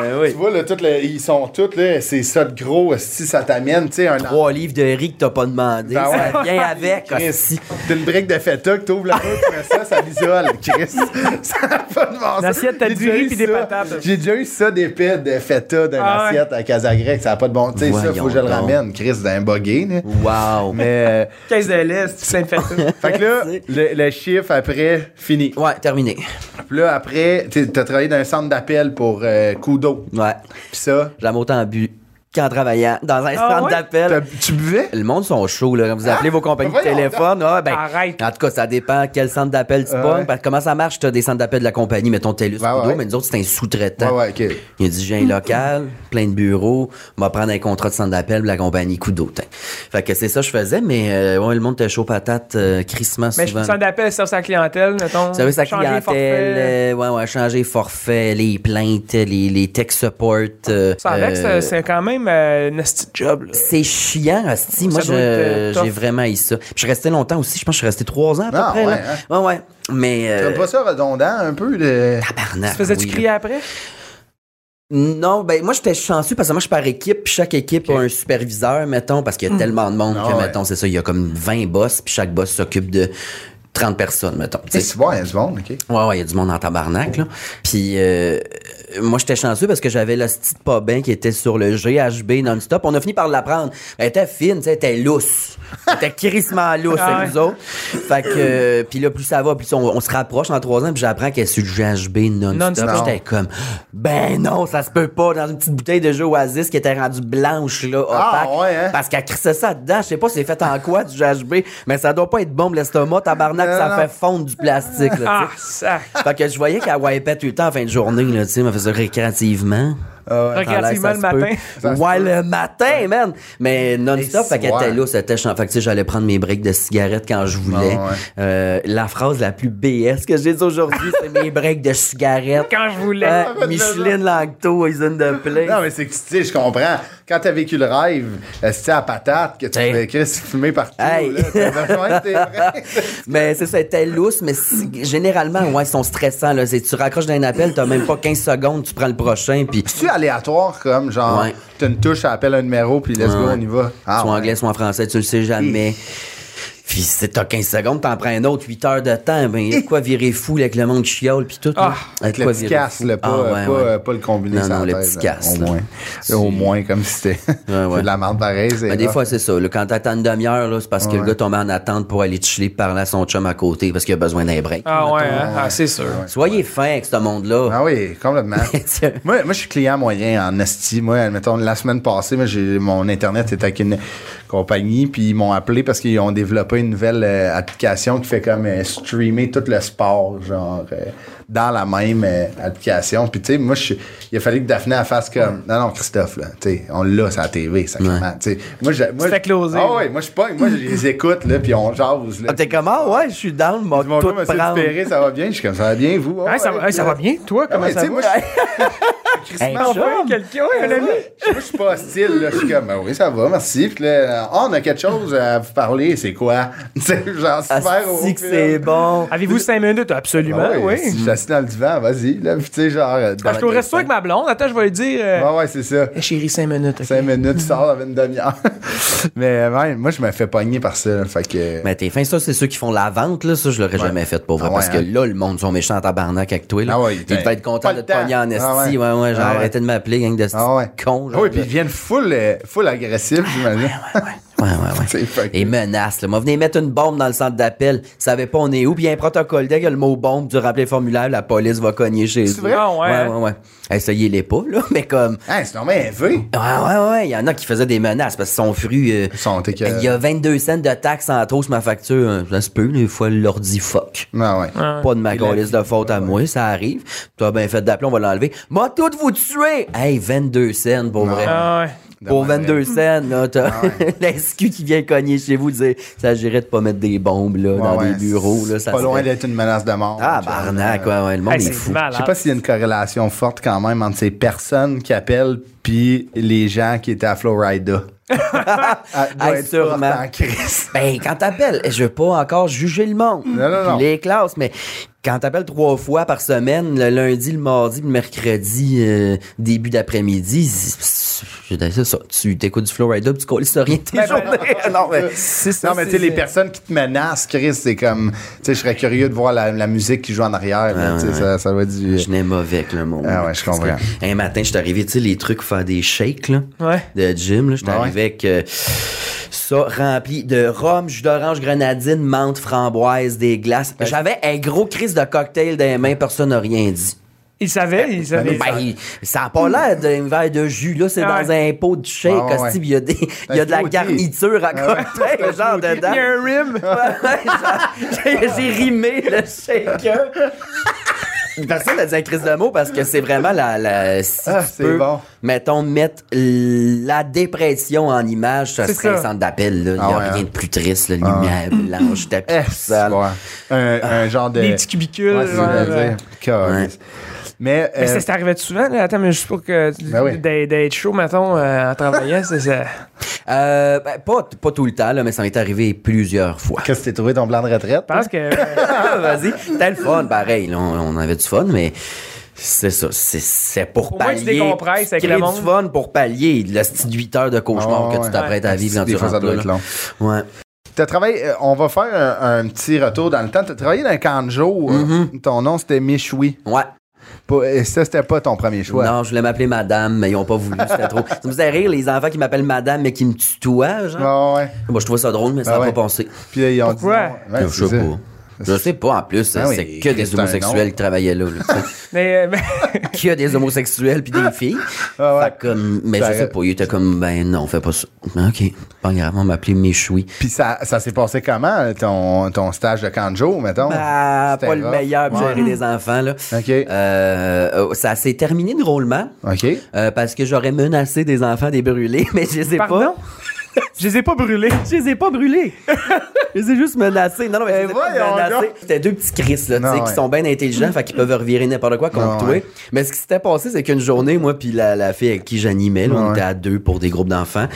Speaker 4: Eh oui.
Speaker 1: Tu vois, là, toutes les- ils sont tous, là, c'est ça de gros, si ça t'amène, tu sais, un
Speaker 4: Trois livres de riz que t'as pas demandé.
Speaker 1: Ben ouais.
Speaker 4: Ça vient avec,
Speaker 1: Chris,
Speaker 4: aussi.
Speaker 1: T'as une brique de feta que t'ouvres la bouche, tu mets ça, ça l'isole, Chris. Ça n'a pas de bon sens.
Speaker 2: L'assiette, t'as
Speaker 1: J'ai
Speaker 2: du
Speaker 1: déjà
Speaker 2: riz
Speaker 1: eu
Speaker 2: puis des
Speaker 1: ça.
Speaker 2: patates.
Speaker 1: J'ai déjà eu ça d'épais de feta d'une
Speaker 2: Ah ouais.
Speaker 1: assiette à Casagrec, ça n'a pas de bon sens. Tu sais, ça, faut que je le
Speaker 4: Voyons donc.
Speaker 1: ramène, Chris, d'un buggé, là.
Speaker 4: Wow.
Speaker 1: Mais, euh,
Speaker 2: Caisse de l'Est, plein de fêtes.
Speaker 1: fait que là, le, le chiffre après, fini.
Speaker 4: Ouais, terminé.
Speaker 1: Puis là, après, t'es- t'as travaillé dans un centre d'appel pour euh, coup d'eau.
Speaker 4: Ouais.
Speaker 1: Puis ça,
Speaker 4: J'aime autant bu qu'en travaillant dans un
Speaker 2: Ah
Speaker 4: centre
Speaker 2: ouais?
Speaker 1: t'as-
Speaker 4: d'appel.
Speaker 1: tu buvais?
Speaker 4: Le monde sont chauds, là. Quand vous appelez vos compagnies de
Speaker 1: Voyons
Speaker 4: téléphone, ouais, ben,
Speaker 2: Arrête.
Speaker 4: En tout cas, ça dépend quel centre d'appel tu pognes. Parce que comment ça marche, t'as des centres d'appel de la compagnie, meton TELUS,
Speaker 1: Ben ouais.
Speaker 4: Trudeau, mais nous autres, c'est un sous-traitant.
Speaker 1: Ouais, ouais, ok.
Speaker 4: Il y a du gien local, plein de bureaux, on va prendre un contrat de centre d'appel, puis la compagnie coup d'autre. Fait que c'est ça que je faisais, mais euh, ouais, le monde était chaud patate, euh, crissement
Speaker 2: Mais je
Speaker 4: souvent.
Speaker 2: me sens d'appel sur sa clientèle, mettons.
Speaker 4: Ça veut sa
Speaker 2: Changer les
Speaker 4: clientèle,
Speaker 2: forfaits.
Speaker 4: euh, ouais, ouais, changer forfait, les plaintes, les, les tech support. euh,
Speaker 2: Ça avec,
Speaker 4: euh,
Speaker 2: c'est- c'est quand même euh, un esti de job. là.
Speaker 4: c'est chiant, hostie. Moi,
Speaker 2: Ça doit être,
Speaker 4: je-
Speaker 2: euh, tough.
Speaker 4: j'ai vraiment eu ça. Puis je restais longtemps aussi. Je pense que je suis resté trois ans à peu
Speaker 1: Ah,
Speaker 4: près.
Speaker 1: ouais,
Speaker 4: là. ouais, ouais. Mais. euh,
Speaker 1: T'as pas ça redondant un peu? De...
Speaker 4: tabarnak,
Speaker 2: Tu faisais-tu
Speaker 4: Ah oui, là.
Speaker 2: crier après?
Speaker 4: Non, ben moi j'étais chanceux parce que moi je suis par équipe, puis chaque équipe a un superviseur, mettons, parce qu'il y a tellement de monde
Speaker 1: Ah
Speaker 4: que,
Speaker 1: ouais.
Speaker 4: mettons, c'est ça, il y a comme 20 boss, puis chaque boss s'occupe de 30 personnes, mettons. tu sais.
Speaker 1: Tu sais, ouais, c'est bon, ok.
Speaker 4: Ouais, ouais, il y a du monde en tabarnak, là. Puis, euh, moi, j'étais chanceux parce que j'avais la petite pas bien qui était sur le GHB non-stop. On a fini par l'apprendre. Elle était fine, tu sais, elle était lousse. Elle était crissement lousse
Speaker 2: Ah
Speaker 4: avec nous autres. Fait que, euh, puis là, plus ça va, plus on, on se rapproche en trois ans, puis j'apprends qu'elle est sur le GHB non-stop.
Speaker 2: Non-stop.
Speaker 4: J'étais comme, ben non, ça se peut pas. Dans une petite bouteille de jeu Oasis qui était rendue blanche, là, opaque.
Speaker 1: Ah, ouais, hein?
Speaker 4: Parce qu'elle crissait ça dedans. Je sais pas c'est fait en quoi, du GHB, mais ça doit pas être bon, pour l'estomac, tabarnak,
Speaker 1: Non,
Speaker 4: ça
Speaker 1: non.
Speaker 4: fait fondre du plastique, là, tu sais.
Speaker 2: Ah, ça.
Speaker 4: Fait que je voyais qu'elle wipait tout le temps en fin de journée, là, tu sais, mais elle faisait récréativement. Ah ouais,
Speaker 2: Récréativement
Speaker 4: ça
Speaker 2: le
Speaker 4: se peut.
Speaker 2: matin.
Speaker 1: Ça se
Speaker 4: Ouais, le matin, man. Mais non-stop,
Speaker 1: Et
Speaker 4: fait qu'elle
Speaker 1: soir.
Speaker 4: était là, c'était chiant. Fait que, tu sais, j'allais prendre mes breaks de cigarettes quand je voulais.
Speaker 1: Ah ouais.
Speaker 4: Euh, la phrase la plus BS que j'ai dit aujourd'hui, c'est mes breaks de cigarettes.
Speaker 2: Quand je voulais.
Speaker 4: Ouais, Micheline Langto, is in the place.
Speaker 1: Non, mais c'est que, tu sais, je comprends. Quand t'as vécu le rêve, euh, c'était à patate, que tu
Speaker 4: Hey.
Speaker 1: fais Chris fumer partout.
Speaker 4: Hey.
Speaker 1: Là, t'as besoin de tes
Speaker 4: [laughs]
Speaker 1: rêves.
Speaker 4: Ah. Mais c'est ça, était lousse, mais si- généralement, ouais, ils sont stressants. Là. C'est- Tu raccroches d'un appel, t'as même pas 15 secondes, tu prends le prochain, puis
Speaker 1: C'est-tu aléatoire, comme, genre,
Speaker 4: Ouais.
Speaker 1: t'as une touche, appelle un numéro, puis let's go,
Speaker 4: Ouais.
Speaker 1: on y va. Ah,
Speaker 4: soit
Speaker 1: ouais.
Speaker 4: anglais, soit en français, tu le sais jamais. Puis si t'as 15 secondes, t'en prends un autre, 8 heures de temps, ben, y a de quoi virer fou là, avec le monde qui chiole, puis tout.
Speaker 2: Ah,
Speaker 4: là. Y a de
Speaker 1: Avec le
Speaker 4: quoi
Speaker 1: petit
Speaker 4: virer
Speaker 1: casse,
Speaker 4: fou.
Speaker 1: là, pas,
Speaker 4: Ah, ouais,
Speaker 1: pas,
Speaker 4: ouais.
Speaker 1: euh, pas le combiné
Speaker 4: Non,
Speaker 1: sur
Speaker 4: non,
Speaker 1: la
Speaker 4: le
Speaker 1: tête,
Speaker 4: petit
Speaker 1: là.
Speaker 4: casse,
Speaker 1: Au
Speaker 4: là. Ben,
Speaker 1: moins. Au moins, comme si c'était
Speaker 4: ouais.
Speaker 1: c'est [laughs] de la merde pareille. c'est
Speaker 4: Ben, des
Speaker 1: rough.
Speaker 4: fois, c'est ça. là, quand t'attends une demi-heure, là, c'est parce que le gars tombait en attente pour aller chiller parler à son chum à côté parce qu'il a besoin d'un break.
Speaker 2: Ah ouais, hein? Ah, c'est sûr.
Speaker 4: Soyez fin avec ce monde-là.
Speaker 1: Ah oui, complètement.
Speaker 4: Tiens.
Speaker 1: moi, moi, je suis client moyen en esti. Moi, admettons, la semaine passée, moi, j'ai- mon Internet était avec une compagnie, puis ils m'ont appelé parce qu'ils ont développé une nouvelle euh, application qui fait comme euh, streamer tout le sport, genre, euh, dans la même euh, application. Puis, tu sais, moi, je suis- il a fallu que Daphné elle fasse comme, non, non, Christophe, là, tu sais, on l'a sur la TV, ça Moi, je- moi,
Speaker 2: C'était
Speaker 1: je-
Speaker 2: closé,
Speaker 1: Ah
Speaker 2: là.
Speaker 1: oui, moi, je pogne, moi, je les écoute, là, puis on jase, là.
Speaker 4: Ah, T'es comment? ouais, je suis dans le mode.
Speaker 1: Mon
Speaker 4: tout
Speaker 1: gars, monsieur
Speaker 4: prendre.
Speaker 1: Dupéré, ça va bien? Je suis comme, ça va bien, vous? Ah
Speaker 2: Hey, ça,
Speaker 1: ouais,
Speaker 2: va- hey, ça va bien, toi?
Speaker 1: Ah
Speaker 2: Comment
Speaker 1: ouais, tu
Speaker 2: ça
Speaker 1: sais,
Speaker 2: va?
Speaker 1: moi, je-
Speaker 4: Hey,
Speaker 2: Ah, ouais,
Speaker 4: chum.
Speaker 2: quelqu'un, un ami?
Speaker 1: Moi, je suis pas hostile, là. Je suis comme, Ben oui, ça va, merci. Puis là, Ah, on a quelque chose à vous parler, c'est quoi? [laughs] Tu sais, genre, super au
Speaker 4: Asti Ah, que c'est bon.
Speaker 2: Avez-vous cinq minutes? Absolument,
Speaker 1: Ah
Speaker 2: Ben oui.
Speaker 1: Si je suis assis dans le divan, vas-y, là. Puis tu sais, genre. euh, dans
Speaker 2: Ah, je suis au
Speaker 1: la-
Speaker 2: resto avec ma blonde. Attends, je vais lui dire. euh,
Speaker 1: Ouais, ouais, c'est ça.
Speaker 2: Hey, chérie, cinq minutes. ok.
Speaker 1: Cinq minutes, tu sors dans une demi-heure. [laughs] Mais, ouais, moi, je me fais pogner par ça, là. Fait que.
Speaker 4: Mais Ben, t'es fin, ça, c'est ceux qui font la vente, là. Ça, je l'aurais jamais fait pour vrai.
Speaker 1: Ah ouais,
Speaker 4: parce que
Speaker 1: hein.
Speaker 4: là, le monde sont méchants en tabarnak avec toi, là.
Speaker 1: Ah ouais,
Speaker 4: ils
Speaker 1: ben,
Speaker 4: devaient être contents
Speaker 1: pas
Speaker 4: de
Speaker 1: le
Speaker 4: te pogner
Speaker 1: temps.
Speaker 4: en esti.
Speaker 1: Ah ouais.
Speaker 4: ouais, ouais, genre,
Speaker 1: Ah ouais.
Speaker 4: arrêtez de m'appeler, gang de esti
Speaker 1: Ah ouais.
Speaker 4: con, genre.
Speaker 1: Ah oui, puis ils viennent full, euh, full agressifs, j'imagine.
Speaker 4: Ouais, ouais, ouais.
Speaker 1: [laughs] C'est fucké.
Speaker 4: Et menace, là. Moi, venez mettre une bombe dans le centre d'appel. Savez pas on est où. Puis il y a un protocole. Dès qu'il y a le mot bombe, tu remplis le formulaire, la police va cogner chez eux. C'est
Speaker 2: vrai? Ah ouais,
Speaker 4: Ouais,
Speaker 2: hein?
Speaker 4: ouais, ouais. Essayez-les pas, là. [laughs] Mais comme.
Speaker 1: Hein, c'est normal, elle veut.
Speaker 4: Ouais, ouais, ouais. Il y en a qui faisaient des menaces parce qu'ils sont frus. euh,
Speaker 1: Ils sont écoeurés.
Speaker 4: Il y a 22 cents de taxes en trop sur ma facture. Euh, Ça se peut, des fois, l'ordi fuck.
Speaker 1: Ah, ouais.
Speaker 4: Pas de ma calisse de faute à moi, ça arrive. Toi, ben fait d'appeler, on va l'enlever. Moi, tout vous tuer! Hey, 22 cents, pour vrai.
Speaker 2: Ah ouais.
Speaker 4: Pour
Speaker 1: Demain, [laughs]
Speaker 4: 22 cents, là, t'as
Speaker 1: Ah
Speaker 4: [laughs] la SQ qui vient cogner chez vous, dire, ça agirait de pas mettre des bombes, là,
Speaker 1: Ouais,
Speaker 4: dans
Speaker 1: Ah ouais,
Speaker 4: des bureaux, là,
Speaker 1: c'est
Speaker 4: ça
Speaker 1: Pas loin
Speaker 4: serait-
Speaker 1: d'être une menace de mort.
Speaker 4: Ah,
Speaker 1: genre.
Speaker 4: barnac, ouais, ouais, le monde
Speaker 2: Hey,
Speaker 4: est
Speaker 2: c'est
Speaker 1: [laughs]
Speaker 4: fou.
Speaker 2: malade.
Speaker 1: Je sais pas s'il y a une corrélation forte quand même entre ces personnes qui appellent puis les gens qui étaient à Florida. Elle doit
Speaker 4: Ah, Hey,
Speaker 1: être
Speaker 4: sûrement.
Speaker 1: forte hein, en crise.
Speaker 4: Ben, quand t'appelles, je veux pas encore juger le monde.
Speaker 1: Non, non, non.
Speaker 4: Puis Les classes, mais quand t'appelles trois fois par semaine, le lundi, le mardi, le mercredi, euh, début d'après-midi, c'est c'est ça. Tu t'écoutes du Florida, puis tu colles sur rien de tes journées. [laughs] non,
Speaker 1: [laughs]
Speaker 4: mais c'est ça.
Speaker 1: Non, mais tu sais, les personnes qui te menacent, Chris, c'est comme. Tu sais, je serais curieux de voir la, la musique qui joue en arrière. là, tu sais, Ça, ça doit être du. euh,
Speaker 4: Je n'ai mauvais avec le monde.
Speaker 1: Ah ouais, je comprends.
Speaker 4: Parce que Un matin, je suis arrivé, tu sais, les trucs pour faire des shakes, là.
Speaker 2: Ouais.
Speaker 4: De gym, là. Je suis
Speaker 1: Ah Ouais.
Speaker 4: arrivé avec euh, ça rempli de rhum, jus d'orange, grenadine, menthe, framboise, des glaces. J'avais un gros crise de cocktail dans les mains, personne n'a rien dit.
Speaker 2: Il savait, il savait.
Speaker 4: Ben, il- ça n'a pas l'air d'un verre de jus, là. C'est
Speaker 2: Ouais.
Speaker 4: dans un pot de shake,
Speaker 1: Ouais, ouais,
Speaker 4: hostie, puis il y a, des- il y a de la
Speaker 1: smoothie.
Speaker 4: garniture à
Speaker 1: Ah ouais, [laughs]
Speaker 4: cocktail,
Speaker 1: c'est un
Speaker 4: genre,
Speaker 1: smoothie.
Speaker 4: dedans.
Speaker 2: Il y a un rim.
Speaker 4: hein? [laughs] Ouais, ouais, genre, j'ai- J'ai rimé le shaker. Personne n'a dit un crise de mot parce que c'est vraiment la. la si
Speaker 1: Ah,
Speaker 4: tu
Speaker 1: c'est
Speaker 4: peux,
Speaker 1: bon.
Speaker 4: Mettons, mettre la dépression en image, ça
Speaker 2: C'est
Speaker 4: serait un
Speaker 2: ça.
Speaker 4: centre d'appel. là. Il n'y
Speaker 1: Ah
Speaker 4: a
Speaker 1: ouais,
Speaker 4: rien
Speaker 1: hein.
Speaker 4: de plus triste, la lumière
Speaker 1: [laughs]
Speaker 4: blanche, tapis
Speaker 1: Eh,
Speaker 4: tout sale.
Speaker 1: ouais. un,
Speaker 4: Ah.
Speaker 1: un genre de.
Speaker 2: Des petits cubicules,
Speaker 1: Ouais, c'est ce que
Speaker 2: ouais,
Speaker 1: je
Speaker 2: ouais.
Speaker 1: voulais dire. Calisse. Mais.
Speaker 2: Mais
Speaker 1: euh,
Speaker 2: ça, ça arrivait souvent, là. Attends, mais juste pour que.
Speaker 1: Ben oui.
Speaker 2: d'être- D'être chaud, mettons, euh, en travaillant, c'est ça.
Speaker 4: Euh, ben, pas, pas tout le temps, là, mais ça m'est arrivé plusieurs fois.
Speaker 1: Qu'est-ce que t'es trouvé ton plan de retraite?
Speaker 2: Je pense que. euh,
Speaker 4: Vas-y, t'as le fun, pareil. là, on, on avait du fun, mais c'est ça. C'est, c'est pour
Speaker 2: Au moins, tu
Speaker 4: pallier.
Speaker 2: décompresses avec
Speaker 4: crées
Speaker 2: le monde.
Speaker 4: du fun pour pallier le style 8 heures de cauchemar
Speaker 1: Ah,
Speaker 4: que
Speaker 1: ouais.
Speaker 4: tu t'apprêtes à vivre quand
Speaker 1: Des
Speaker 4: tu
Speaker 1: fois, ça
Speaker 4: rentres
Speaker 1: doit
Speaker 4: là,
Speaker 1: être
Speaker 4: là.
Speaker 1: long.
Speaker 4: Ouais.
Speaker 1: T'as travaillé, euh, on va faire un, un petit retour dans le temps. T'as travaillé dans un camp de jour.
Speaker 4: Mm-hmm.
Speaker 1: Ton nom, c'était Michoui.
Speaker 4: Ouais.
Speaker 1: Pas- euh, Et ça, c'était pas ton premier choix.
Speaker 4: Non, je voulais m'appeler madame, mais ils ont pas voulu, c'était trop. Ça me faisait rire, les enfants qui m'appellent madame, mais qui me tutoient, genre.
Speaker 1: Ah ouais.
Speaker 4: Moi, je trouvais ça drôle, mais ça
Speaker 1: Ah
Speaker 4: n'a
Speaker 1: ouais.
Speaker 4: pas pensé.
Speaker 1: Puis là, ils ont
Speaker 2: Pourquoi?
Speaker 1: dit. non. Ouais,
Speaker 4: je
Speaker 1: c'est
Speaker 4: sais
Speaker 1: ça.
Speaker 4: pas. Je sais pas, en plus,
Speaker 1: Ah oui,
Speaker 4: c'est que des
Speaker 1: c'est un nom.
Speaker 4: homosexuels qui travaillaient là. là.
Speaker 1: [laughs]
Speaker 2: Mais, euh, [laughs] mais-
Speaker 4: [laughs] que des homosexuels puis des filles.
Speaker 1: Ah ouais.
Speaker 4: Fait que comme, mais
Speaker 1: Ben,
Speaker 4: je sais pas, il était comme, ben non, fais pas ça. OK, pas grave, on m'appelait Michoui.
Speaker 1: Puis ça, ça s'est passé comment, ton, ton stage de Kanjo, mettons?
Speaker 4: Bah,
Speaker 1: C'était
Speaker 4: pas le
Speaker 1: rough.
Speaker 4: meilleur pour
Speaker 1: Ouais.
Speaker 4: gérer des enfants, là.
Speaker 1: OK.
Speaker 4: Euh, euh, ça s'est terminé drôlement.
Speaker 1: OK.
Speaker 4: euh, parce que j'aurais menacé des enfants des brûlés, [laughs] mais je les ai
Speaker 2: pardon?
Speaker 4: pas.
Speaker 2: Je les ai pas brûlés.
Speaker 4: Je les ai pas brûlés. [laughs] je les ai juste menacés. Non, non, mais je les ai pas
Speaker 1: Eh, voyons
Speaker 4: menacés.
Speaker 1: donc.
Speaker 4: C'était deux petits Chris, là, tu
Speaker 1: Non,
Speaker 4: sais,
Speaker 1: ouais.
Speaker 4: qui sont bien intelligents, fait qu'ils peuvent revirer n'importe quoi
Speaker 1: Non,
Speaker 4: contre toi.
Speaker 1: ouais.
Speaker 4: Mais ce qui s'était passé, c'est qu'une journée, moi, puis la, la fille avec qui j'animais, là,
Speaker 1: Ouais.
Speaker 4: on était à deux pour des groupes d'enfants.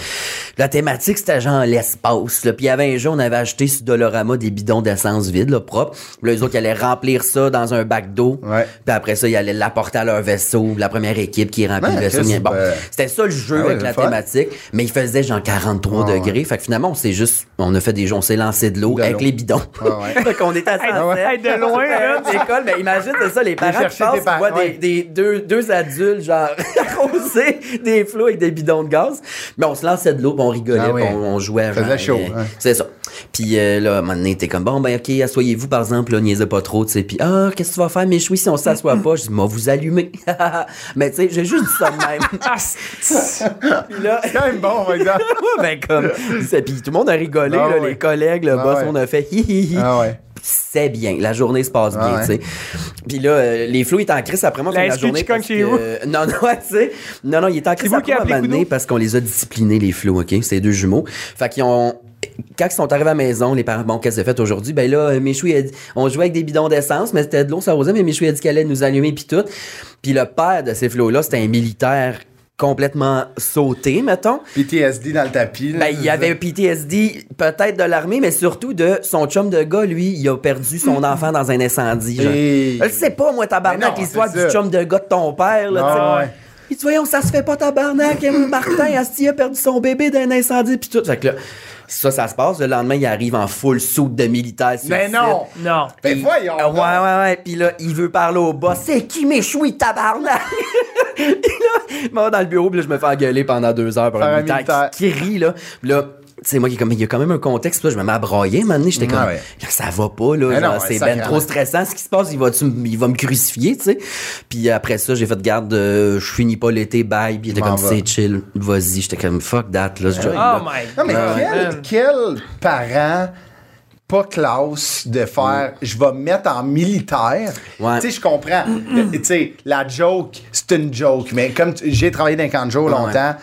Speaker 4: La thématique, c'était genre l'espace, là. Puis il y avait un jour, on avait acheté sur Dolorama des bidons d'essence vide, là, propre. Là, eux autres, ils allaient remplir ça dans un bac d'eau.
Speaker 1: Ouais.
Speaker 4: Puis après ça, ils allaient l'apporter à leur vaisseau, la première équipe qui remplit
Speaker 1: Ouais,
Speaker 4: le vaisseau.
Speaker 1: Chris,
Speaker 4: Bon,
Speaker 1: ben-
Speaker 4: c'était ça le jeu
Speaker 1: Ah ouais,
Speaker 4: avec
Speaker 1: le
Speaker 4: la
Speaker 1: fun.
Speaker 4: thématique, mais il faisait genre 43
Speaker 1: Ah ouais.
Speaker 4: degrés. Fait que finalement, on s'est juste, on a fait des jeux, on s'est lancé de l'eau
Speaker 1: De
Speaker 4: avec
Speaker 1: l'eau.
Speaker 4: les bidons.
Speaker 1: Ah ouais.
Speaker 4: [laughs] fait qu'on était à 107.
Speaker 2: Hey, de loin, là.
Speaker 4: L'école, mais imagine, c'est ça, les parents qui
Speaker 1: chercher
Speaker 4: passent,
Speaker 1: tes
Speaker 4: ils voient
Speaker 1: parents,
Speaker 4: des,
Speaker 1: ouais.
Speaker 4: des- deux, deux adultes, genre, [laughs] arrosés des flots avec des bidons de gaz. Mais on se lançait de l'eau, puis on rigolait,
Speaker 1: Ah ouais.
Speaker 4: puis on, on jouait.
Speaker 1: Faisait
Speaker 4: genre,
Speaker 1: chaud, hein.
Speaker 4: euh,
Speaker 1: ouais.
Speaker 4: C'est ça. Puis euh, là, à un moment donné, t'es comme, bon, ben, OK, asseyez-vous, par exemple, là, niaisez pas trop, tu sais. Puis, ah, qu'est-ce que tu vas faire, mais si on s'assoit pas, je dis, moi, vous allumez. [laughs] mais tu sais, j'ai juste dit ça de même.
Speaker 2: Ah, c'est-
Speaker 4: Puis là,
Speaker 1: C'est quand même bon, par exemple.
Speaker 4: ben comme,
Speaker 1: [laughs]
Speaker 4: c'est- puis tout le monde a rigolé,
Speaker 1: Ah
Speaker 4: là,
Speaker 1: ouais.
Speaker 4: les collègues, le
Speaker 1: Ah
Speaker 4: boss,
Speaker 1: ouais.
Speaker 4: on a fait hi hi hi.
Speaker 1: Ah ouais.
Speaker 4: C'est bien, la journée se passe bien,
Speaker 1: Ah ouais.
Speaker 4: tu sais. Puis là, euh, les flots, ils étaient en crise après moi
Speaker 2: La
Speaker 4: comme la
Speaker 2: SQ
Speaker 4: journée.
Speaker 2: qui cogne
Speaker 4: parce
Speaker 2: chez
Speaker 4: que- euh,
Speaker 2: vous.
Speaker 4: Non, non, [laughs] ouais, tu sais. Non, non, ils étaient en crise
Speaker 2: vous
Speaker 4: après
Speaker 2: qui
Speaker 4: moi à un
Speaker 2: appelez
Speaker 4: moment donné
Speaker 2: Coudon?
Speaker 4: parce qu'on les a disciplinés, les flots, OK? C'est deux jumeaux. Fait qu'ils ont. Quand ils sont arrivés à la maison, les parents, bon, qu'est-ce que j'ai fait aujourd'hui? Ben là, euh, Michou, il a dit- on jouait avec des bidons d'essence, mais c'était de l'eau, ça rosait, mais Michou, il a dit qu'elle allait nous allumer, puis tout. Puis le père de ces flots-là, c'était un militaire complètement sauté, mettons.
Speaker 1: PTSD dans le tapis. là,
Speaker 4: Ben, il
Speaker 1: tu
Speaker 4: y avait un PTSD, peut-être de l'armée, mais surtout de son chum de gars, lui, il a perdu son enfant dans un incendie. genre.
Speaker 1: Hmm. Hey.
Speaker 4: Je le sais pas,
Speaker 1: Mais
Speaker 4: moi,
Speaker 1: non,
Speaker 4: tabarnak, l'histoire
Speaker 1: c'est ça.
Speaker 4: du chum de gars de ton père, là, tu sais.
Speaker 1: Ah ouais.
Speaker 4: Il dit, voyons, ça se fait pas, tabarnak. hein,
Speaker 1: [coughs]
Speaker 4: Martin, Asti a perdu son bébé d'un incendie, puis tout. Fait que là, ça, ça se passe. Le lendemain, il arrive en full soude de militaire. sur
Speaker 1: Mais
Speaker 4: le
Speaker 1: non!
Speaker 4: site.
Speaker 2: non.
Speaker 1: Ben voyons!
Speaker 4: Ah,
Speaker 1: donc.
Speaker 4: ouais, ouais, ouais. Puis là, il veut parler au boss. C'est qui m'échoui, tabarnak? [laughs] Puis là, moi, dans le bureau, puis là, je me fais engueuler pendant deux heures par
Speaker 1: Par un
Speaker 4: un militaire qui, qui rit, là. Puis là, tu sais, moi, qui est comme, il y a quand même un contexte. Puis là, je me mets à brailler. un moment donné, j'étais comme,
Speaker 1: Ah ouais.
Speaker 4: Là, ça va pas, là.
Speaker 1: Mais
Speaker 4: genre,
Speaker 1: non,
Speaker 4: c'est
Speaker 1: ça,
Speaker 4: ben
Speaker 1: clairement.
Speaker 4: trop stressant. Ce qui se passe, il va, il va me crucifier, tu sais. Puis après ça, j'ai fait garde, euh, je finis pas l'été, bye. Puis il était
Speaker 1: M'en Ben
Speaker 4: comme,
Speaker 1: va.
Speaker 4: c'est chill, vas-y. J'étais comme, fuck that, là. ce job,
Speaker 2: Oh
Speaker 4: là.
Speaker 2: my
Speaker 1: Non, mais
Speaker 2: God.
Speaker 1: quel, quel parent pas classe de faire je vais me mettre en militaire.
Speaker 4: Mm. Ouais.
Speaker 1: Tu sais, je comprends. Tu sais, la joke, c'est une joke, mais comme tu- j'ai travaillé dans Kanjo longtemps,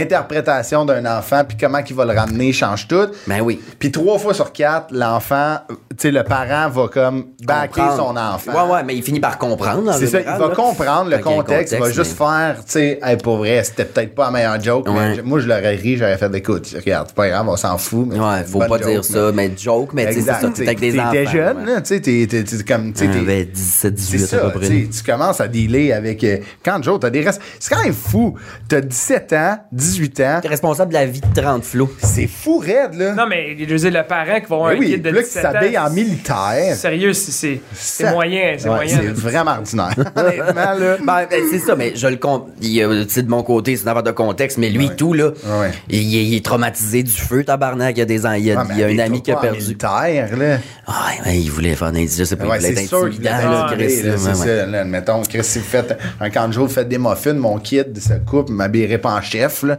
Speaker 1: l'interprétation d'un enfant puis comment il va le ramener change tout.
Speaker 4: Ben oui.
Speaker 1: Puis trois fois sur quatre, l'enfant, tu sais, le parent va comme backer
Speaker 4: Comprendre.
Speaker 1: son enfant.
Speaker 4: Ouais, ouais, mais il finit par comprendre. en
Speaker 1: C'est ça, il
Speaker 4: général,
Speaker 1: va
Speaker 4: là.
Speaker 1: comprendre le
Speaker 4: Fait qu'il y a un
Speaker 1: contexte, il va juste
Speaker 4: mais-
Speaker 1: faire, tu sais, hey, pour vrai, c'était peut-être pas la meilleure joke, mais
Speaker 4: Ouais.
Speaker 1: j- moi je l'aurais ri, j'aurais fait écoute, regarde, c'est pas grave, on s'en fout. mais
Speaker 4: Ouais, faut
Speaker 1: bonne
Speaker 4: pas
Speaker 1: joke,
Speaker 4: dire ça, mais joke, mais tu sais, c'est
Speaker 1: Exact,
Speaker 4: ça, t'es avec des enfants.
Speaker 1: T'étais jeune,
Speaker 4: ouais.
Speaker 1: là, tu sais, t'es- t'es t'es comme, tu sais,
Speaker 4: Ouais,
Speaker 1: t'es-
Speaker 4: ben, 17,
Speaker 1: c'est
Speaker 4: 18 à
Speaker 1: ça,
Speaker 4: peu
Speaker 1: tu
Speaker 4: près.
Speaker 1: sais, tu commences à dealer avec. euh, quand Joe, t'as des restes. C'est quand même fou. T'as 17 ans, 18 ans.
Speaker 4: T'es responsable de la vie de 30 [laughs] flots.
Speaker 1: C'est fou, raide, là.
Speaker 2: Non, mais je veux dire, le parent qui va avoir
Speaker 1: mais
Speaker 2: un
Speaker 1: Ben oui,
Speaker 2: kid de
Speaker 1: là, qui
Speaker 2: 17 ans.
Speaker 1: s'habille en militaire.
Speaker 2: Sérieux, c'est- c'est c'est
Speaker 1: ça-
Speaker 2: moyen. C'est
Speaker 1: Ouais,
Speaker 2: moyen. là.
Speaker 1: C'est vraiment ordinaire.
Speaker 2: [laughs]
Speaker 1: Honnêtement, là.
Speaker 4: Ben, ben, c'est ça, mais je le compte. Il y a, Tu sais, de mon côté, c'est une affaire de contexte, mais lui, tout, là,
Speaker 1: ouais.
Speaker 4: Il, est, il est traumatisé du feu, tabarnak. Il y a des ans, il y a,
Speaker 1: Ah, mais
Speaker 4: il y a un
Speaker 1: habille-toi
Speaker 4: ami qui a
Speaker 1: pas en
Speaker 4: perdu.
Speaker 1: militaire, là.
Speaker 4: Ah, ouais, ouais, il voulait faire des je sais pas,
Speaker 1: Ben Ouais,
Speaker 4: il voulait
Speaker 1: c'est
Speaker 4: être
Speaker 1: sûr qu'il
Speaker 4: intimidant,
Speaker 1: est
Speaker 4: là,
Speaker 1: intimidé,
Speaker 4: Chris,
Speaker 1: là,
Speaker 4: là,
Speaker 1: c'est
Speaker 4: ouais, ouais.
Speaker 1: ça. Là, admettons, Chris, si vous faites un camp de jour, vous faites des muffins, mon kid se coupe, il m'habillerait pas en chef. [laughs] Là.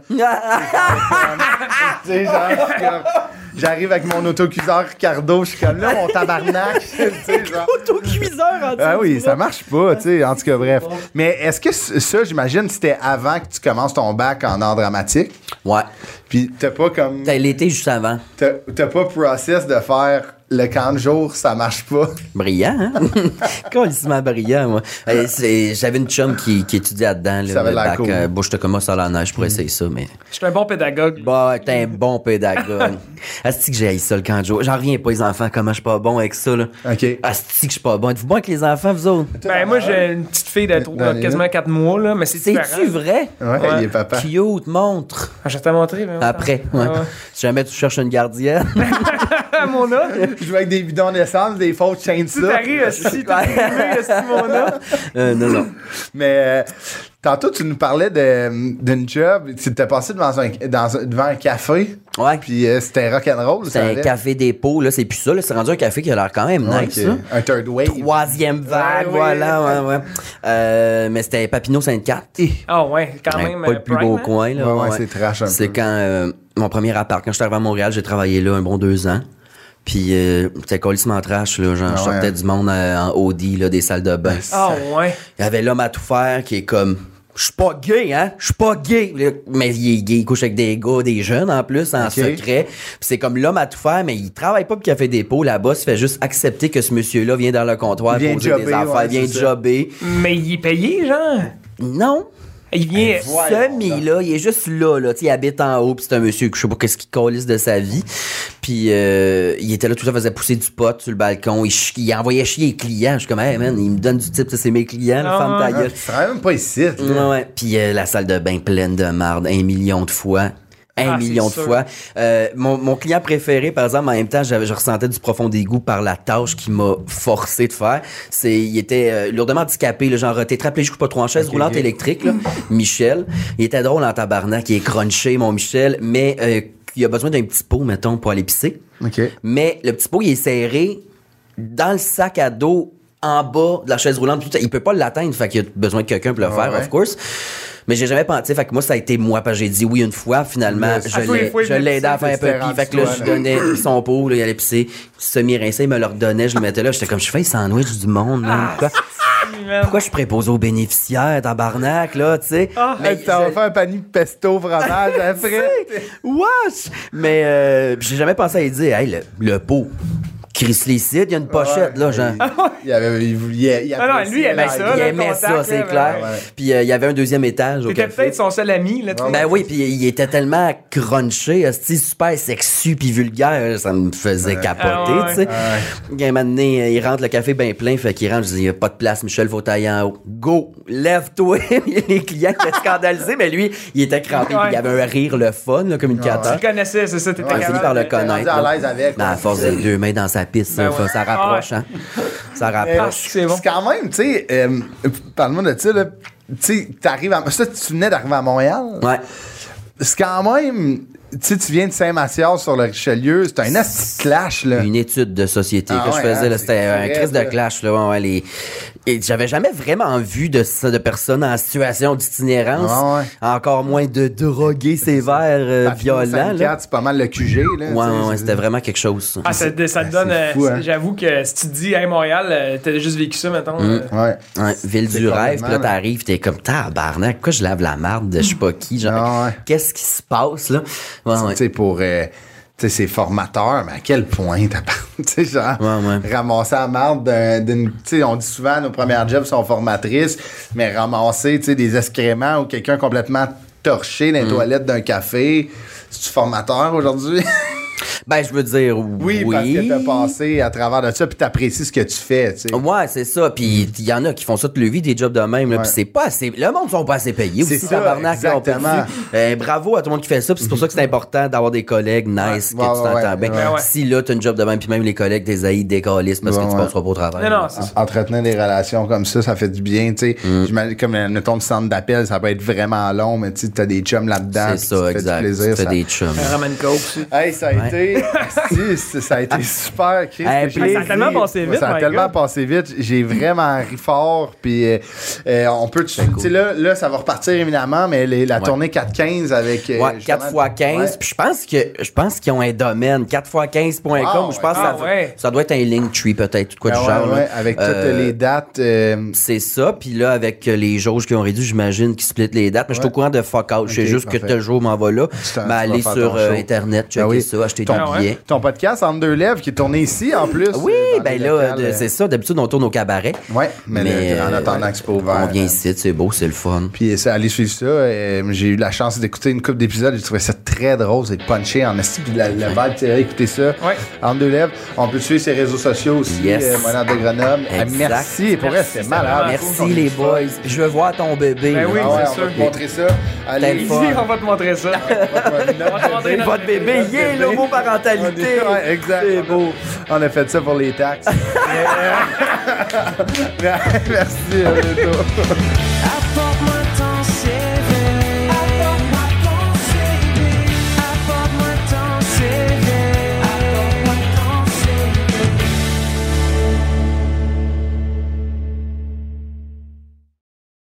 Speaker 1: Tu sais, genre, je suis comme- J'arrive avec mon autocuseur Ricardo, je suis comme là, mon tabarnak. [laughs] tu sais, genre.
Speaker 4: [laughs] Autocuiseur, en
Speaker 1: Ah oui, ça marche pas, tu sais, en tout cas, bref. Mais est-ce que c- ça, j'imagine, c'était avant que tu commences ton bac en art dramatique?
Speaker 4: Ouais.
Speaker 1: Puis t'as pas comme.
Speaker 4: T'as l'été juste avant.
Speaker 1: T'as t'as pas process de faire le camp de jour, ça marche pas. [laughs]
Speaker 4: Brillant, hein? [laughs] Colissement brillant, moi. Euh, c'est- J'avais une chum qui, qui étudiait là-dedans, là,
Speaker 1: Ça avait
Speaker 4: le
Speaker 1: l'air
Speaker 4: bac.
Speaker 1: cool.
Speaker 4: euh, bon, je te commence à la neige, je pourrais essayer ça, mais.
Speaker 2: Je suis un bon pédagogue.
Speaker 4: Bon, ouais, t'es un bon
Speaker 1: [laughs]
Speaker 4: pédagogue. Asti que j'ai haï ça le camp de jour. J'en reviens pas, les enfants, comment je suis pas bon avec ça, là.
Speaker 1: OK.
Speaker 4: Asti que je suis pas bon. Êtes-vous bon avec les enfants, vous autres?
Speaker 2: Ben, moi, j'ai une petite fille de trois-
Speaker 1: Dans les-
Speaker 2: quasiment 4 mois, là, mais c'est
Speaker 4: C'est-tu
Speaker 2: différent.
Speaker 4: vrai?
Speaker 1: Ouais, il est papa.
Speaker 4: Cute, montre.
Speaker 2: Ah, Je vais te montrer. mais-
Speaker 4: Après, ouais.
Speaker 2: Ah, ouais.
Speaker 4: Si jamais tu cherches
Speaker 2: [laughs]
Speaker 4: une gardienne.
Speaker 2: Ah, mon homme.
Speaker 1: Je joue avec des bidons d'essence, des fausses chainsaws.
Speaker 2: Tout arrive, si t'as arrivé, si mon homme.
Speaker 4: Euh, non, non.
Speaker 1: Mais euh, Tantôt, tu nous parlais de- d'une job. Tu t'es passé devant un, dans un- devant un café.
Speaker 4: Ouais.
Speaker 1: Puis euh, c'était rock'n'roll.
Speaker 4: C'est
Speaker 1: ça
Speaker 4: un
Speaker 1: avait.
Speaker 4: café dépôt, là, c'est plus ça, là. C'est rendu un café qui a l'air quand même
Speaker 1: Ouais,
Speaker 4: nice,
Speaker 1: ok.
Speaker 4: là.
Speaker 1: Un third wave.
Speaker 4: Troisième
Speaker 1: Ouais,
Speaker 4: vague,
Speaker 1: oui.
Speaker 4: voilà, ouais, ouais. Euh, mais c'était Papineau 54.
Speaker 2: Ah ouais, quand
Speaker 4: Ouais,
Speaker 2: même.
Speaker 4: pas
Speaker 2: euh,
Speaker 4: le plus
Speaker 2: prime,
Speaker 4: beau
Speaker 2: hein?
Speaker 4: coin, là.
Speaker 1: Ouais, ouais, c'est trash un
Speaker 4: C'est
Speaker 1: peu.
Speaker 4: quand euh, mon premier appart, quand je suis arrivé à Montréal, j'ai travaillé là un bon deux ans. Puis euh, c'était colissement trash, là. Genre,
Speaker 1: Ah
Speaker 4: je sortais
Speaker 1: ouais.
Speaker 4: du monde euh, en Audi, là, des salles de bain.
Speaker 2: Ah ouais.
Speaker 4: Il y avait l'homme à tout faire qui est comme. Je suis pas gay, hein? Je suis pas gay! Là, Mais il est gay, il couche avec des gars, des jeunes en plus, en
Speaker 1: Ok.
Speaker 4: secret. Puis c'est comme l'homme à tout faire, mais il travaille pas pour Café Dépôt. Là-bas, il fait juste accepter que ce monsieur-là vient dans le comptoir,
Speaker 1: Vient
Speaker 4: poser
Speaker 1: jobber,
Speaker 4: des affaires,
Speaker 1: ouais,
Speaker 4: vient
Speaker 1: c'est ça.
Speaker 4: jobber.
Speaker 2: Mais il est payé, genre.
Speaker 4: Non!
Speaker 2: Il vient.
Speaker 4: Ben, semi là, il est juste là, là, tu sais, il habite en haut, puis c'est un monsieur que je sais pas qu'est-ce qu'il colisse de sa vie. Puis euh, il était là tout ça faisait pousser du pot sur le balcon, il, chi- il envoyait chier les clients, je suis comme hey man, il me donne du type, ça c'est mes clients, la
Speaker 2: Ah,
Speaker 4: femme ta
Speaker 1: Ah,
Speaker 4: gueule.
Speaker 1: tu travailles même pas ici. là.
Speaker 4: Ouais, ouais. Puis euh, la salle de bain pleine de marde, un million de fois. Un
Speaker 2: Ah, c'est
Speaker 4: million de
Speaker 2: sûr.
Speaker 4: fois. Euh, mon, mon client préféré, par exemple, en même temps, j'avais, je ressentais du profond dégoût par la tâche qu'il m'a forcé de faire. C'est, il était euh, lourdement handicapé, le genre tétraplégique ou pas trop en chaise roulante
Speaker 1: ok.
Speaker 4: électrique, là. Michel. Il était drôle en tabarnak, il est crunché, mon Michel, mais euh, il a besoin d'un petit pot, mettons, pour aller pisser.
Speaker 1: OK.
Speaker 4: Mais le petit pot, il est serré dans le sac à dos en bas de la chaise roulante. Tout- Il peut pas l'atteindre, fait qu'il a besoin de quelqu'un pour le
Speaker 1: Ah
Speaker 4: faire,
Speaker 1: ouais.
Speaker 4: of course. Mais j'ai jamais pensé, fait que moi, ça a été moi, parce que j'ai dit oui une fois, finalement.
Speaker 1: Le-
Speaker 4: Je
Speaker 2: À tous les
Speaker 4: l'ai-
Speaker 2: fois, il
Speaker 4: je
Speaker 2: venait
Speaker 4: l'ai aidé à
Speaker 1: pisser,
Speaker 4: faire un peu
Speaker 1: c'était
Speaker 4: pis.
Speaker 1: rendu
Speaker 4: Fait que là,
Speaker 1: toi,
Speaker 4: je
Speaker 1: là.
Speaker 4: donnais son pot, là, il allait pisser, semi-rincé, il me le redonnait, je le mettais là. J'étais comme, je fais un sandwich du monde,
Speaker 1: Ah.
Speaker 4: man. Pourquoi,
Speaker 2: man.
Speaker 4: pourquoi je propose aux bénéficiaires, tabarnak, là, tu sais?
Speaker 2: Ah,
Speaker 4: Mais
Speaker 1: Hey, ça va
Speaker 4: je-
Speaker 1: faire un panier de pesto
Speaker 4: [laughs]
Speaker 1: fromage après.
Speaker 4: Wesh! Mais euh, j'ai jamais pensé à lui dire, hey, le, le pot. Chris Licide, il y a une pochette, là, genre.
Speaker 1: Il, y avait, il, voulait- il
Speaker 2: Ah non, lui, il aimait
Speaker 1: appréciait
Speaker 2: ça,
Speaker 4: il
Speaker 2: là.
Speaker 1: la-
Speaker 2: le
Speaker 4: aimait
Speaker 2: contact,
Speaker 4: ça,
Speaker 2: là,
Speaker 4: c'est
Speaker 2: ben
Speaker 4: clair.
Speaker 1: ouais.
Speaker 4: Puis euh, il y avait un deuxième étage. au
Speaker 2: C'était
Speaker 4: café.
Speaker 2: peut-être son seul ami, là. tu
Speaker 4: Ben oui, puis il était tellement crunché, esti, super sexu puis vulgaire, ça me faisait capoter,
Speaker 2: Ah ouais.
Speaker 4: tu sais. Un moment donné, euh, il rentre le café bien plein, fait qu'il rentre, je dis, il y a pas de place, Michel, faut tailler en haut. Go, lève-toi. [laughs] Les clients étaient scandalisés, mais lui, il était crampé, puis il avait un rire le fun, le communicateur.
Speaker 2: Tu le connaissais, c'est ça, t'étais
Speaker 4: On a fini Ben, par le
Speaker 2: capable.
Speaker 4: connaître.
Speaker 1: rendu à
Speaker 4: là.
Speaker 1: l'aise avec,
Speaker 4: Ben, à
Speaker 1: ouais.
Speaker 4: force d'être deux mains dans sa piste,
Speaker 2: Ben
Speaker 4: ça,
Speaker 2: ouais.
Speaker 4: ça rapproche,
Speaker 2: Ah ouais.
Speaker 4: hein. Ça
Speaker 2: Ah,
Speaker 4: rapproche.
Speaker 2: c'est bon.
Speaker 1: C'est quand même, tu sais, euh, parle-moi de ça, là. Tu sais, t'arrives à. Ça, tu venais d'arriver à Montréal.
Speaker 4: Ouais.
Speaker 1: C'est quand même. Tu sais, tu viens de Saint-Mathias sur le Richelieu. C'est un asti clash, là.
Speaker 4: Une étude de société
Speaker 1: Ah
Speaker 4: que je
Speaker 1: ouais,
Speaker 4: faisais,
Speaker 1: hein,
Speaker 4: là, c'était
Speaker 1: c'est
Speaker 4: un
Speaker 1: vrai,
Speaker 4: crise de
Speaker 1: là.
Speaker 4: clash. Là, ouais, ouais, les- Et j'avais jamais vraiment vu de, ça- de personnes en situation
Speaker 1: Ah
Speaker 4: d'itinérance,
Speaker 1: ouais.
Speaker 4: encore moins de drogués sévères, euh, violents.
Speaker 1: 54,
Speaker 4: là.
Speaker 1: C'est pas mal le QG, là.
Speaker 4: Ouais,
Speaker 1: hein, tu sais,
Speaker 4: ouais, ouais,
Speaker 1: c'est-
Speaker 4: c'était vraiment quelque chose. ça.
Speaker 2: Ah, ça, ça te donne.
Speaker 1: c'est
Speaker 2: euh,
Speaker 1: fou, hein.
Speaker 2: J'avoue que si tu te dis, hey, Montréal, euh, t'as juste vécu ça, mettons. euh,
Speaker 1: Ouais.
Speaker 4: Ouais, ville
Speaker 1: C'est
Speaker 4: du rêve,
Speaker 1: complètement,
Speaker 4: puis
Speaker 1: là.
Speaker 4: là, t'arrives, t'es comme tabarnak, pourquoi je lave la marde de je sais pas qui, genre,
Speaker 1: [laughs] Ah ouais.
Speaker 4: qu'est-ce qui se passe, là? Ouais, ouais.
Speaker 1: Tu sais, pour. euh, tu sais, c'est formateur, mais à quel point t'as pas. [laughs] Tu sais, genre,
Speaker 4: Ouais, ouais.
Speaker 1: ramasser la marde d'un- d'une. Tu sais, on dit souvent nos premières jobs sont formatrices, mais ramasser, tu sais, des excréments ou quelqu'un complètement torché
Speaker 4: Mm.
Speaker 1: dans les toilettes d'un café, c'est-tu formateur aujourd'hui? [laughs]
Speaker 4: Ben, je veux dire,
Speaker 1: oui,
Speaker 4: oui.
Speaker 1: parce que t'as passé à travers de ça, puis t'apprécies ce que tu fais, tu sais.
Speaker 4: Ouais, c'est ça. Puis il y en a qui font ça toute leur vie, des jobs de même. là,
Speaker 1: Ouais.
Speaker 4: Puis c'est pas assez. Le monde sont pas assez payés aussi,
Speaker 1: C'est ça,
Speaker 4: tabarnak, là, on peut le
Speaker 1: exactement.
Speaker 4: dire. Euh, bravo à tout le monde qui fait ça. Puis c'est pour ça que c'est important d'avoir des collègues nice,
Speaker 1: Ouais,
Speaker 4: que tu
Speaker 1: ouais,
Speaker 4: t'entends
Speaker 1: ouais,
Speaker 4: bien.
Speaker 2: ouais.
Speaker 4: Si là, t'as une job de même, puis même les collègues, tes haïs décalissent parce que
Speaker 1: Ouais,
Speaker 4: tu
Speaker 1: ouais.
Speaker 4: passeras pas au travail.
Speaker 2: Non, non, c'est ça.
Speaker 1: entretenir des relations comme ça, ça fait du bien, tu sais.
Speaker 4: Mm.
Speaker 1: J'imagine, Comme, euh, mettons, le centre d'appel, ça peut être vraiment long, mais tu sais, t'as des chums là-dedans.
Speaker 4: C'est
Speaker 1: puis tu te
Speaker 4: ça,
Speaker 1: fais du
Speaker 4: exact.
Speaker 1: plaisir,
Speaker 4: Tu fais
Speaker 1: ça-
Speaker 4: des chums.
Speaker 2: Un Roman Coke aussi. [laughs]
Speaker 1: Hey, ça a été. si, ça ça a
Speaker 4: [laughs]
Speaker 1: été super, Chris.
Speaker 4: Hey,
Speaker 1: J'ai
Speaker 4: plaisir.
Speaker 1: ri.
Speaker 2: Ça a tellement passé vite,
Speaker 1: Ça a
Speaker 2: my
Speaker 1: tellement
Speaker 2: God.
Speaker 1: passé vite. J'ai vraiment ri fort. Puis euh, euh, on peut. Tu tu sais, là, là, ça va repartir évidemment, mais les- la tournée 4-15 avec. euh,
Speaker 4: Ouais,
Speaker 1: justement-
Speaker 4: 4 x 15.
Speaker 1: Ouais.
Speaker 4: Puis je pense que je pense qu'ils ont un domaine 4 x 15.com.
Speaker 1: Ah,
Speaker 4: je pense
Speaker 2: ouais.
Speaker 4: que
Speaker 2: Ah,
Speaker 4: ça,
Speaker 2: ouais.
Speaker 4: ça doit être un Linktree peut-être, tout quoi
Speaker 1: Ouais,
Speaker 4: du
Speaker 1: Ah ouais,
Speaker 4: genre. là.
Speaker 1: ouais, avec
Speaker 4: Euh,
Speaker 1: toutes les dates. euh,
Speaker 4: C'est ça. Puis là, avec euh, les jauges qui ont réduit, j'imagine qu'ils splitent les dates. Mais je suis
Speaker 1: Ouais.
Speaker 4: au courant de fuck out. Je sais
Speaker 1: Ok,
Speaker 4: juste que
Speaker 1: parfait.
Speaker 4: tel jour m'en va là.
Speaker 1: Tu t'en- tu
Speaker 4: Mais
Speaker 1: vas
Speaker 4: aller
Speaker 1: faire
Speaker 4: sur
Speaker 1: ton
Speaker 4: euh,
Speaker 1: show.
Speaker 4: Internet, checker
Speaker 1: Ben oui.
Speaker 4: ça, acheter
Speaker 1: Ton-
Speaker 4: des
Speaker 2: Ah ouais?
Speaker 4: billets.
Speaker 1: Ton podcast Entre deux lèvres qui est tourné ici en plus.
Speaker 4: Oui,
Speaker 1: euh, dans
Speaker 4: ben
Speaker 1: des
Speaker 4: là,
Speaker 1: locales,
Speaker 4: euh,
Speaker 1: euh,
Speaker 4: c'est ça. D'habitude, on tourne au cabaret.
Speaker 1: Ouais, mais, le- en
Speaker 4: euh,
Speaker 1: attendant que c'est pas ouvert.
Speaker 4: On vient
Speaker 1: euh,
Speaker 4: ici, c'est beau, c'est le fun.
Speaker 1: Puis ça, allez suivre ça. Euh, j'ai eu la chance d'écouter une couple d'épisodes. J'ai trouvé ça très drôle. C'est punché en esti. Puis la, la vibe, tu sais, écoutez ça.
Speaker 2: Ouais.
Speaker 1: En deux lèvres. On peut suivre ses réseaux sociaux aussi.
Speaker 4: Yes.
Speaker 1: euh, Monade de Grenoble. Euh,
Speaker 4: Exact.
Speaker 1: Merci. Et pour vrai,
Speaker 2: Merci,
Speaker 1: c'est
Speaker 2: c'est
Speaker 1: malade.
Speaker 2: vraiment
Speaker 4: Merci les boys. Puis Je veux voir ton bébé.
Speaker 2: Ah, Ben
Speaker 4: là.
Speaker 2: oui,
Speaker 1: Ah ouais,
Speaker 2: c'est
Speaker 1: on
Speaker 2: sûr.
Speaker 1: va te montrer ça.
Speaker 4: T'as le
Speaker 1: Allez,
Speaker 2: Ici,
Speaker 4: fun.
Speaker 2: on va te montrer ça. euh, [laughs] On va te montrer notre
Speaker 4: Votre bébé,
Speaker 1: Notre
Speaker 4: yeah,
Speaker 1: bébé.
Speaker 4: l'homoparentalité.
Speaker 1: Ouais, exact.
Speaker 4: C'est beau.
Speaker 1: On a fait ça pour les taxes. [laughs] Merci. À bientôt.
Speaker 3: I thought my